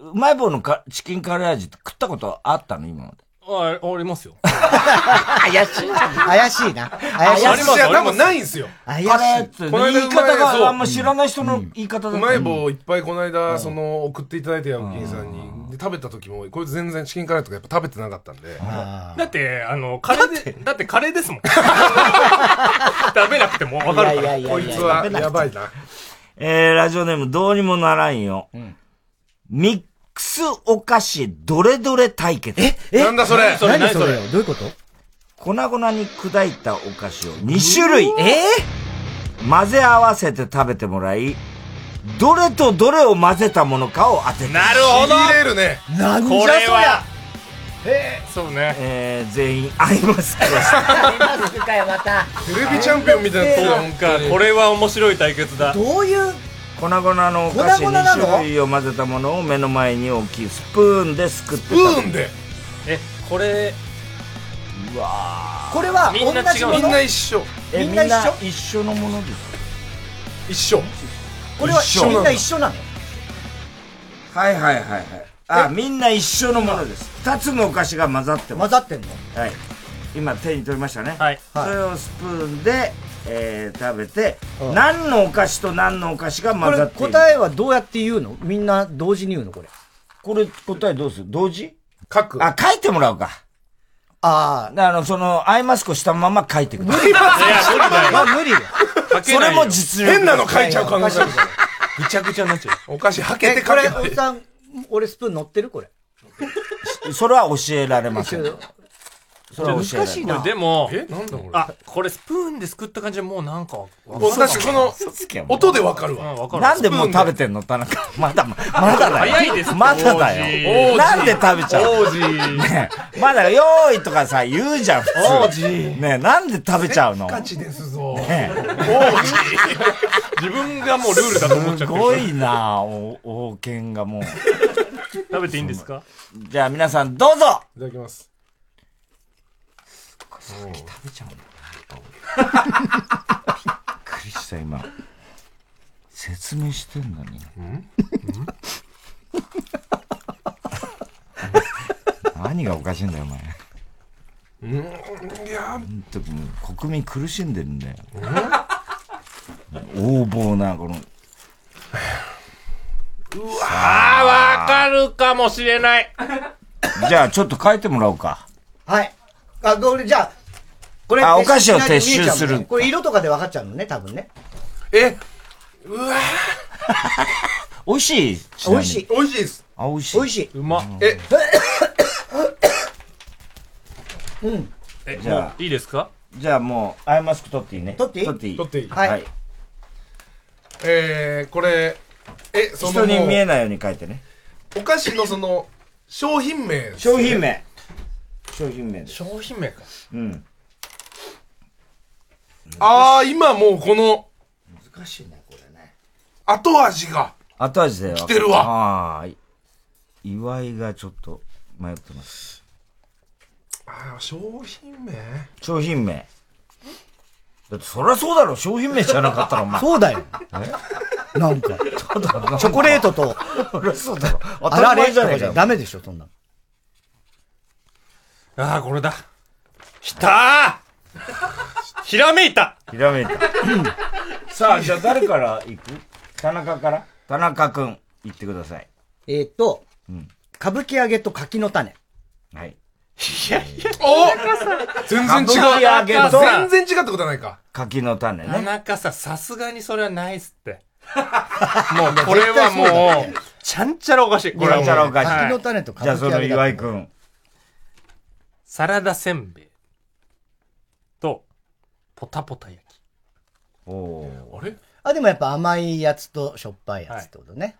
[SPEAKER 2] うまい棒のかチキンカレー味って食ったことあったの今まで。
[SPEAKER 6] あ、ありますよ。
[SPEAKER 2] 怪しい。
[SPEAKER 1] 怪しいな。
[SPEAKER 6] 怪しい
[SPEAKER 13] ありますよ。多分ないんですよ。
[SPEAKER 1] 怪
[SPEAKER 2] しい。この間言い方があんま知らない人の言い方だ
[SPEAKER 13] うまい棒いっぱいこの間、その、送っていただいて、ヤブキンさんに。で、食べた時も、こいつ全然チキンカレーとかやっぱ食べてなかったんで。
[SPEAKER 6] だって、あの、カレーで、だってカレーですもん。食べなくてもわかるから。こいつは、やばいな。
[SPEAKER 2] えー、ラジオネームどうにもならんよ。ミックスお菓子どれどれ対決。え
[SPEAKER 13] えなんだそれ何それ何それ何そ
[SPEAKER 1] どういうこと
[SPEAKER 2] 粉々に砕いたお菓子を2種類。
[SPEAKER 1] え
[SPEAKER 2] 混ぜ合わせて食べてもらい、どれとどれを混ぜたものかを当ててな
[SPEAKER 6] なるほど
[SPEAKER 13] 入れるね。
[SPEAKER 1] なん
[SPEAKER 6] これは、
[SPEAKER 1] え
[SPEAKER 6] そうね。
[SPEAKER 2] えー、全員合いますから
[SPEAKER 1] ー、かよ、また。
[SPEAKER 13] テレビチャンピオンみたいな
[SPEAKER 6] そうか、これは面白い対決だ。
[SPEAKER 1] どういう
[SPEAKER 2] 粉々のお菓子
[SPEAKER 6] 粉々な
[SPEAKER 2] 2
[SPEAKER 6] の
[SPEAKER 2] 種類を混ぜたものを目の前に大きいスプーンですくってスプ
[SPEAKER 13] ーンで
[SPEAKER 6] え、これ、
[SPEAKER 2] うわ
[SPEAKER 1] これは
[SPEAKER 6] みんな同じもの違う
[SPEAKER 13] みんな一緒。
[SPEAKER 2] え
[SPEAKER 1] みんな一緒
[SPEAKER 2] みん一緒のものです
[SPEAKER 13] 一緒
[SPEAKER 1] これは
[SPEAKER 2] 一緒
[SPEAKER 1] みんな一緒なの
[SPEAKER 2] はいはいはいはいあみんな一緒のものです2つのお菓子が混ざってま
[SPEAKER 1] 混
[SPEAKER 2] す
[SPEAKER 1] ざってんの
[SPEAKER 2] はい今手に取りましたね
[SPEAKER 6] はい
[SPEAKER 2] それをスプーンで、えー、食べて何のお菓子と何のお菓子が
[SPEAKER 1] こ
[SPEAKER 2] 混ざ
[SPEAKER 1] れ
[SPEAKER 2] っている
[SPEAKER 1] 答えはどうやって言うのみんな同時に言うのこれ。
[SPEAKER 2] これ答えどうする同時
[SPEAKER 13] 書く
[SPEAKER 2] あ書いてもらうか
[SPEAKER 1] あ
[SPEAKER 2] ああのそのアイマスクをしたまま書いてください
[SPEAKER 13] いや無理だよ
[SPEAKER 1] まあ無理よ
[SPEAKER 2] それも実力
[SPEAKER 13] 変なの書いちゃう可能性あるから。
[SPEAKER 6] ぐちゃぐちゃになっちゃう。
[SPEAKER 13] お菓子はけ
[SPEAKER 1] え
[SPEAKER 13] て
[SPEAKER 1] こ
[SPEAKER 13] か
[SPEAKER 1] れ
[SPEAKER 13] け、
[SPEAKER 1] おじ
[SPEAKER 13] て。
[SPEAKER 1] さん、俺スプーン乗ってるこれ。
[SPEAKER 2] それは教えられません
[SPEAKER 1] ちょ
[SPEAKER 2] それは教えられません
[SPEAKER 6] これでも、
[SPEAKER 13] え、なんだこれ。
[SPEAKER 6] あ、これスプーンですくった感じはもうなんか、
[SPEAKER 13] もう確かこの音でわかるわ。
[SPEAKER 6] わかる。
[SPEAKER 2] なんでもう食べてんの田中。まだ、まだだよ。
[SPEAKER 6] 早いです
[SPEAKER 2] まだだ
[SPEAKER 6] 王
[SPEAKER 2] よ。
[SPEAKER 6] 子
[SPEAKER 2] なんで食べちゃう
[SPEAKER 6] 王子。
[SPEAKER 2] ねえまだ、よーいとかさ、言うじゃん、普
[SPEAKER 6] 王
[SPEAKER 2] 通。
[SPEAKER 6] 子
[SPEAKER 2] ねえなんで食べちゃうの
[SPEAKER 13] ガチですぞ。
[SPEAKER 2] ねえ
[SPEAKER 6] 自分がもうルールだと思っちゃ
[SPEAKER 2] す
[SPEAKER 6] って
[SPEAKER 2] ご
[SPEAKER 6] る。
[SPEAKER 2] いなあお王権がもう。
[SPEAKER 6] 食べていいんですか
[SPEAKER 2] じゃあ皆さんどうぞ
[SPEAKER 13] いただきます。
[SPEAKER 2] 食べちゃうのびっくりした、今。説明してんのに。何がおかしいんだよ、お前。
[SPEAKER 13] うん、いや、
[SPEAKER 2] 本当にもう国民苦しんでるんだよ。横暴な、この。
[SPEAKER 6] あー、わかるかもしれない。
[SPEAKER 2] じゃあ、ちょっと書いてもらおうか。
[SPEAKER 1] はい。あ、これじゃあ、これ、
[SPEAKER 2] あお菓子を
[SPEAKER 1] 見えちゃうもんね
[SPEAKER 2] 撤収する
[SPEAKER 1] これ色とかで分かっちゃうのね、多分ね。
[SPEAKER 13] え、うわ
[SPEAKER 2] 美味しい
[SPEAKER 1] 美味しい。
[SPEAKER 13] 美味しいです。
[SPEAKER 2] あ、美味しい
[SPEAKER 1] 美。味しい。
[SPEAKER 6] うま。
[SPEAKER 13] え、
[SPEAKER 6] え、
[SPEAKER 2] じゃあ
[SPEAKER 6] もういいですか
[SPEAKER 2] じゃあもう、アイマスク取っていいね。
[SPEAKER 1] 取っていい
[SPEAKER 2] 取っていい。
[SPEAKER 13] 取っていい
[SPEAKER 1] はい
[SPEAKER 2] はい。
[SPEAKER 13] えー、これ、え、その
[SPEAKER 2] 人に見えないように書いてね。
[SPEAKER 13] お菓子のその、商品名です
[SPEAKER 2] 商品。名。商品名です。
[SPEAKER 13] 商品名か。
[SPEAKER 2] うん。
[SPEAKER 13] あー、今もうこの、
[SPEAKER 2] 難しいね、これね。
[SPEAKER 13] 後味が。
[SPEAKER 2] 後味で。来
[SPEAKER 13] てるわ
[SPEAKER 2] あーい岩井がちょっと迷ってます。
[SPEAKER 13] あー、商品名
[SPEAKER 2] 商品名。だってそりゃそうだろ、商品名じゃなかったらお 前。
[SPEAKER 1] そうだよ。なんか、チョコレート と、
[SPEAKER 2] そりゃそうだろ。当
[SPEAKER 1] あ
[SPEAKER 2] た
[SPEAKER 1] ら
[SPEAKER 2] り
[SPEAKER 1] れ
[SPEAKER 2] 前
[SPEAKER 1] と
[SPEAKER 2] じゃね
[SPEAKER 1] か
[SPEAKER 2] え
[SPEAKER 1] じ
[SPEAKER 2] か
[SPEAKER 1] ゃ
[SPEAKER 2] よ。
[SPEAKER 1] ダメでしょ、そんなの。
[SPEAKER 6] あー、これだ。きたーひらめいた
[SPEAKER 2] ひらめ いた。さあ、じゃあ誰から行く田中から田中くん、行ってください。
[SPEAKER 1] えっと
[SPEAKER 2] ん、
[SPEAKER 1] 歌舞伎揚げと柿の種。
[SPEAKER 2] はい。
[SPEAKER 13] お全然違う。
[SPEAKER 2] 歌舞伎揚げと
[SPEAKER 13] 全然違うってことはないか。
[SPEAKER 2] 柿の種
[SPEAKER 6] 田
[SPEAKER 2] ね。
[SPEAKER 6] 中さん、さすがにそれはないっす って。もう、これはもう、ちゃんちゃらおかしい。これはもう
[SPEAKER 2] ちゃんちゃらおかしい
[SPEAKER 1] 柿
[SPEAKER 6] は
[SPEAKER 1] の
[SPEAKER 6] い
[SPEAKER 1] 種と歌
[SPEAKER 2] じゃあ
[SPEAKER 1] 舞伎揚
[SPEAKER 2] その
[SPEAKER 1] げ
[SPEAKER 2] 岩
[SPEAKER 1] だ。
[SPEAKER 2] 井くん。
[SPEAKER 6] サラダせんべいと、ポタポタ焼き。
[SPEAKER 2] おお。
[SPEAKER 13] あれ
[SPEAKER 1] あ、でもやっぱ甘いやつとしょっぱいやつってことね。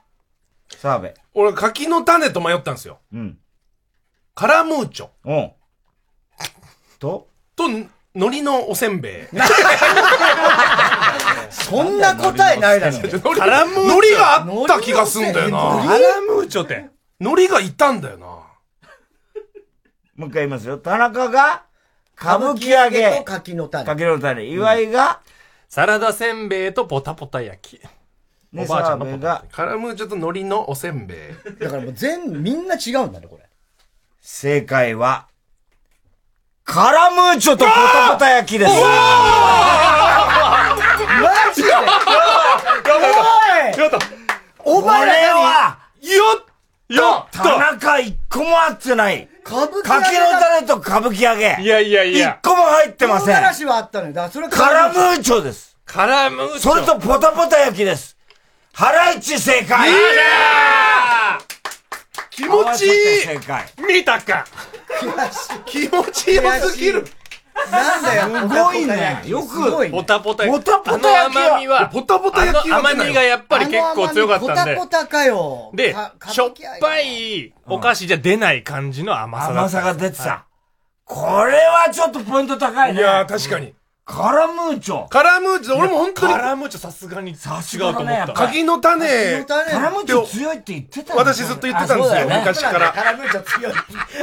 [SPEAKER 2] 澤部。
[SPEAKER 13] 俺、柿の種と迷ったんですよ。
[SPEAKER 2] うん。
[SPEAKER 13] カラムーチョ
[SPEAKER 2] うん。と
[SPEAKER 13] と、海苔のおせんべい。
[SPEAKER 1] そんな答えないだろ。
[SPEAKER 13] カラムー 海苔があった気がすんだよな。
[SPEAKER 6] アラムーチョって。
[SPEAKER 13] 海苔がいたんだよな。
[SPEAKER 2] もう一回言いますよ。田中が、歌舞伎揚
[SPEAKER 1] と
[SPEAKER 2] げ、
[SPEAKER 1] 柿の種。
[SPEAKER 2] 柿の種。岩井が、
[SPEAKER 6] サラダせんべいとポタポタ焼き。
[SPEAKER 2] ね、
[SPEAKER 6] おばあちゃんの
[SPEAKER 2] 澤部
[SPEAKER 6] ポ
[SPEAKER 2] が、
[SPEAKER 13] カラムーチョと海苔のおせんべい。
[SPEAKER 1] だからもう全、みんな違うんだね、これ。
[SPEAKER 2] 正解は、カラムーチョとポタポタ焼きです。
[SPEAKER 25] マジで
[SPEAKER 2] おいお前らは、よっと田中一個も合ってない。
[SPEAKER 1] 歌舞伎
[SPEAKER 2] かけのタレと歌舞伎揚げ。い
[SPEAKER 6] やいやい
[SPEAKER 2] や。一個も入ってません。
[SPEAKER 1] 話はあったのよ。だからそれ
[SPEAKER 2] カラムーチョです。
[SPEAKER 6] カラムー
[SPEAKER 2] チョ。それとポタポタ焼きです。ハライチ正解。い
[SPEAKER 6] 気持ちいい
[SPEAKER 2] 正解。
[SPEAKER 6] 見たか
[SPEAKER 13] 気持ちよすぎる
[SPEAKER 1] なんだよ
[SPEAKER 2] すごいねよく
[SPEAKER 6] ポタポタ
[SPEAKER 2] ポタ
[SPEAKER 6] ポタ焼きはあの甘みはポタポタ焼きはあの甘みがやっぱり結構強かったんで
[SPEAKER 1] ポタポタかよ。
[SPEAKER 6] で
[SPEAKER 1] か、
[SPEAKER 6] しょっぱいお菓子じゃ出ない感じの甘さだった。
[SPEAKER 2] 甘さが出て
[SPEAKER 6] は
[SPEAKER 2] た。これはちょっとポイント高いね。いや、
[SPEAKER 13] 確かに。
[SPEAKER 2] カラムーチョ。
[SPEAKER 13] カラムーチョ、俺も本当に。
[SPEAKER 6] カラムーチョさすがに違う
[SPEAKER 2] がだ
[SPEAKER 6] と
[SPEAKER 2] ね
[SPEAKER 6] 思
[SPEAKER 2] や
[SPEAKER 6] っ。
[SPEAKER 2] ったぱり柿
[SPEAKER 13] の種
[SPEAKER 2] カラムーチョ強いって言ってたよね
[SPEAKER 13] 私ずっと言ってたんですよ
[SPEAKER 2] あそうだね
[SPEAKER 13] 昔から
[SPEAKER 1] カラムーチョ強い。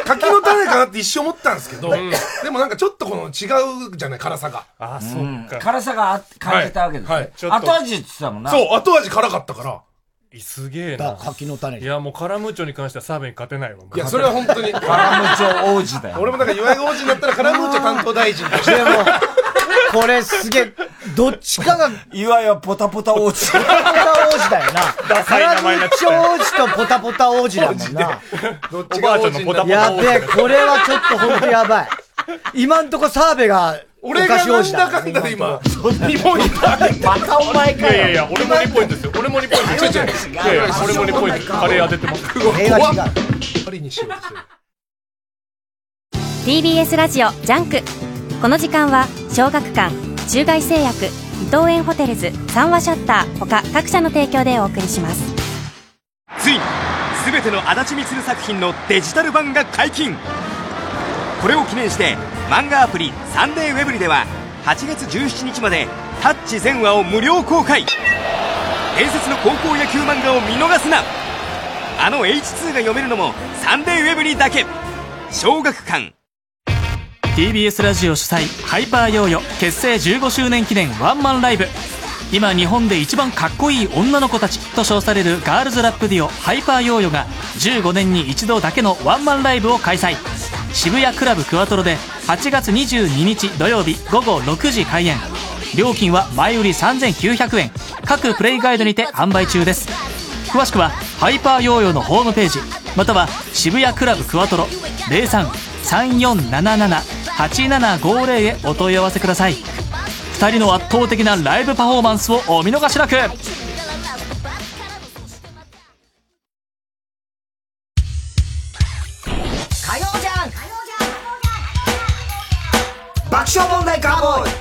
[SPEAKER 13] 柿の種かなって一瞬思ったんですけど、でもなんかちょっとこの違うじゃない、辛さが。
[SPEAKER 6] ああ、
[SPEAKER 13] そ
[SPEAKER 2] うん辛さがあ感じたわけですね
[SPEAKER 13] はい。
[SPEAKER 2] 後味って言ってたもんな。
[SPEAKER 13] そう、後味辛かったから。
[SPEAKER 6] すげえな。
[SPEAKER 1] 柿の種。
[SPEAKER 6] いや、もうカラムーチョに関しては澤部に勝てないわ。
[SPEAKER 13] いや、それは本当に。
[SPEAKER 6] カラムーチョ
[SPEAKER 2] 王子だよ。
[SPEAKER 13] 俺もなんか岩井が王子になったらカラムーチョ担当大臣として。
[SPEAKER 1] これすげえ、どっちかが、
[SPEAKER 2] いわゆるポタポタ王子。
[SPEAKER 1] ポタポタ王子だよな。
[SPEAKER 13] ダ
[SPEAKER 1] カ
[SPEAKER 13] サい名
[SPEAKER 1] ラム
[SPEAKER 13] 前にな
[SPEAKER 1] ー
[SPEAKER 13] っち
[SPEAKER 1] チ
[SPEAKER 13] ゃ
[SPEAKER 1] ョ王子とポタポタ王子だもんな。
[SPEAKER 13] どっ
[SPEAKER 6] ちが王子になった
[SPEAKER 1] やべえ、これはちょっとほんとやばい。今んとこ澤部が、お
[SPEAKER 13] 俺
[SPEAKER 1] 菓
[SPEAKER 13] が
[SPEAKER 1] 子王
[SPEAKER 13] な
[SPEAKER 1] 子
[SPEAKER 13] んだ
[SPEAKER 1] だ。
[SPEAKER 13] かんだで今、
[SPEAKER 6] 2ポイント
[SPEAKER 2] またお前
[SPEAKER 6] いやいやいや、俺も2ポイントですよ。俺も2ポイント。違う違う。いやいや、俺も2ポイント。カレー当ててます。
[SPEAKER 13] 怖っ
[SPEAKER 6] リにしよう
[SPEAKER 12] TBS ラジオジャンクこの時間は小学館中外製薬伊藤園ホテルズ三和シャッター他各社の提供でお送りします
[SPEAKER 26] ついに全ての足立光作品のデジタル版が解禁これを記念して漫画アプリ「サンデーウェブリ」では8月17日まで「タッチ全話」を無料公開伝説の高校野球漫画を見逃すなあの H2 が読めるのも「サンデーウェブリ」だけ小学館
[SPEAKER 10] TBS ラジオ主催ハイパーヨーヨー結成15周年記念ワンマンライブ今日本で一番かっこいい女の子たちと称されるガールズラップデュオハイパーヨーヨーが15年に一度だけのワンマンライブを開催渋谷クラブクワトロで8月22日土曜日午後6時開演料金は前売り3900円各プレイガイドにて販売中です詳しくはハイパーヨーヨーのホームページまたは渋谷クラブクワトロ0334778750へお問い合わせください2人の圧倒的なライブパフォーマンスをお見逃しなく
[SPEAKER 27] 火曜じゃん
[SPEAKER 25] 爆笑問題カーボーイ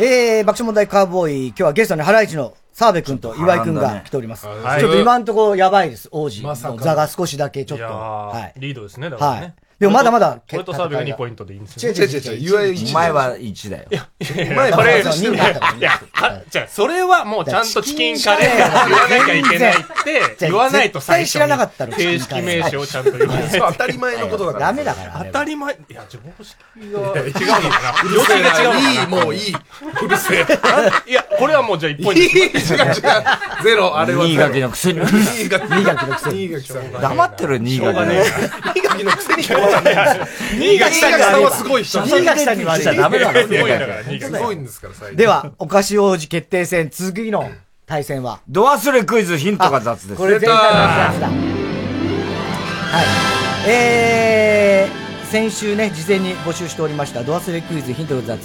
[SPEAKER 1] えー、爆笑問題カーボーイ、今日はゲストにハライチの澤部君と岩井君が来ております。
[SPEAKER 6] ち
[SPEAKER 1] ち
[SPEAKER 6] ょ
[SPEAKER 1] ょ
[SPEAKER 6] っと
[SPEAKER 1] っ
[SPEAKER 6] 波乱だね
[SPEAKER 1] と今んとこやばいです、王子の
[SPEAKER 6] さか
[SPEAKER 1] 座が少しだけちょっ
[SPEAKER 6] いや
[SPEAKER 1] と。
[SPEAKER 6] ーリードですね、だからね。
[SPEAKER 1] はい。でもまだまだ、
[SPEAKER 6] 俺と澤部が2ポイントでいいんです
[SPEAKER 1] 違
[SPEAKER 6] よ。
[SPEAKER 1] う違う違う違う岩井一だよお前は
[SPEAKER 2] 1だよ。
[SPEAKER 6] いや、いや
[SPEAKER 1] お前
[SPEAKER 6] これ、い
[SPEAKER 1] バカだ
[SPEAKER 6] や、
[SPEAKER 1] よ
[SPEAKER 6] いやはじゃあそれはもうちゃんとチキンカレーって言わなきゃいけないって、言わないと最初に。
[SPEAKER 1] 絶対知らなかったろ
[SPEAKER 6] 正式名称をちゃんと言わないと。
[SPEAKER 13] そう当たり前のことだから
[SPEAKER 1] ダメだから。
[SPEAKER 6] 当たり前、いや、常識が。
[SPEAKER 13] いや
[SPEAKER 6] 違うの
[SPEAKER 13] う
[SPEAKER 6] かな。
[SPEAKER 13] る
[SPEAKER 6] 常
[SPEAKER 13] せえ
[SPEAKER 6] 識が違うのかな。
[SPEAKER 13] いいもういいう
[SPEAKER 6] るせえ。いや、これはもうじゃあ1ポイント。
[SPEAKER 13] いい違う違うゼロ、あれはゼロ。
[SPEAKER 2] 新垣のくせに。
[SPEAKER 13] 新垣のくせに。
[SPEAKER 2] 黙ってる新垣の。
[SPEAKER 13] 新垣のくせにってことじゃないんですよ。新垣さんはすごい人。
[SPEAKER 1] 新垣さんにはじゃダメだろ
[SPEAKER 13] すごいんだから
[SPEAKER 1] 新垣さん
[SPEAKER 13] すごいんですから、最近
[SPEAKER 1] で、は、お菓子王子決定戦、次の対戦は。
[SPEAKER 2] ド忘れクイズヒントが雑です。
[SPEAKER 1] これ前回のやつだ。はい。えー、先週ね、事前に募集しておりました、ドアスレクイズヒントの雑、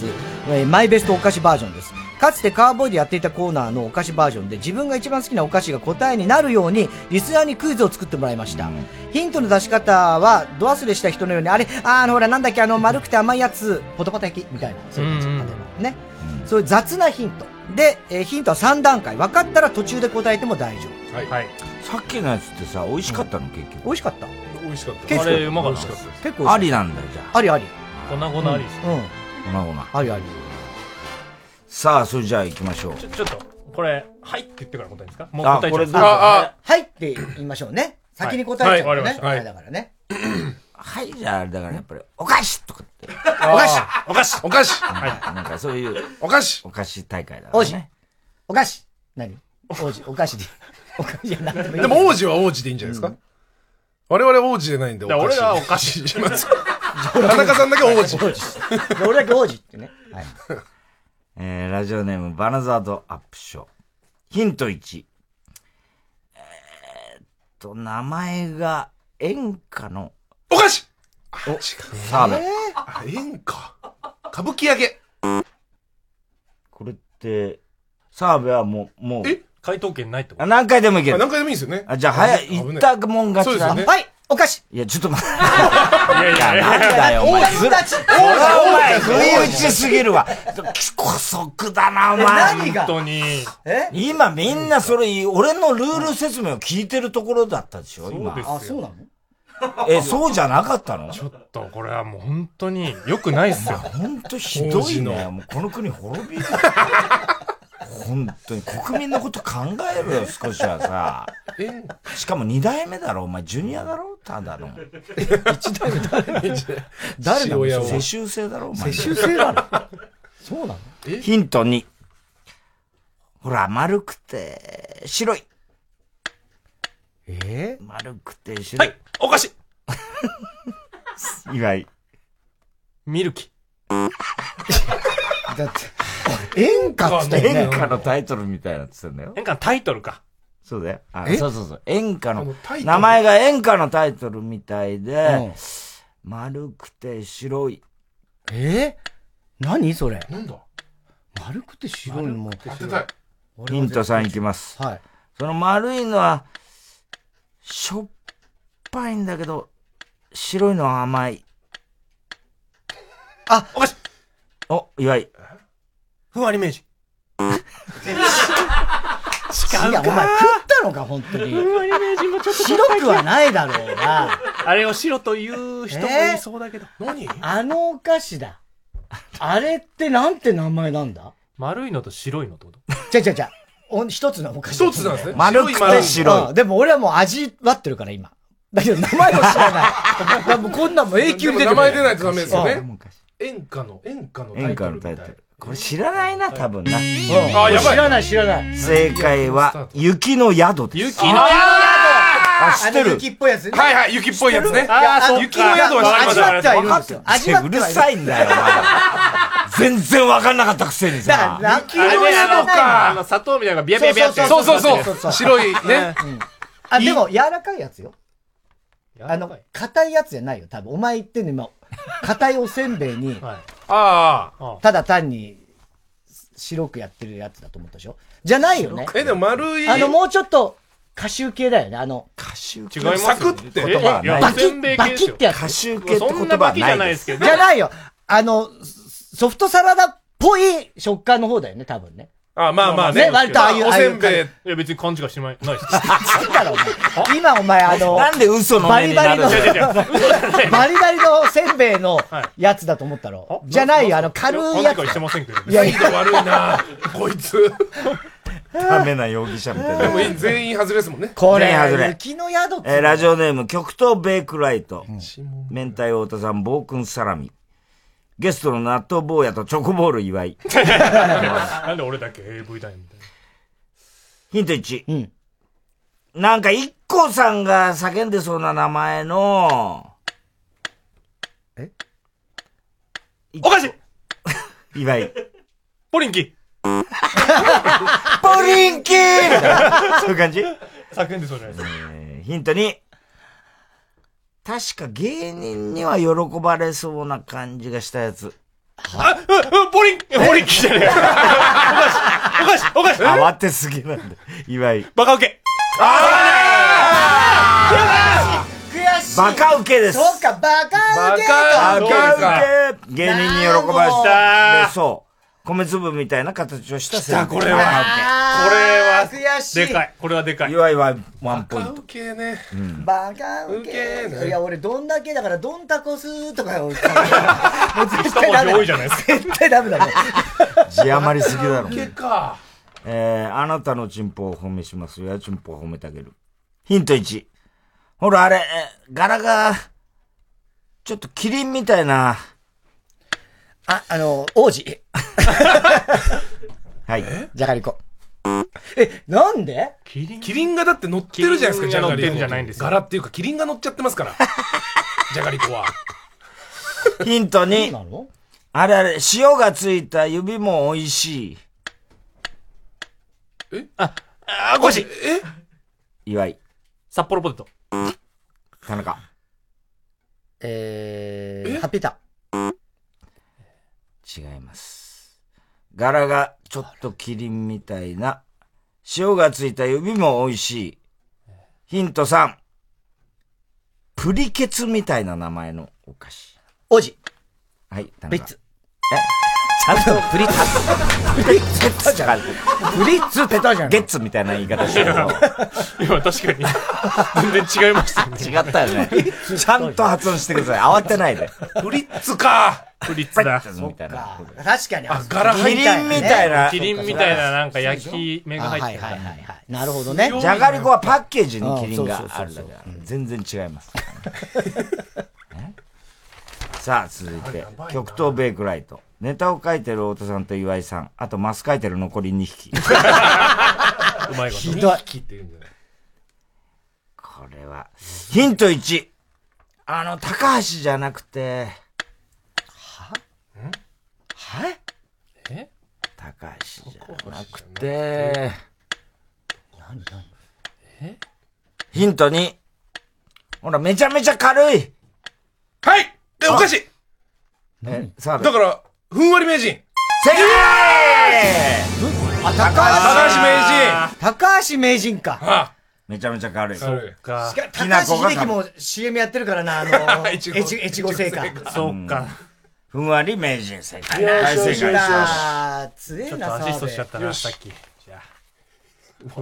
[SPEAKER 1] えーマイベストお菓子バージョンです。かつてカーボーイでやっていたコーナーのお菓子バージョンで、自分が一番好きなお菓子が答えになるように、リスナーにクイズを作ってもらいました。ヒントの出し方は、ドアスレした人のように、あれ、あーあの、ほら、なんだっけ、あの、丸くて甘いやつ、ポタポタ焼きみたいな。そういう感じ例えばね。そういう雑なヒント。で、えーヒントは3段階。分かったら途中で答えても大丈夫。
[SPEAKER 6] はい。
[SPEAKER 2] さっきのやつってさ、美味しかったの結局。
[SPEAKER 1] 美味しかった。
[SPEAKER 6] 美味しかっ
[SPEAKER 2] 結構
[SPEAKER 6] あれ、うまかっ
[SPEAKER 2] 美味
[SPEAKER 6] た
[SPEAKER 2] しか
[SPEAKER 6] で
[SPEAKER 2] っ
[SPEAKER 6] す。
[SPEAKER 2] た
[SPEAKER 1] 結構美味しかった
[SPEAKER 2] ありなんだよじゃ
[SPEAKER 1] ありあり。
[SPEAKER 6] 粉々ありです。
[SPEAKER 1] うん。
[SPEAKER 2] あ。ごめんごめん
[SPEAKER 1] ありあり。
[SPEAKER 2] さあ、それじゃあ行きましょう。
[SPEAKER 6] ちょっと、これ、はいって言ってから答えですかもう
[SPEAKER 2] あ
[SPEAKER 6] 答えち
[SPEAKER 2] こ
[SPEAKER 6] ゃ
[SPEAKER 2] れ
[SPEAKER 6] う
[SPEAKER 2] どうぞあ
[SPEAKER 1] はいって言いましょうね。先に答えちゃうからね。
[SPEAKER 2] はい
[SPEAKER 1] はいだからね。
[SPEAKER 2] はい、じゃああれだからやっぱり、お菓子とかって。お
[SPEAKER 1] 菓子
[SPEAKER 6] お菓子
[SPEAKER 13] お菓子
[SPEAKER 2] はい。なんかそういう。
[SPEAKER 13] お菓子
[SPEAKER 2] お菓子大会だから
[SPEAKER 1] 王子
[SPEAKER 2] ね。。
[SPEAKER 1] お菓子。何王子、お菓子で。お菓子じゃなくていい。
[SPEAKER 13] でも王子は王子でいいんじゃないですか我々王子じゃないんで、
[SPEAKER 6] だから俺らはお
[SPEAKER 13] 菓子します。田中さんだけ 王子。
[SPEAKER 1] 俺だけ王子ってね。、
[SPEAKER 2] えー、ラジオネーム、バナザードアップショー。ヒント1。えー、っと、名前が演歌の。
[SPEAKER 13] お菓子
[SPEAKER 2] お、違う。澤部。
[SPEAKER 13] あ、演歌。歌舞伎揚げ。
[SPEAKER 2] これって、澤部はもう、もう。え
[SPEAKER 6] 回答権ないって
[SPEAKER 2] あ、何回でもいける。
[SPEAKER 13] あ何回でもいいんですよね
[SPEAKER 2] あ、じゃあ、早い、
[SPEAKER 13] 危ない
[SPEAKER 2] 言ったもん勝ちだ
[SPEAKER 13] そうですよねはい
[SPEAKER 1] お菓子。
[SPEAKER 2] いや、ちょっと待って。
[SPEAKER 13] いやい
[SPEAKER 2] やなんだよ、お前。ずる
[SPEAKER 1] たち
[SPEAKER 2] お前、不意打ちすぎるわ。古速だな、お前。
[SPEAKER 1] 何が
[SPEAKER 2] 本当に。今みんなそれ、俺のルール説明を聞いてるところだったでしょ、今。
[SPEAKER 1] あ、そうなの
[SPEAKER 2] え、そうじゃなかったのちょっ
[SPEAKER 6] と、これはもう本当に良くないっすよ。
[SPEAKER 2] 本当ひどいね。もうこの国滅びる。本当に国民のこと考えろよ、少しはさ。 しかも二代目だろ、お前、ジュニアだろ、ただの。一代目誰
[SPEAKER 1] 誰なの
[SPEAKER 2] の世襲制だろ、お前。
[SPEAKER 1] 世襲制なのそうなの
[SPEAKER 2] ヒント2。ほら、丸くて、白い。
[SPEAKER 1] え
[SPEAKER 2] 丸くて白い。はい、
[SPEAKER 6] お菓子
[SPEAKER 2] 岩井。
[SPEAKER 6] ミルキ。
[SPEAKER 1] だって、 演歌っつったよね
[SPEAKER 2] 演歌のタイトルみたいなっつってんだよ。
[SPEAKER 6] 演歌のタイトルか。
[SPEAKER 2] そうだよ。あ
[SPEAKER 6] え
[SPEAKER 2] そうそうそう。演歌の
[SPEAKER 6] タイト、ル
[SPEAKER 2] 名前が演歌のタイトルみたいで、丸くて白い。
[SPEAKER 1] え何それ
[SPEAKER 13] なんだ
[SPEAKER 1] 丸くて白いのも。当てたい。
[SPEAKER 2] ヒントさんいきます。
[SPEAKER 1] はい。
[SPEAKER 2] その丸いのは、しょっぱいんだけど、白いのは甘い。
[SPEAKER 1] あ、
[SPEAKER 2] おかしいお、岩井。
[SPEAKER 6] ふわり名人。
[SPEAKER 1] いや、お前食ったのか、本当に。
[SPEAKER 6] ふわり名人もちょっと
[SPEAKER 1] 白くはないだろうな。
[SPEAKER 6] あれを白という人もいそうだけど。何
[SPEAKER 1] あのお菓子だ。あれってなんて名前なんだ
[SPEAKER 6] 丸いのと白いのってこと
[SPEAKER 1] じゃじゃじゃ。お一つのお菓子だ。
[SPEAKER 6] 一つなんですね
[SPEAKER 1] 丸
[SPEAKER 6] 白い丸い
[SPEAKER 1] うんでも俺はもう味わってるから、今。だけど名前を知らない。だからもうこんなんも永久に出て
[SPEAKER 13] 名前出ないとダメですよ
[SPEAKER 1] うん
[SPEAKER 13] ね。演歌の、演歌のタ
[SPEAKER 2] 演
[SPEAKER 13] イト
[SPEAKER 2] 歌
[SPEAKER 13] ル
[SPEAKER 2] の。タイトル。これ知らないな、多分な。
[SPEAKER 13] あやばい知ら
[SPEAKER 1] ない、知らない。
[SPEAKER 2] 正解は、雪の宿です。雪
[SPEAKER 1] の宿
[SPEAKER 2] あ、知って
[SPEAKER 1] あの
[SPEAKER 2] る。
[SPEAKER 1] 雪っぽいやつね。
[SPEAKER 2] はいはい雪っぽいやつね
[SPEAKER 1] 知ってるいや
[SPEAKER 2] あー
[SPEAKER 1] あの
[SPEAKER 2] 雪の宿は知ってる
[SPEAKER 1] 味わってはいるんですよ。味わっ
[SPEAKER 2] う
[SPEAKER 1] て
[SPEAKER 2] る
[SPEAKER 1] はいる。
[SPEAKER 2] さいんだよ、お前。全然わかんなかったくせにさ。
[SPEAKER 1] だ
[SPEAKER 6] あれね、あの、あの砂糖みたいなのがビヤビヤビヤって。
[SPEAKER 2] そうそうそうそう白い
[SPEAKER 1] ね。うんあ、でも、柔らかいやつよ。あの、硬いやつじゃないよ、多分。お前言ってんの今、硬いおせんべ いに、
[SPEAKER 13] ああ。
[SPEAKER 1] ただ単に、白くやってるやつだと思ったでしょじゃないよね。
[SPEAKER 13] え、でも丸い。
[SPEAKER 1] あの、もうちょっと、歌集系だよね、あの。
[SPEAKER 2] 歌集
[SPEAKER 13] 系違いますよねサクッて
[SPEAKER 1] 言葉は
[SPEAKER 13] えいや
[SPEAKER 1] バキ
[SPEAKER 13] おせんべ
[SPEAKER 1] ッ、
[SPEAKER 13] い系
[SPEAKER 1] バ
[SPEAKER 13] です
[SPEAKER 1] キ
[SPEAKER 13] よ
[SPEAKER 1] ッってやつ。
[SPEAKER 2] 歌集
[SPEAKER 13] 系って言葉はないですそんなバキじゃないですけど
[SPEAKER 1] じゃないよ。あの、ソフトサラダっぽい食感の方だよね、多分ね。
[SPEAKER 6] あ、
[SPEAKER 1] まあまあねね割とああいう
[SPEAKER 6] おせん
[SPEAKER 1] ああい
[SPEAKER 6] べ
[SPEAKER 1] う
[SPEAKER 6] い。いや、別に勘違いしてない です。
[SPEAKER 1] 今お前あの、
[SPEAKER 6] なんで嘘の
[SPEAKER 1] バ
[SPEAKER 6] 目
[SPEAKER 1] リ
[SPEAKER 6] に
[SPEAKER 1] バ
[SPEAKER 6] な
[SPEAKER 1] リ
[SPEAKER 6] る
[SPEAKER 1] の、
[SPEAKER 6] 違う違う違う
[SPEAKER 1] バリバリのせんべいのやつだと思ったろ。じゃないよ、あの軽いやつ
[SPEAKER 6] 勘違いしてませんけど。
[SPEAKER 1] いやいや
[SPEAKER 13] 態度悪いな、こいつ。
[SPEAKER 2] ダメな容疑者みたいな。
[SPEAKER 13] でもいい全員外れですもんね。
[SPEAKER 2] これ全員外れ
[SPEAKER 1] 雪の宿って
[SPEAKER 2] えーラジオネーム、極東ベイクライト。明太太田さん、暴君サラミ。ゲストの納豆坊やとチョコボール祝い。
[SPEAKER 6] なんで俺だけ AV だよみたい
[SPEAKER 2] ヒント1。なんか、一個さんが叫んでそうな名前の、えお
[SPEAKER 6] かしい
[SPEAKER 2] 祝 い。
[SPEAKER 6] ポリンキ
[SPEAKER 2] ポリンキーみたいな そういう感じ
[SPEAKER 6] 叫んでそうじゃないですか。
[SPEAKER 2] ヒント2。確か芸人には喜ばれそうな感じがしたやつ。
[SPEAKER 6] あ、うん、うん、ポリン、ポリンキじゃねえ。おかしい、おかしい、おかしい。
[SPEAKER 2] 慌てすぎなんだ。祝い。
[SPEAKER 6] バカウケ。
[SPEAKER 1] 悔しい
[SPEAKER 2] バカウケです
[SPEAKER 1] そうか、バカウケ
[SPEAKER 2] バカウケ芸人に喜ばし
[SPEAKER 1] なるほど
[SPEAKER 2] た。でそう。米粒みたいな形をしたせんべい。これ
[SPEAKER 6] は
[SPEAKER 1] これは、悔しい。
[SPEAKER 6] でかい。これはでかい。
[SPEAKER 2] 祝いはワンポイント。
[SPEAKER 13] 系ね。
[SPEAKER 2] うん
[SPEAKER 1] バカウケ
[SPEAKER 2] ウケね
[SPEAKER 1] いや、俺、どんだけだから、どんたこすーとか、俺、
[SPEAKER 6] 一文字多いじゃないですか。
[SPEAKER 1] 絶対ダメだね。
[SPEAKER 2] 字余りすぎだろ。
[SPEAKER 13] 結果。
[SPEAKER 2] えー、あなたのチンポを褒めしますよ。やチンポを褒めてあげる。ヒント1。ほら、あれ、えー柄が、ちょっとキリンみたいな。
[SPEAKER 1] あ、あの、王子。
[SPEAKER 2] はい。
[SPEAKER 1] じゃがりこ。え、なんで
[SPEAKER 13] キリンがだって乗ってるじゃないですか、
[SPEAKER 6] キリンが乗ってるん
[SPEAKER 13] じ
[SPEAKER 6] じ
[SPEAKER 13] ゃ
[SPEAKER 6] ゃ
[SPEAKER 13] が
[SPEAKER 6] ない
[SPEAKER 13] り
[SPEAKER 6] んですよ
[SPEAKER 13] 柄っていうか、キリンが乗っちゃってますから。じゃがりこは。
[SPEAKER 2] ヒント2。あれあれ、塩がついた指も美味しい。
[SPEAKER 6] えあ、あ、ごし
[SPEAKER 13] え
[SPEAKER 2] 岩井。
[SPEAKER 6] 札幌ポテト。
[SPEAKER 2] 田中。
[SPEAKER 1] えー、ハッピータ
[SPEAKER 2] 違います。柄がちょっとキリンみたいな。塩がついた指も美味しい。ヒント3。プリケツみたいな名前のお菓子。
[SPEAKER 1] おじ。
[SPEAKER 2] はい、田中。
[SPEAKER 1] プリッツ。
[SPEAKER 2] えちゃんとプリッツ。プリッツって言った
[SPEAKER 1] プリッツって言ったじゃん。
[SPEAKER 2] ゲッツみたいな言い方してる
[SPEAKER 6] 今確かに。全然違いましたね。
[SPEAKER 2] 違ったよね。ちゃんと発音してください。慌てないで。
[SPEAKER 13] プリッツか
[SPEAKER 6] プリッツだ。
[SPEAKER 2] みたいな。
[SPEAKER 1] ー。確かに。あ、
[SPEAKER 6] 柄入ったよねキリンみたいなキリンみたいななんか焼き目が入ってる
[SPEAKER 1] る。はいはいはいはい。なるほどね。
[SPEAKER 2] じゃがりこはパッケージにキリンがあ
[SPEAKER 1] あ
[SPEAKER 2] る
[SPEAKER 1] そうそ
[SPEAKER 2] だ
[SPEAKER 1] う
[SPEAKER 2] から。全然違います。 さあ、続いて、極東ベイクライト。ネタを書いてる太田さんと岩井さん、あとマス書いてる残り2匹。
[SPEAKER 6] うまいこと。
[SPEAKER 2] ひどいこれは、ヒント1。あの、高橋じゃなくて、はん
[SPEAKER 6] え
[SPEAKER 2] 高橋じゃなくて、
[SPEAKER 1] 何何
[SPEAKER 6] え
[SPEAKER 2] ヒント2。ほら、めちゃめちゃ軽い。
[SPEAKER 13] はいえ、お菓子
[SPEAKER 2] え、さあ、
[SPEAKER 13] だから、ふんわり名人。
[SPEAKER 2] 正解
[SPEAKER 1] あ、高橋。高橋名人か。
[SPEAKER 2] めちゃめちゃ軽い。
[SPEAKER 6] そうか。
[SPEAKER 1] 高橋秀樹も CM やってるからな、あの、越後越後製菓。
[SPEAKER 6] そうか。
[SPEAKER 2] ふんわり名人正解。
[SPEAKER 1] よし
[SPEAKER 2] 大
[SPEAKER 1] よ
[SPEAKER 2] 正
[SPEAKER 1] しよしよし
[SPEAKER 2] 解。
[SPEAKER 1] 強え
[SPEAKER 6] ちょっ
[SPEAKER 1] な
[SPEAKER 6] とアシストしちゃったな、
[SPEAKER 1] 澤
[SPEAKER 6] さ
[SPEAKER 1] 部
[SPEAKER 6] っき。じゃ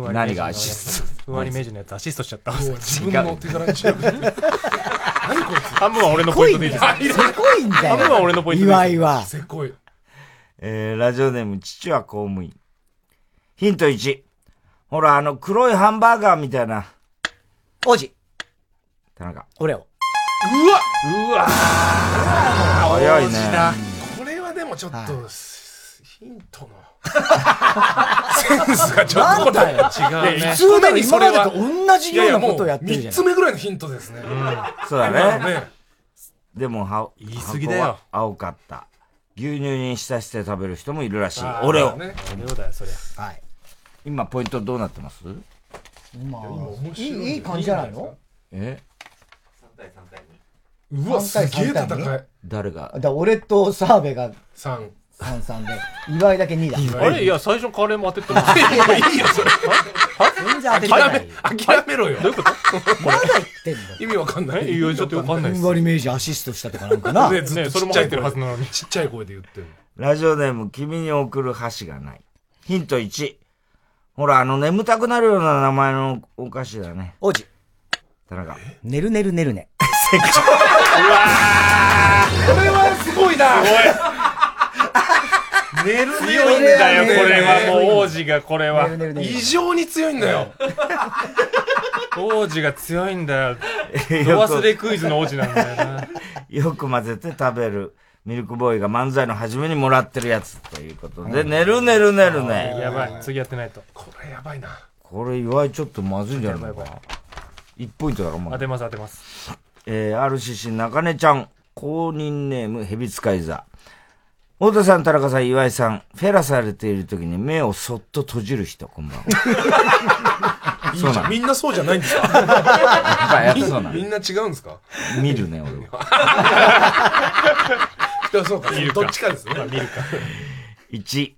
[SPEAKER 6] あ
[SPEAKER 2] 何がアシス
[SPEAKER 6] ふんわり名人のやつアシストしちゃった。
[SPEAKER 13] 自分の手柄にしよう。
[SPEAKER 6] 半分は俺のポイントでいいですか
[SPEAKER 1] せこいんだ
[SPEAKER 6] 半
[SPEAKER 1] よ
[SPEAKER 6] 分は俺のポイントでいいですか
[SPEAKER 1] 岩井は
[SPEAKER 13] せこい。
[SPEAKER 2] えー、ラジオネーム、父は公務員。ヒント1。ほら、あの、黒いハンバーガーみたいな。
[SPEAKER 1] おじ。
[SPEAKER 2] 田中。
[SPEAKER 1] オレオ。
[SPEAKER 13] うわうわ
[SPEAKER 2] 早いね。
[SPEAKER 13] これはでもちょっと、ヒントの。センスがちょっとこれ
[SPEAKER 1] なんだよ
[SPEAKER 13] いや
[SPEAKER 1] 普通だ
[SPEAKER 13] 一個目
[SPEAKER 1] ろ
[SPEAKER 13] にそれは
[SPEAKER 1] 今までと同じようなことをやってるじゃん
[SPEAKER 13] いやいやもう三つ目ぐらいのヒントですね。
[SPEAKER 2] そうだね。でも、は、言い
[SPEAKER 13] 過ぎだよ
[SPEAKER 2] 青かった。牛乳に浸して食べる人もいるらしい
[SPEAKER 6] あ。ー
[SPEAKER 2] オレオ。
[SPEAKER 6] ねオレオだよ、そりゃ。
[SPEAKER 1] はい。
[SPEAKER 2] 今、ポイントどうなってます
[SPEAKER 1] まあ、 い
[SPEAKER 13] 白いんじゃない
[SPEAKER 1] いいい感じじゃないの
[SPEAKER 2] え
[SPEAKER 13] うわ、すげえ戦
[SPEAKER 1] 三対三
[SPEAKER 13] い。
[SPEAKER 2] 誰が
[SPEAKER 1] だから俺と澤部が
[SPEAKER 13] 3。
[SPEAKER 1] 三三で、岩井だけ2だ。
[SPEAKER 6] あれいや、最初カレーも当ててもらって。
[SPEAKER 13] いいよ、それ。
[SPEAKER 1] 全然当ててない。
[SPEAKER 13] 諦めろよ。どういうこと
[SPEAKER 1] まだ言ってんの
[SPEAKER 13] 意味わかんない。
[SPEAKER 6] えいやちょっとわかんないっす
[SPEAKER 1] ふんわり明治アシストしたとかなんかな。
[SPEAKER 13] ね、ずっとちっちゃい声でちっちゃい声で言ってる
[SPEAKER 2] ラジオネーム、君に送る箸がない。ヒント1。ほら、あの、眠たくなるような名前のお菓子だね。
[SPEAKER 1] おじ。
[SPEAKER 2] 田中。
[SPEAKER 1] ねるねるねるね。
[SPEAKER 13] これはすごいな。
[SPEAKER 6] 寝る強いんだよ、これは。もう王子が、これは。
[SPEAKER 13] 異常に強いんだよ。
[SPEAKER 6] 王子が強いん だよ。ド忘れクイズの王子なんだよな。
[SPEAKER 2] よく混ぜて食べる。ミルクボーイが漫才の初めにもらってるやつということで、寝る寝る寝るね。
[SPEAKER 6] やばい、次やってないと。
[SPEAKER 13] これやばいな。
[SPEAKER 2] これ岩井ちょっとまずいんじゃないのかな。1ポイントだろ、ま
[SPEAKER 6] 当
[SPEAKER 2] だ。
[SPEAKER 6] てます、当てます。
[SPEAKER 2] えー、RCC 中根ちゃん、公認ネーム、ヘビ使い座。太田さん、田中さん、岩井さん、フェラされている時に目をそっと閉じる人、こんばんは。
[SPEAKER 13] いいじ
[SPEAKER 2] そうな
[SPEAKER 13] ゃ
[SPEAKER 2] の
[SPEAKER 13] ん。みんなそうじゃないんですか
[SPEAKER 2] やっぱ
[SPEAKER 13] みん
[SPEAKER 2] そうなの
[SPEAKER 13] みんな違うんですか
[SPEAKER 2] 見るね、俺は。
[SPEAKER 13] 人そうか。
[SPEAKER 6] 見るか
[SPEAKER 13] どっちかです ね。
[SPEAKER 6] 見るか。
[SPEAKER 2] 1。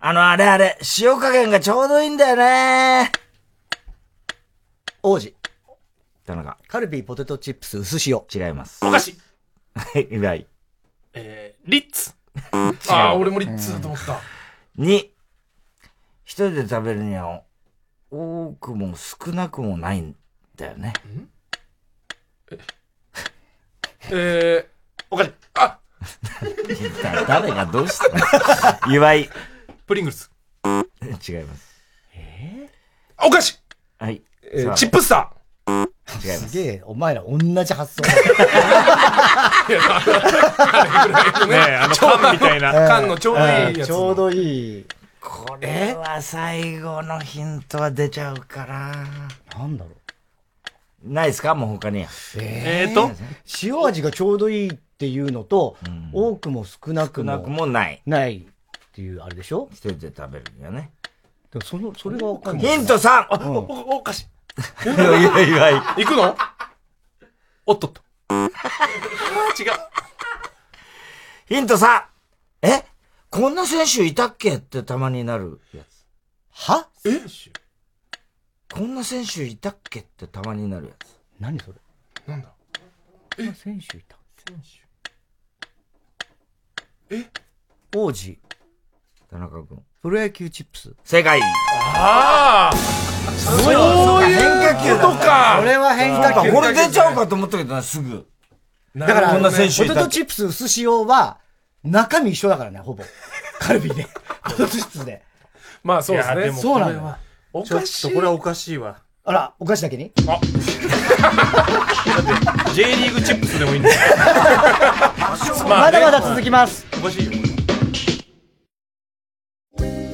[SPEAKER 2] あの、あれあれ、塩加減がちょうどいいんだよね。
[SPEAKER 1] 王子。
[SPEAKER 2] 田中。
[SPEAKER 1] カルビーポテトチップス薄塩。
[SPEAKER 2] 違います。
[SPEAKER 6] お菓子
[SPEAKER 2] はい、 岩井。
[SPEAKER 6] えー、リッツ
[SPEAKER 13] ああ、俺もリッツだと思った。
[SPEAKER 2] 2。一人で食べるには、多くも少なくもないんだよね。
[SPEAKER 6] えー、お菓子あ
[SPEAKER 2] だ 誰がどうしたの岩井。
[SPEAKER 6] プリングルス。
[SPEAKER 2] 違います。
[SPEAKER 13] お菓子
[SPEAKER 2] はい。
[SPEAKER 13] え
[SPEAKER 2] さ
[SPEAKER 13] ー
[SPEAKER 2] あ
[SPEAKER 13] チップスタ
[SPEAKER 2] 違います
[SPEAKER 1] げえ、お前ら同じ発想だ。
[SPEAKER 13] ー
[SPEAKER 6] ねえあの缶みたいな
[SPEAKER 13] 缶のちょうどいいやつ。
[SPEAKER 1] ちょうどいい。
[SPEAKER 2] これは最後のヒントは出ちゃうから。
[SPEAKER 1] なんだろう。
[SPEAKER 2] ないですかもう他に。
[SPEAKER 1] えーと。塩味がちょうどいいっていうのと、多くも少なくも。
[SPEAKER 2] 少なくもない。
[SPEAKER 1] ないっていう、あれでしょ
[SPEAKER 2] 一人で食べるんだよね。
[SPEAKER 1] でもその、それがわかんない。
[SPEAKER 2] ヒント 3! あ、
[SPEAKER 1] うん
[SPEAKER 2] お、
[SPEAKER 6] お、おかしい。
[SPEAKER 2] いやいやいやいや。
[SPEAKER 6] 行くのおっとっと。違う。
[SPEAKER 2] ヒント 3! えこんな選手いたっけってたまになるやつ。
[SPEAKER 1] は
[SPEAKER 2] えこんな選手いたっけってたまになるやつ。
[SPEAKER 1] 何それ
[SPEAKER 2] なんだ
[SPEAKER 1] え選手いた。
[SPEAKER 6] 選手。
[SPEAKER 1] 王子。
[SPEAKER 2] 田中君。
[SPEAKER 1] プロ野球チップス。
[SPEAKER 2] 正解
[SPEAKER 6] ああ
[SPEAKER 2] そういう
[SPEAKER 6] ことか
[SPEAKER 1] それは変化球。
[SPEAKER 2] これ出ちゃうかと思ったけどな、すぐ。
[SPEAKER 1] だから、
[SPEAKER 2] こんな選手い
[SPEAKER 1] ポ
[SPEAKER 2] た
[SPEAKER 1] テトチップス薄塩は、中身一緒だからね、ほぼ。カルビで。ポテトチップスで。
[SPEAKER 6] まあそうです
[SPEAKER 1] いや
[SPEAKER 6] ね。
[SPEAKER 1] でもそうなんだよ
[SPEAKER 6] これはおかしい。これはおかしいわ。
[SPEAKER 1] あら、お菓子だけに
[SPEAKER 6] あ J リーグチップスでもいいんだよ。
[SPEAKER 1] まだまだ続きます。
[SPEAKER 6] おかしいよ。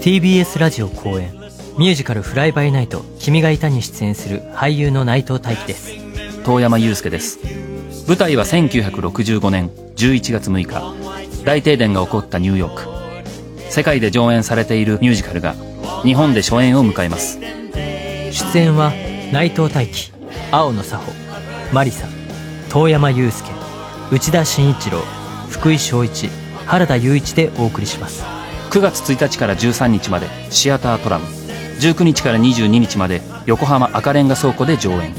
[SPEAKER 8] TBS ラジオ公演ミュージカル「フライバイナイト君がいた」に出演する俳優の内藤大輝です
[SPEAKER 28] 遠山祐介です舞台は1965年11月6日大停電が起こったニューヨーク世界で上演されているミュージカルが日本で初演を迎えます
[SPEAKER 8] 出演は内藤大輝青野佐穂マリさん遠山雄介内田真一郎福井翔一原田雄一でお送りします
[SPEAKER 28] 9月1日から13日までシアタートラム19日から22日まで横浜赤レンガ倉庫で上演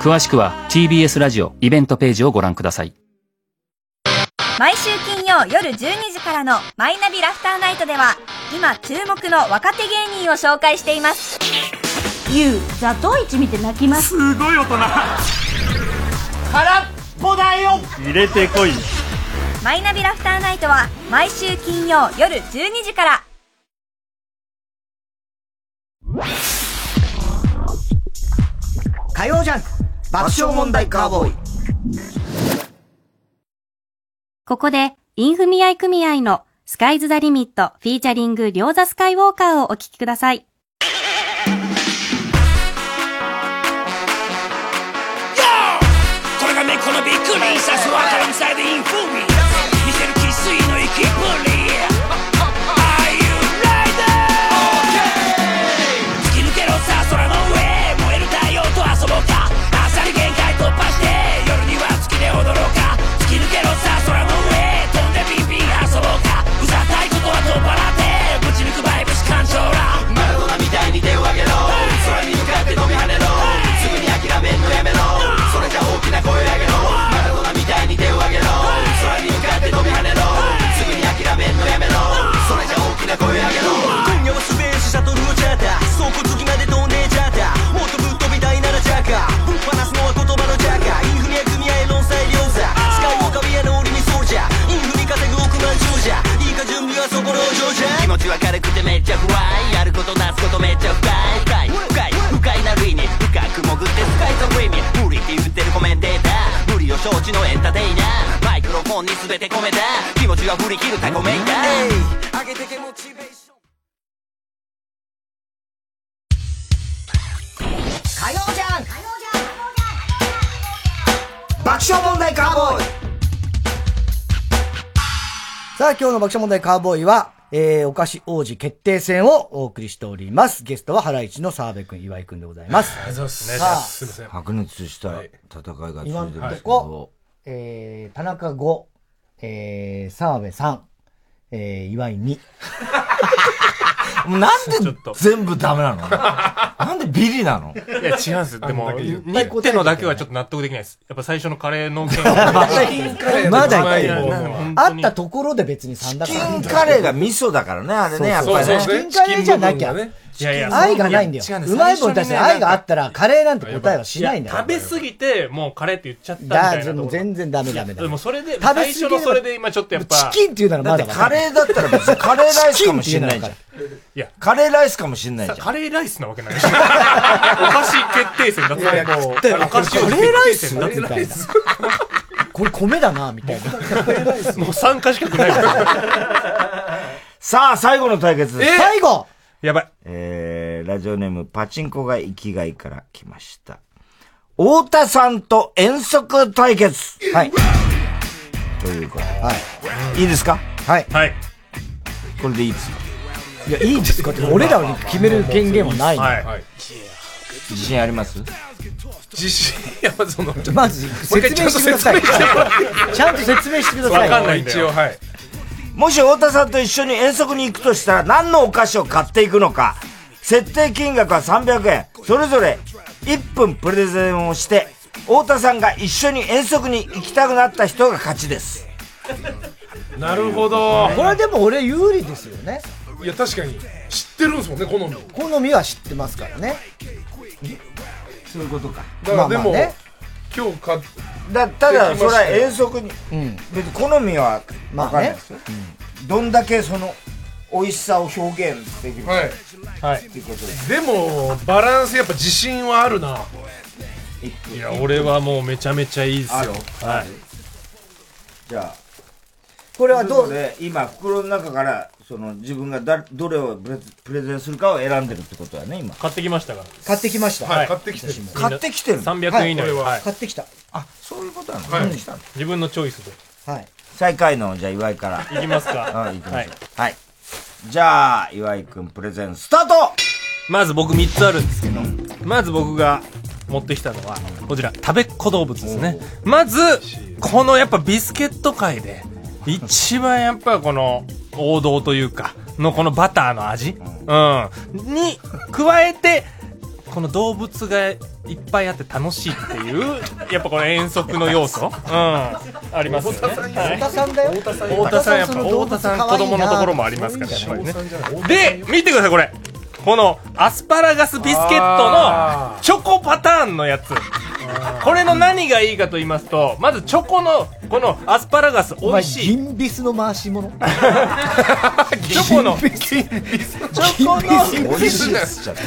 [SPEAKER 28] 詳しくは TBS ラジオイベントページをご覧ください
[SPEAKER 29] 毎週金曜夜12時からの「マイナビラフターナイト」では今注目の若手芸人を紹介していますゆうザトウイチ見て泣きますすごい大人
[SPEAKER 11] 空っぽだよ
[SPEAKER 3] 入れてこい
[SPEAKER 29] マイナビラフターナイトは毎週金曜夜12時から
[SPEAKER 1] 火曜ジャンク爆笑問題カーボーイ。
[SPEAKER 30] ここで、インフミ合組合のスカイズ・ザ・リミットフィーチャリング・リョーザ・スカイウォーカーをお聴きください。
[SPEAKER 11] これがねこのびっくりさすわからみさでインフミ見せる生粋の生きっぷり Are you ready? 突き抜けろさ空の上燃える太陽と遊ぼうか朝に限界突破して夜には月で踊ろうか突き抜けろさ空の上飛んでビンビン遊ぼうかうざったいことは取っ払ってぶち抜くバイブス感情らマラドナみたいに手を上げろ空に向かって飛び跳ねろすぐに諦めんのやめろそれじゃ大きな声を上げろマラドナみたいに手を上げろ空に向かって飛び跳ねろすぐに諦めんのやめろそれじゃ大きな声を上げろ今夜はスペースシャトルをジャータ倉庫付きまで飛んでジャータもっとぶっ飛びたいならジャーカぶっ放すのは言葉のジャーカインフミや組合論裁量座スカイオカビやの俺にソルジャーインフミ稼ぐ億万長者いいか準備はそこの上じゃ気持ちは軽くてめっちゃ不安やることなすことめっちゃ深い深い深い不快な類に深く潜ってスカイザウェイに無理って言ってるコメンテーター無理を承知のエンターテイナーマイクロフォンに全て込めた気持ちは振り切るタコメイター上げてけモチベーション火曜じゃん爆笑問題カーボーイ
[SPEAKER 1] さあ、今日の爆笑問題カーボーイは、えー、お菓子王子決定戦をお送りしております。ゲストはハライチの澤部君、岩井君でございます。
[SPEAKER 2] ありがとうございます
[SPEAKER 1] さあ
[SPEAKER 2] すいません白熱した戦いが続いてる
[SPEAKER 1] 今
[SPEAKER 2] ん
[SPEAKER 1] の
[SPEAKER 2] で
[SPEAKER 1] と
[SPEAKER 2] すけど
[SPEAKER 1] こ、えー、田中5、えー、澤部3、えー、岩井2。
[SPEAKER 2] なんで全部ダメなのなんでビリなの
[SPEAKER 6] いや、違うんです。でも、
[SPEAKER 2] あんだけ言う
[SPEAKER 6] 2ってのだけはちょっと納得できないです。やっぱ最初のカレーの件
[SPEAKER 1] まだ痛い
[SPEAKER 6] よ
[SPEAKER 1] よ。あったところで別に3だから。
[SPEAKER 2] チキンカレーが味噌だからね、あれね、やっぱ
[SPEAKER 1] チ
[SPEAKER 2] りね。
[SPEAKER 1] キンカレーじゃなきゃ。
[SPEAKER 6] いやいや、
[SPEAKER 1] 愛がないんだよ
[SPEAKER 6] 違。です
[SPEAKER 1] うまい棒に対して愛があったら、カレーなんて答えはしないんだよ。
[SPEAKER 6] 食べ過ぎて、もうカレーって言っちゃったみたいな
[SPEAKER 1] だ
[SPEAKER 6] ところ。
[SPEAKER 1] 全然ダメダメダメ。
[SPEAKER 6] でもそれで、
[SPEAKER 1] 食べ過ぎれば
[SPEAKER 6] 最初のそれで今ちょっとやっぱ。
[SPEAKER 1] チキンっていうならまだ
[SPEAKER 2] だってカレーだったら別にカレーライスかもしんないじゃん。
[SPEAKER 6] いや、
[SPEAKER 2] カレーライスかもしんないじゃん。
[SPEAKER 6] カレーライスなわけないし。お菓子決定戦だったらもう。お菓子王子決定戦だ
[SPEAKER 1] カレーライスこれ米だな、みたいな。
[SPEAKER 6] もう参加しかない。
[SPEAKER 2] さあ、最後の対決です。
[SPEAKER 1] 最後
[SPEAKER 6] やばい。
[SPEAKER 2] えー、ラジオネーム、パチンコが生きがいから来ました。太田さんと遠足対決はい。ということで。はい。いいですかはい。
[SPEAKER 6] はい。
[SPEAKER 2] これでいいですか
[SPEAKER 1] いや、いいですかって、俺らに決める権限はないの。
[SPEAKER 6] はい。
[SPEAKER 2] 自信あります
[SPEAKER 6] 自信、いや、その、
[SPEAKER 1] まず説明してください。ちゃんと説明してください。
[SPEAKER 6] はい。
[SPEAKER 2] もし太田さんと一緒に遠足に行くとしたら何のお菓子を買っていくのか。設定金額は300円。それぞれ1分プレゼンをして、太田さんが一緒に遠足に行きたくなった人が勝ちです。
[SPEAKER 6] なるほど。
[SPEAKER 1] これはでも俺有利ですよね。
[SPEAKER 13] いや、確かに。知ってるんですもんね、好み。
[SPEAKER 1] 好みは知ってますからね。
[SPEAKER 2] そういうことか。
[SPEAKER 13] だからで
[SPEAKER 2] まあまあ
[SPEAKER 13] も、
[SPEAKER 2] ね
[SPEAKER 13] 今日買っ
[SPEAKER 2] だただ
[SPEAKER 13] でき
[SPEAKER 2] そ
[SPEAKER 13] ま
[SPEAKER 2] れ
[SPEAKER 13] した
[SPEAKER 2] は
[SPEAKER 13] よ
[SPEAKER 2] 遠足に、別に好みは分かんないですよ、どんだけその美味しさを表現できるか、
[SPEAKER 13] はい
[SPEAKER 6] はい
[SPEAKER 2] っていうことで
[SPEAKER 13] でもバランスやっぱ自信はあるな。
[SPEAKER 6] いや、俺はもうめちゃめちゃいいですよ。はい。
[SPEAKER 2] じゃあ
[SPEAKER 1] これは
[SPEAKER 2] どうで今袋の中からその自分がだどれをプレプレゼンするかを選んでるってことだね今
[SPEAKER 6] 買ってきましたから
[SPEAKER 1] 買ってきました
[SPEAKER 6] はい
[SPEAKER 2] 私も買ってきてる
[SPEAKER 6] 300円以内
[SPEAKER 2] はい
[SPEAKER 6] はい
[SPEAKER 1] 買ってきた
[SPEAKER 2] あそういうことなの、
[SPEAKER 6] はい
[SPEAKER 2] 買ってきたの
[SPEAKER 6] 自分のチョイスで
[SPEAKER 1] はい
[SPEAKER 2] 最下位のじゃあ岩井から
[SPEAKER 6] いきますか
[SPEAKER 2] はい行きましょうはい、じゃあ岩井くんプレゼンスタート
[SPEAKER 6] まず僕3つあるんですけどまず僕が持ってきたのはこちら食べっ子動物ですねまずこのやっぱビスケット界で一番やっぱこの王道というかのこのバターの味うんに加えてこの動物がいっぱいあって楽しいって いうやっぱこの遠足の要素うんありますよねはい
[SPEAKER 1] 太田さんだよ。太
[SPEAKER 6] 太田さんやっぱ太田さん子供のところもありますからやっぱりねで見てくださいこれこのアスパラガスビスケットのチョコパターンのやつこれの何がいいかと言いますとまずチョコのこのアスパラガス美味しい
[SPEAKER 1] 銀ビスの回し物。
[SPEAKER 6] チョコのチョコの
[SPEAKER 2] 美味しいっすじゃない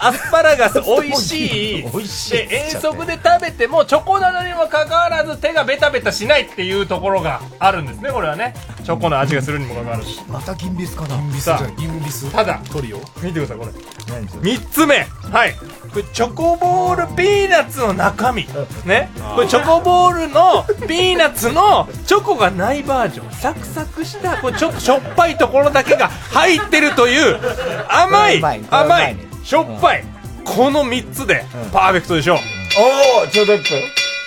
[SPEAKER 6] アスパラガス美味しい
[SPEAKER 2] 美味しいっ
[SPEAKER 6] で遠
[SPEAKER 2] すじゃな
[SPEAKER 6] 足
[SPEAKER 2] い
[SPEAKER 6] で食べてもチョコなのにもかかわらず手がベタベタしないっていうところがあるんですねこれはねチョコの味がするにもかかわらず
[SPEAKER 13] また銀ビスかな。銀ビスじ
[SPEAKER 6] さ
[SPEAKER 13] ゃ
[SPEAKER 6] あ
[SPEAKER 13] ん。銀ビス。
[SPEAKER 6] ただ
[SPEAKER 13] トリオ。
[SPEAKER 6] 見てくださいこれ3つ目はいこれチョコボールピーナッツの中身ねこれチョコボールのピーナッツのチョコがないバージョンサクサクしたこれちょっとしょっぱいところだけが入ってるという甘い
[SPEAKER 2] これうまいこれうま
[SPEAKER 6] 甘
[SPEAKER 2] い
[SPEAKER 6] い
[SPEAKER 2] ね
[SPEAKER 6] しょっぱいこの3つでパーフェクトでしょ
[SPEAKER 2] おおちょうど1分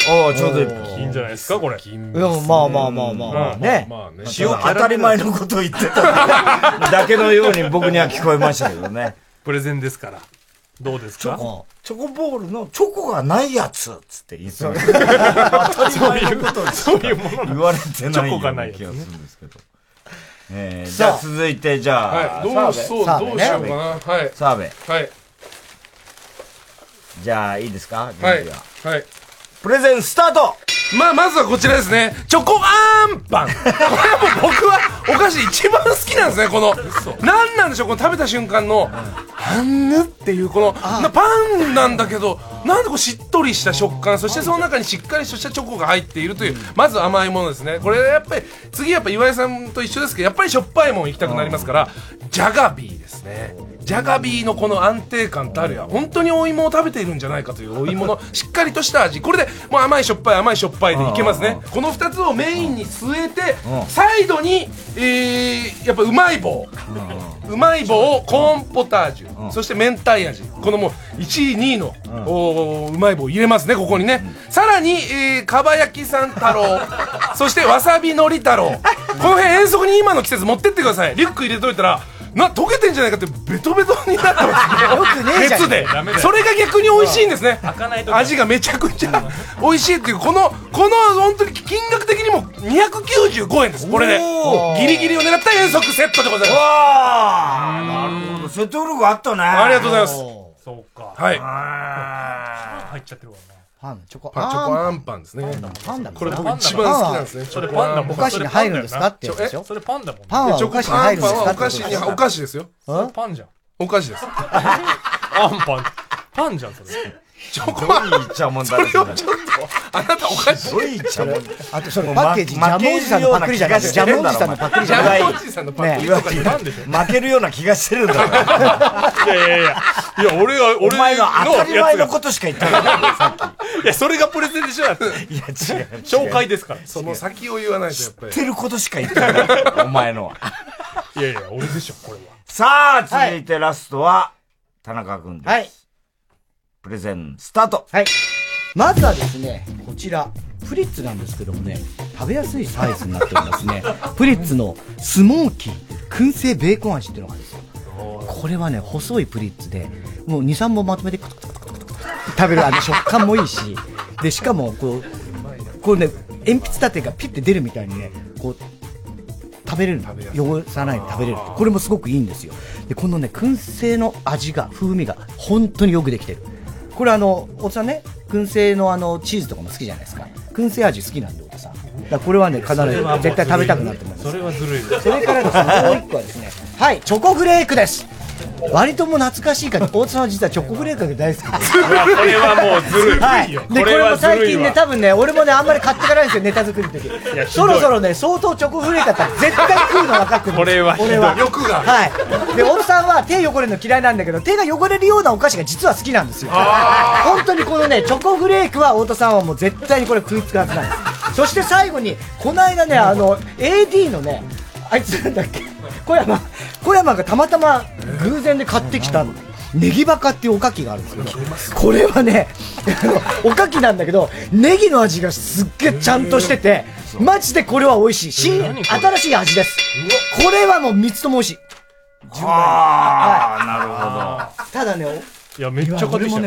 [SPEAKER 2] おおちょうど1分
[SPEAKER 6] いいんじゃないですかこれ
[SPEAKER 1] いやまあまあまあまあまあね。
[SPEAKER 2] 塩当たり前のことを言ってただけのように僕には聞こえましたけどね
[SPEAKER 6] プレゼンですからどうですか
[SPEAKER 2] チョコボールのチョコがないやつっつって言ってた当たり前のことを
[SPEAKER 6] そういうもの
[SPEAKER 2] 言われてないよ
[SPEAKER 6] チョコが
[SPEAKER 2] う
[SPEAKER 6] ない
[SPEAKER 2] な
[SPEAKER 6] やつ
[SPEAKER 2] 気
[SPEAKER 6] ね
[SPEAKER 2] がするんですけど、えー、じ
[SPEAKER 13] さあ
[SPEAKER 2] ゃあ続いてじゃあ、
[SPEAKER 13] はいどうしそう
[SPEAKER 2] 澤部
[SPEAKER 13] どうしようかなはい
[SPEAKER 2] 澤部
[SPEAKER 13] はい。
[SPEAKER 2] じゃあいいですか
[SPEAKER 13] はい
[SPEAKER 2] 準備は。
[SPEAKER 13] はい。
[SPEAKER 2] プレゼンスタート
[SPEAKER 13] まあ、まずはこちらですね。チョコアンパン。これはもう僕はお菓子一番好きなんですね、この。なんなんでしょう、この食べた瞬間の、あんぬっていう、この、なパンなんだけど、なんでこうしっとりした食感、そしてその中にしっかりとしたチョコが入っているという、まず甘いものですね。これやっぱり、次やっぱ岩井さんと一緒ですけど、やっぱりしょっぱいもん行きたくなりますから、ジャガビーですね。ジャガビーのこの安定感たるや本当にお芋を食べているんじゃないかというお芋のしっかりとした味これでもう甘いしょっぱい甘いしょっぱいでいけますねこの2つをメインに据えてサイドに、えーやっぱうまい棒うまい棒をコーンポタージュ、そして明太味このもう1位2位の、おーうまい棒入れますねここにね、さらに、えー、かば焼きさん太郎 そしてわさびのり太郎この辺遠足に今の季節持ってってくださいリュック入れといたらな溶けてんじゃないかってベトベトになってます ね
[SPEAKER 6] よくねえじゃん
[SPEAKER 13] 熱で
[SPEAKER 6] ダメだよ
[SPEAKER 13] それが逆に美味しいんですね
[SPEAKER 6] 開かないと
[SPEAKER 13] 味がめちゃくちゃ美味しいっていうこのこの本当に金額的にも295円ですこれで
[SPEAKER 2] おー
[SPEAKER 13] ギリギリを狙った遠足セットでございます
[SPEAKER 2] わーなるほど説得力あったね
[SPEAKER 13] ありがとうございます
[SPEAKER 6] そうか
[SPEAKER 13] はい
[SPEAKER 6] 入っちゃってるわ
[SPEAKER 1] パン、チョコ、
[SPEAKER 13] パンチョコアンパンですね
[SPEAKER 1] パンだもん
[SPEAKER 13] これ僕一番好きなんですね
[SPEAKER 1] それパンだもんお菓子に入るんですかってやつでしょ
[SPEAKER 13] え
[SPEAKER 1] そ
[SPEAKER 6] れパンだもん
[SPEAKER 1] パンはお菓子に入るんですか
[SPEAKER 13] パンはお菓子にお菓子ですよ
[SPEAKER 6] パンじゃん
[SPEAKER 13] お菓子です
[SPEAKER 6] アンパンパンじゃんそれ
[SPEAKER 13] チョコマン
[SPEAKER 2] ジャモンだねそれは
[SPEAKER 13] ちょっとあなたおかしい
[SPEAKER 2] いジャモン
[SPEAKER 1] あとそれパッケージジャムおじさんのパクリじゃないジャムおじさんのパクリじゃないね
[SPEAKER 2] 負けるような気がしてるんだ
[SPEAKER 6] いやいやいや。いや、俺が、俺
[SPEAKER 2] お前の当たり前の
[SPEAKER 6] やつが
[SPEAKER 2] ことしか言ってない。
[SPEAKER 6] いや、それがプレゼンでし ょだって。い
[SPEAKER 2] や、違う。
[SPEAKER 6] 紹介ですから。
[SPEAKER 13] その先を言わないとやっぱり
[SPEAKER 2] 知ってることしか言ってない。お前のは。
[SPEAKER 6] いやいや、俺でしょ、これは。
[SPEAKER 2] さあ、続いてラストは、田中君です。
[SPEAKER 1] はい。
[SPEAKER 2] プレゼン、スタート。
[SPEAKER 1] はい。まずはですね、こちら、プリッツなんですけどもね、食べやすいサイズになっておりますね。プリッツのスモーキー燻製ベーコン味っていうのがあるんですよ。これはね、細いプリッツで、もう2、3本まとめてクトクトクトクトクトクト食べる、あの食感もいいし、で、しかも、こう、こうね、鉛筆立てがピッて出るみたいにね、こう、食べれる汚さないで食べれるこれもすごくいいんですよでこのね燻製の味が風味が本当によくできてるこれあの太田さんね燻製のあのチーズとかも好きじゃないですか燻製味好きなんで太田さんだからこれはね必ず絶対食べたくなると思います
[SPEAKER 6] それはずるい
[SPEAKER 1] それからですねもう一個はですねはいチョコフレークです割ともう懐かし いから大津さんは実はチョコフレークが大好きです
[SPEAKER 6] うわこれはもうずるい
[SPEAKER 1] はい、
[SPEAKER 6] よ
[SPEAKER 1] でこ
[SPEAKER 6] これ
[SPEAKER 1] れも
[SPEAKER 6] はずるいわ
[SPEAKER 1] 最近ね多分ね俺もねあんまり買っていかないんですよネタ作りの時
[SPEAKER 6] いやひど
[SPEAKER 1] そ
[SPEAKER 6] い
[SPEAKER 1] ろそろね相当チョコフレークだったら絶対食うの分かってる
[SPEAKER 6] これはひどい
[SPEAKER 1] 俺は
[SPEAKER 6] 欲が
[SPEAKER 1] はいで奥さんは手汚れるの嫌いなんだけど手が汚れるようなお菓子が実は好きなんですよ本当にこのねチョコフレークは太田さんはもう絶対にこれ食いつくはずなんですそして最後にこの間ねあの AD のねあいつなんだっけ小山小山がたまたま偶然で買ってきたのネギバカっていうおかきがあるんですけどこれはねあのおかきなんだけどネギの味がすっげえちゃんとしててマジでこれは美味しい新新しい味ですこれはもう3つとも美味しい
[SPEAKER 2] ああ、なるほど。
[SPEAKER 1] ただねお
[SPEAKER 6] いや、めっちゃ買ってきた。
[SPEAKER 1] う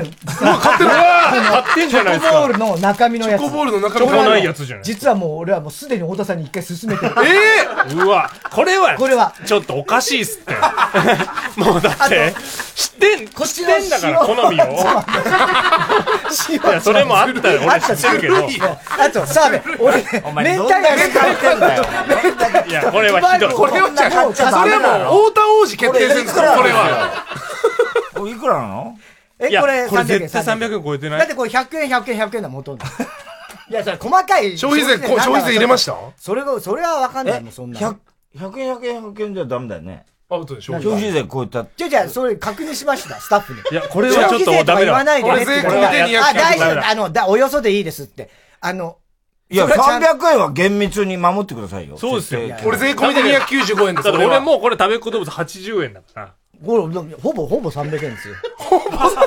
[SPEAKER 1] わ
[SPEAKER 6] 買ってる
[SPEAKER 1] この
[SPEAKER 6] 買ってんじゃないですか
[SPEAKER 1] チョコボールの中身のやつ
[SPEAKER 6] チョコボールの中身
[SPEAKER 1] チョコボールの
[SPEAKER 6] 買わないやつじゃない
[SPEAKER 1] 実はもう俺はもうすでに太田さんに一回勧めてる
[SPEAKER 6] ええうわ、これは、
[SPEAKER 1] これは、
[SPEAKER 6] ちょっとおかしいっすって。 もうだって、知ってん、知ってんだから、好みを。
[SPEAKER 1] 塩
[SPEAKER 6] いやそれもあったよ俺知ってるけど
[SPEAKER 1] あと澤部俺ね
[SPEAKER 6] お
[SPEAKER 1] 明
[SPEAKER 6] 前
[SPEAKER 1] 太が
[SPEAKER 6] どんだけ食べてんだよいや、これはひどい。
[SPEAKER 13] これはじゃ
[SPEAKER 1] こんなもん
[SPEAKER 13] それはもう太田王子決定戦ですからこれは
[SPEAKER 2] おいくらなの
[SPEAKER 1] え
[SPEAKER 6] いや
[SPEAKER 1] これ
[SPEAKER 6] これ
[SPEAKER 1] 300円
[SPEAKER 6] 絶対300円超えて
[SPEAKER 1] だ
[SPEAKER 6] な
[SPEAKER 1] っ
[SPEAKER 6] い
[SPEAKER 1] てこれ100円100円100円だ もんほとんどいやそれ細かい
[SPEAKER 13] 消費税こう消費税入れました
[SPEAKER 1] それがそれは分かんないもんそんな
[SPEAKER 2] 100、100円、100円、100円じゃダメだよね。
[SPEAKER 6] アウトでしょ
[SPEAKER 2] 消費税超えたって。
[SPEAKER 1] じゃあじゃあそれ確認しましたスタッフに
[SPEAKER 6] いやこれはちょっと
[SPEAKER 1] 消費税か言わないでねって
[SPEAKER 6] ダメだこれ税込みで200
[SPEAKER 1] あ大丈
[SPEAKER 6] ダメ
[SPEAKER 1] 夫
[SPEAKER 6] だ
[SPEAKER 1] あのだおよそでいいですってあの
[SPEAKER 2] いや、
[SPEAKER 1] それはちゃん
[SPEAKER 2] 300円は厳密に守ってくださいよ。
[SPEAKER 6] そうですよ
[SPEAKER 2] 設定。
[SPEAKER 13] 俺税込みで295円です
[SPEAKER 6] だって
[SPEAKER 13] 俺は
[SPEAKER 6] 俺もうこれ食べっ子動物80円だから。
[SPEAKER 1] ほぼほぼほぼ300円ですよ
[SPEAKER 2] い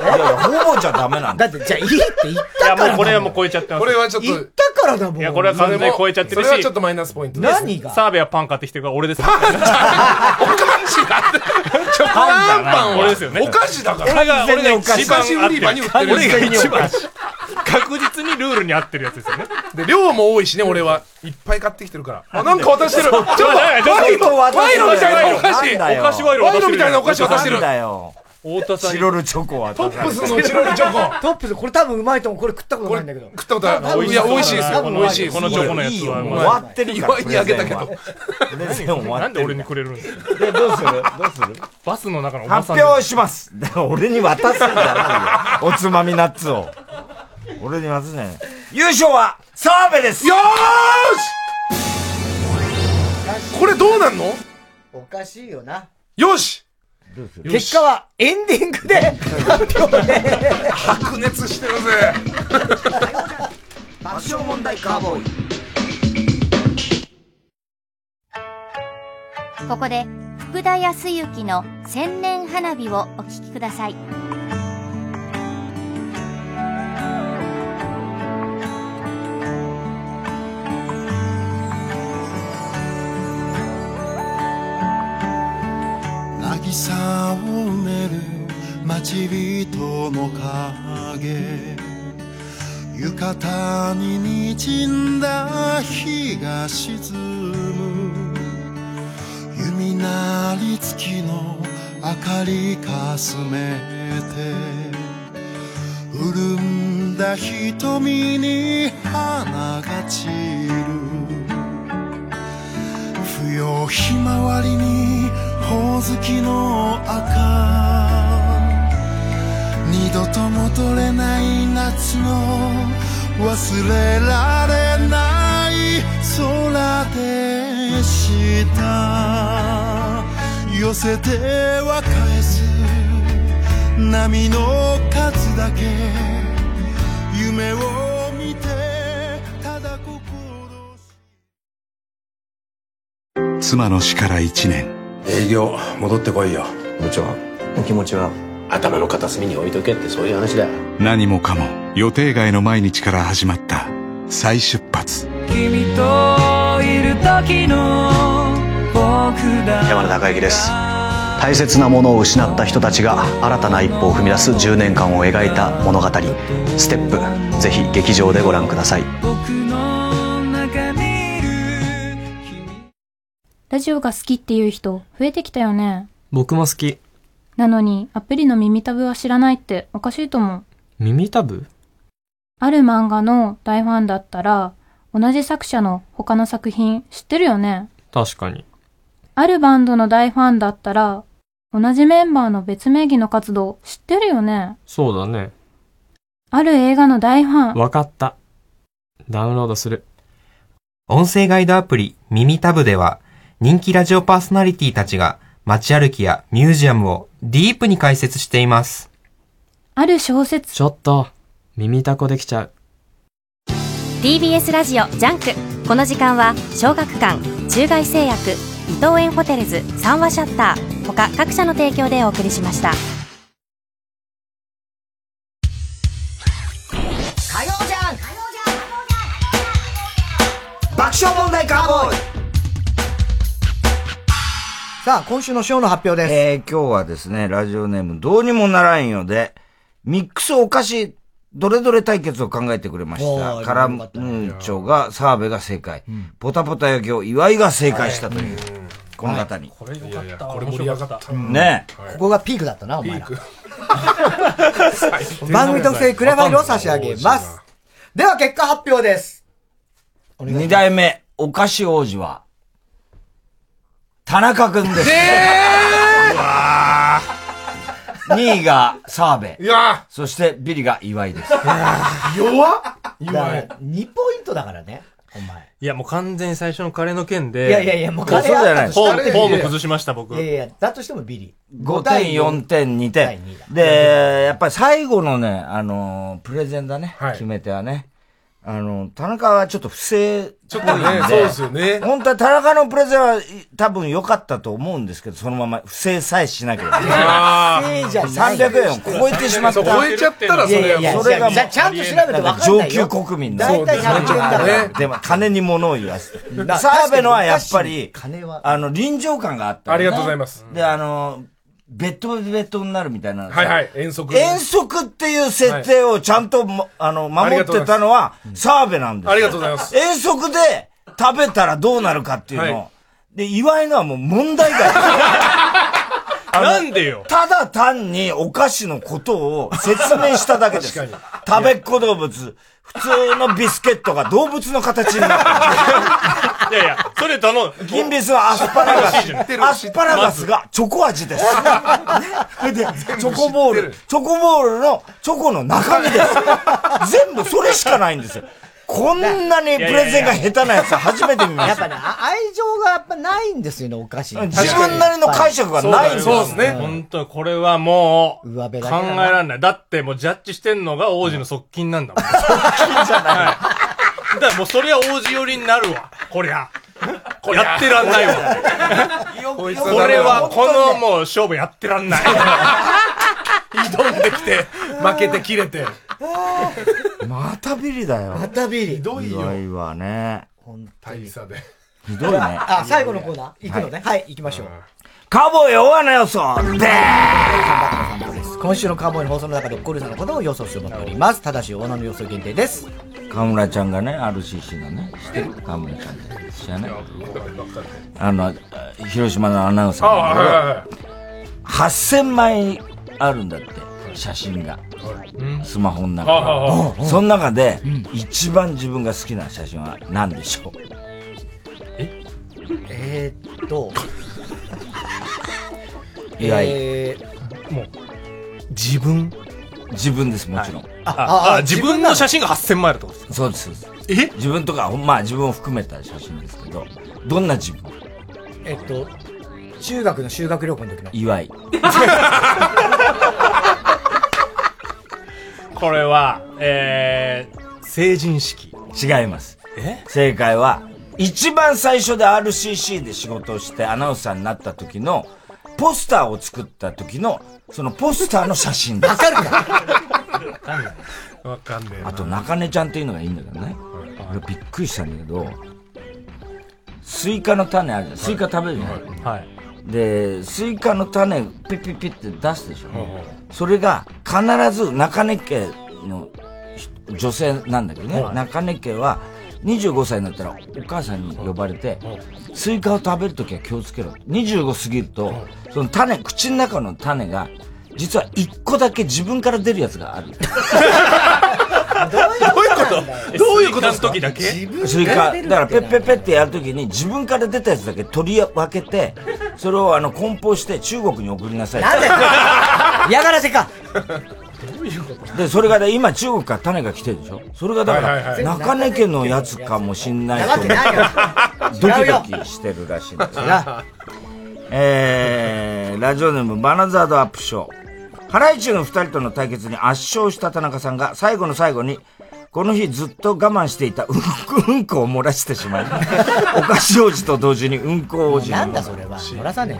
[SPEAKER 2] やいや、ほぼじゃダメなんだ。
[SPEAKER 1] だってじゃあいいって言った
[SPEAKER 6] いや、
[SPEAKER 1] から
[SPEAKER 6] もうこれはもう超えちゃってます。
[SPEAKER 13] これはちょっと
[SPEAKER 1] 言ったからだもん
[SPEAKER 6] いや、これは完全に超えちゃってるし。
[SPEAKER 13] それはちょっとマイナスポイントです
[SPEAKER 1] 何が
[SPEAKER 6] 澤部はパン買ってきてるから俺です。パンじ
[SPEAKER 13] チョコアンパンは
[SPEAKER 6] 俺ですよね。
[SPEAKER 13] お菓子だから
[SPEAKER 6] 俺が、俺が
[SPEAKER 13] お菓
[SPEAKER 6] 一
[SPEAKER 13] 子
[SPEAKER 6] 番
[SPEAKER 13] お菓子売り場に売ってる
[SPEAKER 6] 俺が一番。確実にルールに合ってるやつ ですよね。
[SPEAKER 13] で量も多いしね俺はいっぱい買ってきてるからあなんか渡してるちょっと
[SPEAKER 6] そう
[SPEAKER 13] 賄
[SPEAKER 6] ちょっと
[SPEAKER 13] 賂賄賂みたいなお菓子
[SPEAKER 6] お菓子
[SPEAKER 2] なんだよ
[SPEAKER 13] 賄賂みたいなお菓子
[SPEAKER 6] 賄賂渡してる
[SPEAKER 13] 渡して
[SPEAKER 2] な
[SPEAKER 13] る
[SPEAKER 2] んだよ。
[SPEAKER 6] 太田さん
[SPEAKER 2] チ
[SPEAKER 6] に。
[SPEAKER 2] ロルチョコは。
[SPEAKER 13] トップスのチロルチョコ
[SPEAKER 1] トップスこれ多分うまいと思うこれ食ったことないんだけど
[SPEAKER 13] 食ったことあるいや美味しいですよ美味しいです
[SPEAKER 6] このチョコのやつはうまい
[SPEAKER 2] 終わってるから。
[SPEAKER 13] 岩井にあげたけど
[SPEAKER 2] プレゼン終わ
[SPEAKER 6] な
[SPEAKER 2] っ
[SPEAKER 6] ん
[SPEAKER 2] て
[SPEAKER 6] で
[SPEAKER 2] る
[SPEAKER 6] 俺にくれるんですか
[SPEAKER 2] でどうするどうする
[SPEAKER 6] バスの中のおば
[SPEAKER 2] 発
[SPEAKER 6] さんで。
[SPEAKER 2] 表します。だから俺に渡すんじゃないよ。おつまみナッツを。俺に渡すんじゃない。優勝は、澤部です
[SPEAKER 13] よーしこれどうなんの
[SPEAKER 1] おかしいよな
[SPEAKER 13] よし
[SPEAKER 1] 結果はエンディングで発表で
[SPEAKER 13] 白熱してるぜ
[SPEAKER 1] 爆笑問題カーボーイ
[SPEAKER 12] ここで福田康之の千年花火をお聞きください
[SPEAKER 25] 渚を埋める町人の影浴衣ににじんだ日が沈む弓なり月の明かりかすめて潤んだ瞳に花が散る不要ひまわりにほおずきの赤二度と戻れない夏の忘れられない空でした寄せては返す波の数だけ夢を見てただこ
[SPEAKER 31] 妻の死から1年
[SPEAKER 17] 営業戻ってこいよ部長気持ちは頭の片隅に置いとけってそういう話だよ
[SPEAKER 31] 何もかも予定外の毎日から始まった再出発
[SPEAKER 11] 君といる時の僕だ
[SPEAKER 20] 山田孝之です大切なものを失った人たちが新たな一歩を踏み出す10年間を描いた物語「ステップぜひ劇場でご覧ください
[SPEAKER 3] ラジオが好きっていう人増えてきたよね
[SPEAKER 32] 僕も好き。
[SPEAKER 3] なのにアプリの耳たぶは知らないっておかしいと思う
[SPEAKER 32] 耳たぶ
[SPEAKER 3] ある漫画の大ファンだったら同じ作者の他の作品知ってるよね
[SPEAKER 32] 確かに。
[SPEAKER 3] あるバンドの大ファンだったら同じメンバーの別名義の活動知ってるよね
[SPEAKER 32] そうだね。
[SPEAKER 3] ある映画の大ファン
[SPEAKER 32] わかった。ダウンロードする。
[SPEAKER 33] 音声ガイドアプリ耳タブでは人気ラジオパーソナリティたちが街歩きやミュージアムをディープに解説しています。
[SPEAKER 3] ある小説
[SPEAKER 32] ちょっと、耳たこできちゃう。
[SPEAKER 30] TBS ラジオジャンクこの時間は小学館中外製薬伊藤園ホテルズ三話シャッター他各社の提供でお送りしました
[SPEAKER 24] 火曜じゃん爆笑問題カーボーイ
[SPEAKER 1] さあ、今週のショーの発表です。
[SPEAKER 2] えー、今日はですね、ラジオネームどうにもならんよで、ミックスお菓子、どれどれ対決を考えてくれました。
[SPEAKER 1] おー
[SPEAKER 2] カラムーチョが、澤部が正解。ポタポタ焼きを岩井が正解したという、この方に。
[SPEAKER 13] これよかった。これ盛り上がった。
[SPEAKER 2] ねえ
[SPEAKER 1] ここがピークだったな、お前ら。
[SPEAKER 13] 低
[SPEAKER 1] 番組特製クレファイルを差し上げます。では、結果発表です。
[SPEAKER 2] 二代目、お菓子王子は、田中くんです。え2位が澤部。そしてビリが岩井です。
[SPEAKER 1] 弱っ
[SPEAKER 2] 弱い
[SPEAKER 1] 2ポイントだからね。
[SPEAKER 6] いや、もう完全に最初のカレーの件で。
[SPEAKER 1] いやいやいやもう
[SPEAKER 6] そうじゃない。フォーム、
[SPEAKER 1] カレー
[SPEAKER 6] フォーム崩しました、僕。
[SPEAKER 1] いやいや、だとしてもビリ。
[SPEAKER 2] 5点、4点、2点。で、やっぱり最後のね、あのープレゼンだね、決め手はね。あの、田中はちょっと不正ちょっ
[SPEAKER 13] とねそうですよ
[SPEAKER 2] ね。本当は田中のプレゼンはい多分良かったと思うんですけど、そのまま不正さえしなければ。
[SPEAKER 13] あ
[SPEAKER 1] ー
[SPEAKER 2] 不正じゃない300円を超えてしまっ
[SPEAKER 13] そ
[SPEAKER 2] た。
[SPEAKER 13] う超えちゃったらそれはもう
[SPEAKER 2] それがもう
[SPEAKER 13] じゃあちゃんと調べて分かんないよ
[SPEAKER 2] 上級国民の。
[SPEAKER 13] 大体100円だから
[SPEAKER 2] ねでも、金に物を言わせて。
[SPEAKER 13] な
[SPEAKER 2] 澤部のはやっぱり、
[SPEAKER 1] 金は。
[SPEAKER 2] あの、臨場感があった、
[SPEAKER 13] ありがとうございます。
[SPEAKER 2] で、あの、ベッドベッドになるみたいな。
[SPEAKER 13] はいはい、遠足。
[SPEAKER 2] 遠足っていう設定をちゃんとも、あの、守ってたのは、澤部なんですよ
[SPEAKER 13] ありがとうございます
[SPEAKER 2] 遠足で食べたらどうなるかっていうのを。
[SPEAKER 13] はい
[SPEAKER 2] で、岩井のはもう問題外。なんでよただ単にお菓子のことを説明しただけです。食べっ子動物。普通のビスケットが動物の形になった。いやいや、それ頼む。銀ビスはアスパラガ
[SPEAKER 13] 知
[SPEAKER 2] ス
[SPEAKER 13] って。る
[SPEAKER 2] アスパラガスがチョコ味です。ねで、チョコボール、チョコボールのチョコの中身です。全部それしかないんですよ。こんなにプレゼンが下手なやつ初めて見ま
[SPEAKER 1] や
[SPEAKER 2] し
[SPEAKER 1] っぱね、
[SPEAKER 2] た。
[SPEAKER 1] あ愛情がやっぱないんですよね、お菓子に。
[SPEAKER 2] 自分なりの解釈がないんです
[SPEAKER 6] そうですね。本当にこれはもう、考え
[SPEAKER 1] だけだな
[SPEAKER 6] られない。だってもうジャッジしてんのが王子の側近なんだもん。側近じゃない。だからもうそりゃ王子寄りになるわ。こりゃ。これやってらんないわ。こ
[SPEAKER 13] いつ
[SPEAKER 6] れはこのもう勝負やってらんない。挑んできて、負けて切れて。
[SPEAKER 2] またビリだよ。ま
[SPEAKER 1] たビリ。ひ
[SPEAKER 2] どいよ。ひどいわね。
[SPEAKER 13] 大差で。
[SPEAKER 2] ひどいね。
[SPEAKER 1] あ、最後のコーナー行くのね。はい、行きましょう。
[SPEAKER 2] カーボーイ大穴予想で
[SPEAKER 1] 今週のカーボーイの放送の中で起こるようなことを予想してもらっております。ただし、大穴の予想限定です。
[SPEAKER 2] 河村ちゃんがね、RCC のね、知ってる河村ちゃんって知らないあの、広島のアナウンサーなんだけど
[SPEAKER 13] あはいはい
[SPEAKER 2] 8000枚あるんだって、写真が。スマホの
[SPEAKER 13] あはいはいは
[SPEAKER 2] 中で。
[SPEAKER 13] い
[SPEAKER 2] その中で、一番自分が好きな写真は何でしょう
[SPEAKER 1] えー っと、
[SPEAKER 2] いや
[SPEAKER 1] えー、もう、
[SPEAKER 6] 自分
[SPEAKER 2] 自分です、もちろん。
[SPEAKER 6] ああ自分の写真が8000枚あるってことです
[SPEAKER 2] かそうです。え自分とか、ほんまあ自分を含めた写真ですけど、どんな自分
[SPEAKER 1] えっと、中学の修学旅行の時 の。
[SPEAKER 2] 岩井。
[SPEAKER 6] これは、えー、成人式。
[SPEAKER 2] 違います。
[SPEAKER 6] え
[SPEAKER 2] 正解は、一番最初で RCC で仕事をしてアナウンサーになった時の、ポスターを作った時の、そのポスターの写真です。わかるか
[SPEAKER 6] わかんねえな。
[SPEAKER 2] あと、中根ちゃんっていうのがいいんだけどね。俺びっくりしたんだけど、スイカの種あるじゃん。スイカ食べるじゃない、
[SPEAKER 6] はい。
[SPEAKER 2] で、スイカの種、ピッピッピッって出すでしょ。それが、必ず中根家の女性なんだけどね。
[SPEAKER 11] はい
[SPEAKER 2] 中根家は、25歳になったらお母さんに呼ばれて、スイカを食べるときは気をつけろ。25過ぎると、その種、口の中の種が、実は1個だけ自分から出るやつがある。
[SPEAKER 6] どういうことの時だけ
[SPEAKER 2] スイカ、だからペッペッペッってやるときに自分から出たやつだけ取り分けて、それをあの梱包して中国に送りなさい。なんで嫌がらせかで、それがね、今中国から種が来てるでしょそれがだか
[SPEAKER 11] はいはいは
[SPEAKER 2] ら、
[SPEAKER 11] い
[SPEAKER 2] 中根家のやつかもしんないと思って
[SPEAKER 11] な
[SPEAKER 2] ド
[SPEAKER 11] ないよ
[SPEAKER 2] キドキしてるらしいんですが。えー、ラジオネームバナザードアップショー。ハライチの二人との対決に圧勝した田中さんが最後の最後に、この日ずっと我慢していたうんこ、うんこを漏らして しまい、お菓子王子と同時にうんこ王子に。
[SPEAKER 1] なんだそれは。漏らさね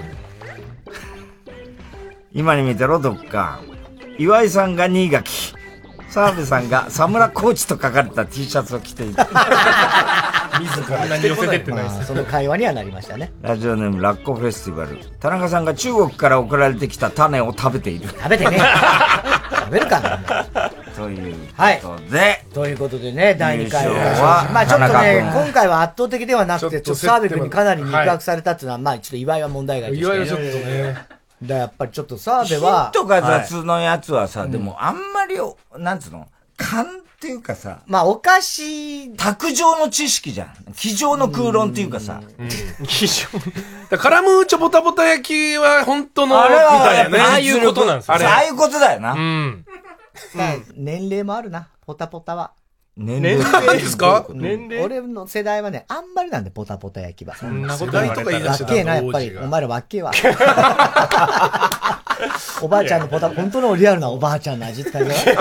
[SPEAKER 2] 今に見てろ、どっか。岩井さんが新垣。澤部さんがサムラコーチと書かれた T シャツを着ていた。
[SPEAKER 1] 自
[SPEAKER 6] ら寄せてってないです
[SPEAKER 1] その会話にはなりましたね。
[SPEAKER 2] ラジオネームラッコフェスティバル。田中さんが中国から送られてきた種を食べている。
[SPEAKER 1] 食べてね。食べるかな。
[SPEAKER 2] という。
[SPEAKER 1] はい。
[SPEAKER 2] で、
[SPEAKER 1] ということでね、第2回
[SPEAKER 2] 優勝は
[SPEAKER 1] まあちょっと
[SPEAKER 2] 田
[SPEAKER 1] ね
[SPEAKER 2] 中、君
[SPEAKER 1] 今回は圧倒的ではなくて、ちょっと澤部君にかなり肉
[SPEAKER 2] はい
[SPEAKER 1] 薄されたっていうのは、まあちょっと祝いは問題外でしたけど
[SPEAKER 2] 岩井はちょっとね。
[SPEAKER 1] だからやっぱりちょっと澤
[SPEAKER 2] ヒ
[SPEAKER 1] 部
[SPEAKER 2] ン
[SPEAKER 1] は。
[SPEAKER 2] ト
[SPEAKER 1] は
[SPEAKER 2] が
[SPEAKER 1] い
[SPEAKER 2] 雑のやつはさ、でもあんまりお、なんつうの勘っていうかさ。
[SPEAKER 1] まあお菓子。
[SPEAKER 2] 卓上の知識じゃん。机上の空論っていうかさ。
[SPEAKER 13] だからカラムーチョボタボタ焼きは本当の、
[SPEAKER 2] あ
[SPEAKER 13] み
[SPEAKER 2] れは
[SPEAKER 13] たいなね。
[SPEAKER 2] ああいうことなんですよああいうことだよな
[SPEAKER 13] うん。
[SPEAKER 1] まあ年齢もあるな、ポタポタは。
[SPEAKER 2] 年
[SPEAKER 13] 齢年齢ですか
[SPEAKER 1] うん
[SPEAKER 13] 年齢
[SPEAKER 1] 俺の世代はね、あんまりなんで、ポタポタ焼きは。そ
[SPEAKER 13] んなこと言われたら世代とか言い出してた
[SPEAKER 1] わけえな、やっぱり。お前らわっけえわ。おばあちゃんのポタ、本当のリアルなおばあちゃんの味って感じだよ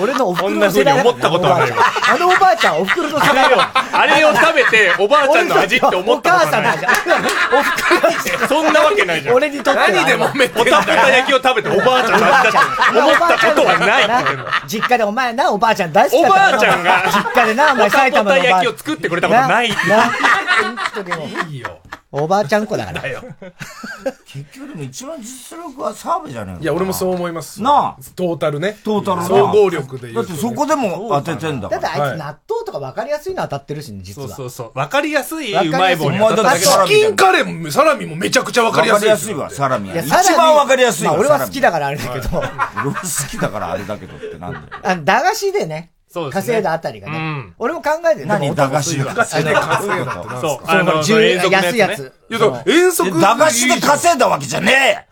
[SPEAKER 1] 俺のおふくろの世代だ
[SPEAKER 6] こんな風に思ったことはないわ
[SPEAKER 1] あのおばあちゃん、あのおばあちゃんおふくろの世代よ。
[SPEAKER 6] あれを食べて、おばあちゃんの味って思ったことない。お母さんの味。そんなわけないじゃん。
[SPEAKER 1] 俺にとっては
[SPEAKER 6] 何でもめてんだよ。ポタポタ焼きを食べておばあちゃんの味だって思ったことはない。
[SPEAKER 1] 実家でお前な、おばあちゃん大好きだったな
[SPEAKER 6] おばあちゃんが
[SPEAKER 1] 実家でな、お前埼玉の
[SPEAKER 6] ポタポ
[SPEAKER 1] おばあ
[SPEAKER 6] タ焼きを作ってくれたことない
[SPEAKER 1] いいよ。おばあちゃん子だから。
[SPEAKER 2] 結局でも一番実力は澤部じゃないの
[SPEAKER 13] いや、俺もそう思います。
[SPEAKER 2] なあ。
[SPEAKER 13] トータルね。
[SPEAKER 2] トータルな
[SPEAKER 13] 総合力で言
[SPEAKER 2] だっ
[SPEAKER 13] うと
[SPEAKER 2] て
[SPEAKER 13] ね。
[SPEAKER 2] そこでも当ててんだ
[SPEAKER 1] だってあいつ納
[SPEAKER 2] は
[SPEAKER 1] 豆とか分かりやすいの当たってるしね、実は。
[SPEAKER 6] そうそう。わかりやすい
[SPEAKER 1] わかりやすいう
[SPEAKER 6] まい棒に当たっただけ
[SPEAKER 1] お前だってチキンカ
[SPEAKER 13] レーもサラミもめちゃくちゃ
[SPEAKER 2] わかりやすいですよわかりやすいわサラミ
[SPEAKER 1] い
[SPEAKER 2] は
[SPEAKER 1] やサラミ
[SPEAKER 2] 一番わかりやすいわ
[SPEAKER 1] まあ俺は
[SPEAKER 2] サラ
[SPEAKER 1] 好
[SPEAKER 2] ミ
[SPEAKER 1] きだからあれだけど、
[SPEAKER 2] 俺は好きだからあれだけどってなんだよ。
[SPEAKER 1] あの駄菓子でね、
[SPEAKER 2] そうですね
[SPEAKER 1] 稼いだあたりが
[SPEAKER 2] う
[SPEAKER 1] ね
[SPEAKER 2] ん。
[SPEAKER 1] 俺も考えて
[SPEAKER 2] 何駄菓子で稼いだ
[SPEAKER 1] あの
[SPEAKER 2] 稼いだってなんですか
[SPEAKER 1] そう
[SPEAKER 2] そ、う
[SPEAKER 1] あの、
[SPEAKER 2] その
[SPEAKER 1] 10
[SPEAKER 2] 遠足のやつ
[SPEAKER 1] 安
[SPEAKER 2] ね
[SPEAKER 1] いやつ。
[SPEAKER 2] いやだから遠足駄菓子で稼いだわけじゃね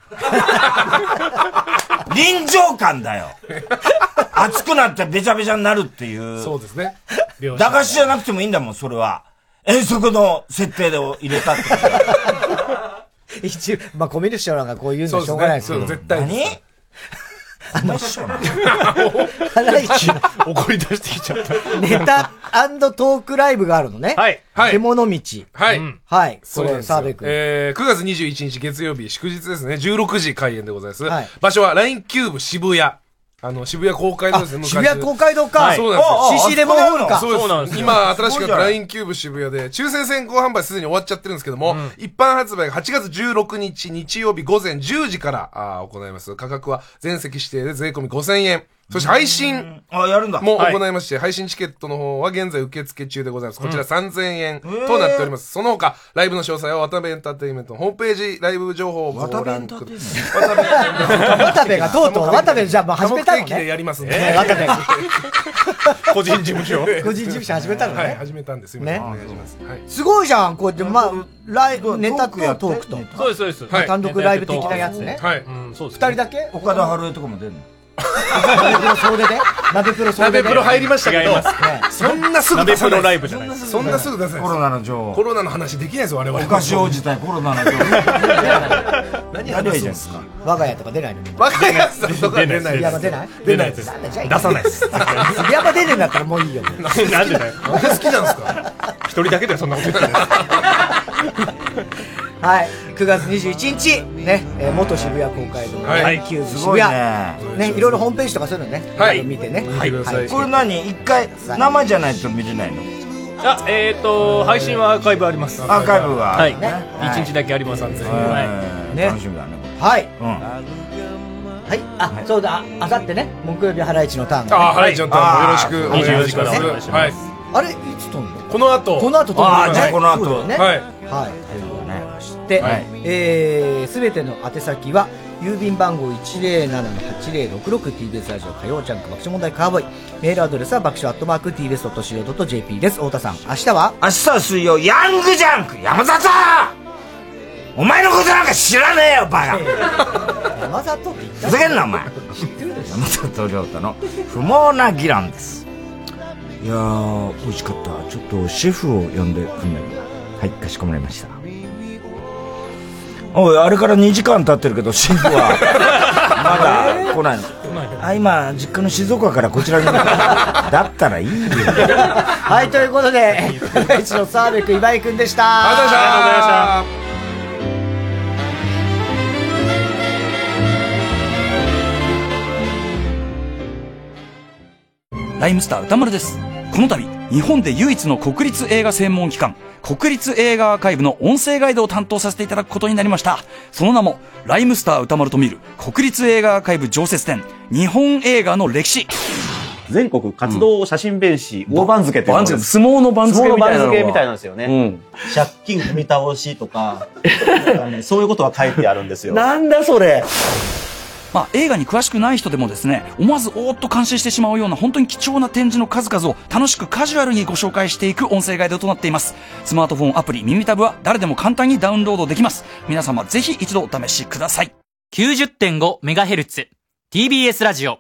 [SPEAKER 2] え臨場感だよ熱くなってべちゃべちゃになるっていう。そう
[SPEAKER 13] ですね。
[SPEAKER 2] 駄菓子じゃなくてもいいんだもん、それは。遠足の設定で入れたって。
[SPEAKER 1] 一応、まあ、コミュニションなんかこういうのしょうがないですけど。
[SPEAKER 13] そうですねそう絶対に
[SPEAKER 2] 何
[SPEAKER 1] あの、
[SPEAKER 13] 腹一怒り出してきちゃった。
[SPEAKER 1] ネタトークライブがあるのね。はい。
[SPEAKER 13] はい
[SPEAKER 1] 獣道。
[SPEAKER 13] はい。
[SPEAKER 1] はい。こ
[SPEAKER 13] そうなん
[SPEAKER 1] れ、
[SPEAKER 13] ですよ
[SPEAKER 1] 澤部君。
[SPEAKER 13] えー、9月21日月曜日祝日ですね。16時開演でございます。場所は LINE キューブ渋谷。あの、渋谷公会堂ですね、
[SPEAKER 1] あ
[SPEAKER 13] 昔
[SPEAKER 1] 渋谷公会堂か
[SPEAKER 13] はいそうなん
[SPEAKER 1] ああ
[SPEAKER 13] ですよ。
[SPEAKER 1] CC レモンホールか
[SPEAKER 13] そう
[SPEAKER 1] そうなん
[SPEAKER 13] で
[SPEAKER 1] ですすよ
[SPEAKER 13] 今、新しくやっ
[SPEAKER 1] すごいじゃ
[SPEAKER 13] た
[SPEAKER 1] ない
[SPEAKER 13] LINE キューブ渋谷で、抽選先行販売すでに終わっちゃってるんですけども、一般発売が8月16日日曜日午前10時からあー行います。価格は全席指定で税込み5000円。そして配信
[SPEAKER 2] あやるんだ
[SPEAKER 13] も行いまして、配信チケットの方は現在受付中でございます。こちら3000円となっております。その他、ライブの詳細は渡辺エンターテインメントのホームページ、ライブ情報をご覧ください。
[SPEAKER 1] 渡部がとうとう、渡部じゃあもう始めたの
[SPEAKER 13] 目的で
[SPEAKER 1] ね。
[SPEAKER 13] やりますん
[SPEAKER 1] ね
[SPEAKER 13] で。
[SPEAKER 1] 渡部が。
[SPEAKER 13] 個人事務所
[SPEAKER 1] 個人事務所始めたのね
[SPEAKER 13] はい、始めたんです。すいません。お願いします。はい。
[SPEAKER 1] すごいじゃん、こうやって、まあ、ライブ、ネタとトークと。
[SPEAKER 6] そうです、そうです。
[SPEAKER 1] 単独ライブ的なやつね。
[SPEAKER 13] はい。
[SPEAKER 6] うん、そうです。
[SPEAKER 1] 二人だけ
[SPEAKER 2] 岡田春江とかも出るの
[SPEAKER 1] 鍋プロ総出で鍋プロ総出で
[SPEAKER 13] 鍋プロ入りましたけど
[SPEAKER 1] 違いますね
[SPEAKER 13] そんなすぐ出さない
[SPEAKER 1] 鍋プロライブじゃないです
[SPEAKER 13] そんなすぐ出さないコロナの女王コロナの話できないです我々
[SPEAKER 2] お菓子王子対コロナの女王
[SPEAKER 13] 何話す
[SPEAKER 1] 何を言うんん
[SPEAKER 13] で
[SPEAKER 1] ですす
[SPEAKER 13] か
[SPEAKER 1] か我が家と か出ないの
[SPEAKER 13] 若いやつとか出ない
[SPEAKER 1] 杉山出ない
[SPEAKER 13] 出ないです
[SPEAKER 1] なんだじゃあ
[SPEAKER 13] 出さないです
[SPEAKER 1] 杉山 出ねえんだったらもういいよ
[SPEAKER 6] なんでだよ
[SPEAKER 13] 僕好きなんですか
[SPEAKER 6] 一人だけでそんなこと言ってない
[SPEAKER 1] はい、9月21日、ね、えー元渋谷公会堂、
[SPEAKER 2] はい
[SPEAKER 1] 第9部
[SPEAKER 2] す
[SPEAKER 1] 渋
[SPEAKER 2] ごい
[SPEAKER 1] 谷、
[SPEAKER 2] ね
[SPEAKER 1] ね、いろいろホームページとかそういうのね、
[SPEAKER 2] はい
[SPEAKER 1] 見てね、
[SPEAKER 2] これ何一回生じゃないと見れないの
[SPEAKER 6] あえっ、ー、と配信はアーカイブあります
[SPEAKER 2] アーカイブは
[SPEAKER 6] はい、
[SPEAKER 2] ね
[SPEAKER 6] 一日だけあります安全に
[SPEAKER 2] はい楽しみだね
[SPEAKER 1] はい、
[SPEAKER 2] うん
[SPEAKER 1] はい、あ、そうだ、ああさってね、木曜日ハライチのターンがね、
[SPEAKER 13] あハライチのターンもよろしくお願いします24時からお願いしますはい
[SPEAKER 1] あれ、いつとんの
[SPEAKER 13] この後
[SPEAKER 1] この後撮る
[SPEAKER 13] あーじゃあこの後
[SPEAKER 1] そうだよね、
[SPEAKER 13] はい
[SPEAKER 1] はい、そして、
[SPEAKER 13] はい
[SPEAKER 1] えーすべての宛先は郵便番号 107-8066TBS ラジオ火曜ジャンク爆笑問題カーボーイメールアドレスは爆笑アットマーク TBS.CO.JP です太田さん明日は
[SPEAKER 2] 明日は水曜ヤングジャンク山里お前のことなんか知らねえよバカ
[SPEAKER 1] 山里って言った
[SPEAKER 2] ふざけんなお前山里亮太の不毛な議論ですいやー美味しかったちょっとシェフを呼んでくんないはいかしこまりましたおいあれから2時間経ってるけどシェフは まだ来ないのあ今実家の静岡からこちらにだったらいいよ
[SPEAKER 1] はいということで ハライチの澤部君今井君でした
[SPEAKER 13] あ
[SPEAKER 1] りがとうございました
[SPEAKER 21] ライムスター歌丸です。この度、日本で唯一の国立映画専門機関、国立映画アーカイブの音声ガイドを担当させていただくことになりました。その名も、ライムスター歌丸と見る国立映画アーカイブ常設展、日本映画の歴史。
[SPEAKER 22] 全国活動写真弁士、大番付っていう
[SPEAKER 21] 番付相撲の番付みたいなのが
[SPEAKER 22] 相撲の番付みたいなんですよね。借金踏み倒しとか、 なんかねそういうことは書いてあるんですよ。
[SPEAKER 21] んだそれまあ、映画に詳しくない人でもですね思わずおーっと感心してしまうような本当に貴重な展示の数々を楽しくカジュアルにご紹介していく音声ガイドとなっていますスマートフォンアプリ「耳タブ」は誰でも簡単にダウンロードできます皆様ぜひ一度お試しください
[SPEAKER 9] 90.5MHz TBS ラジオ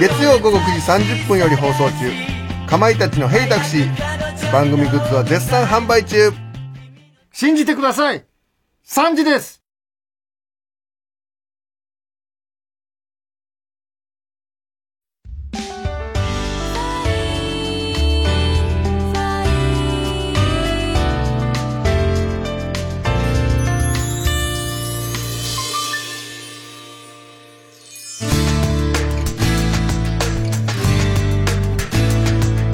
[SPEAKER 34] 月曜午後9時30分より放送中かまいたちの「ヘイタクシー」番組グッズは絶賛販売中
[SPEAKER 4] 信じてください !3 時です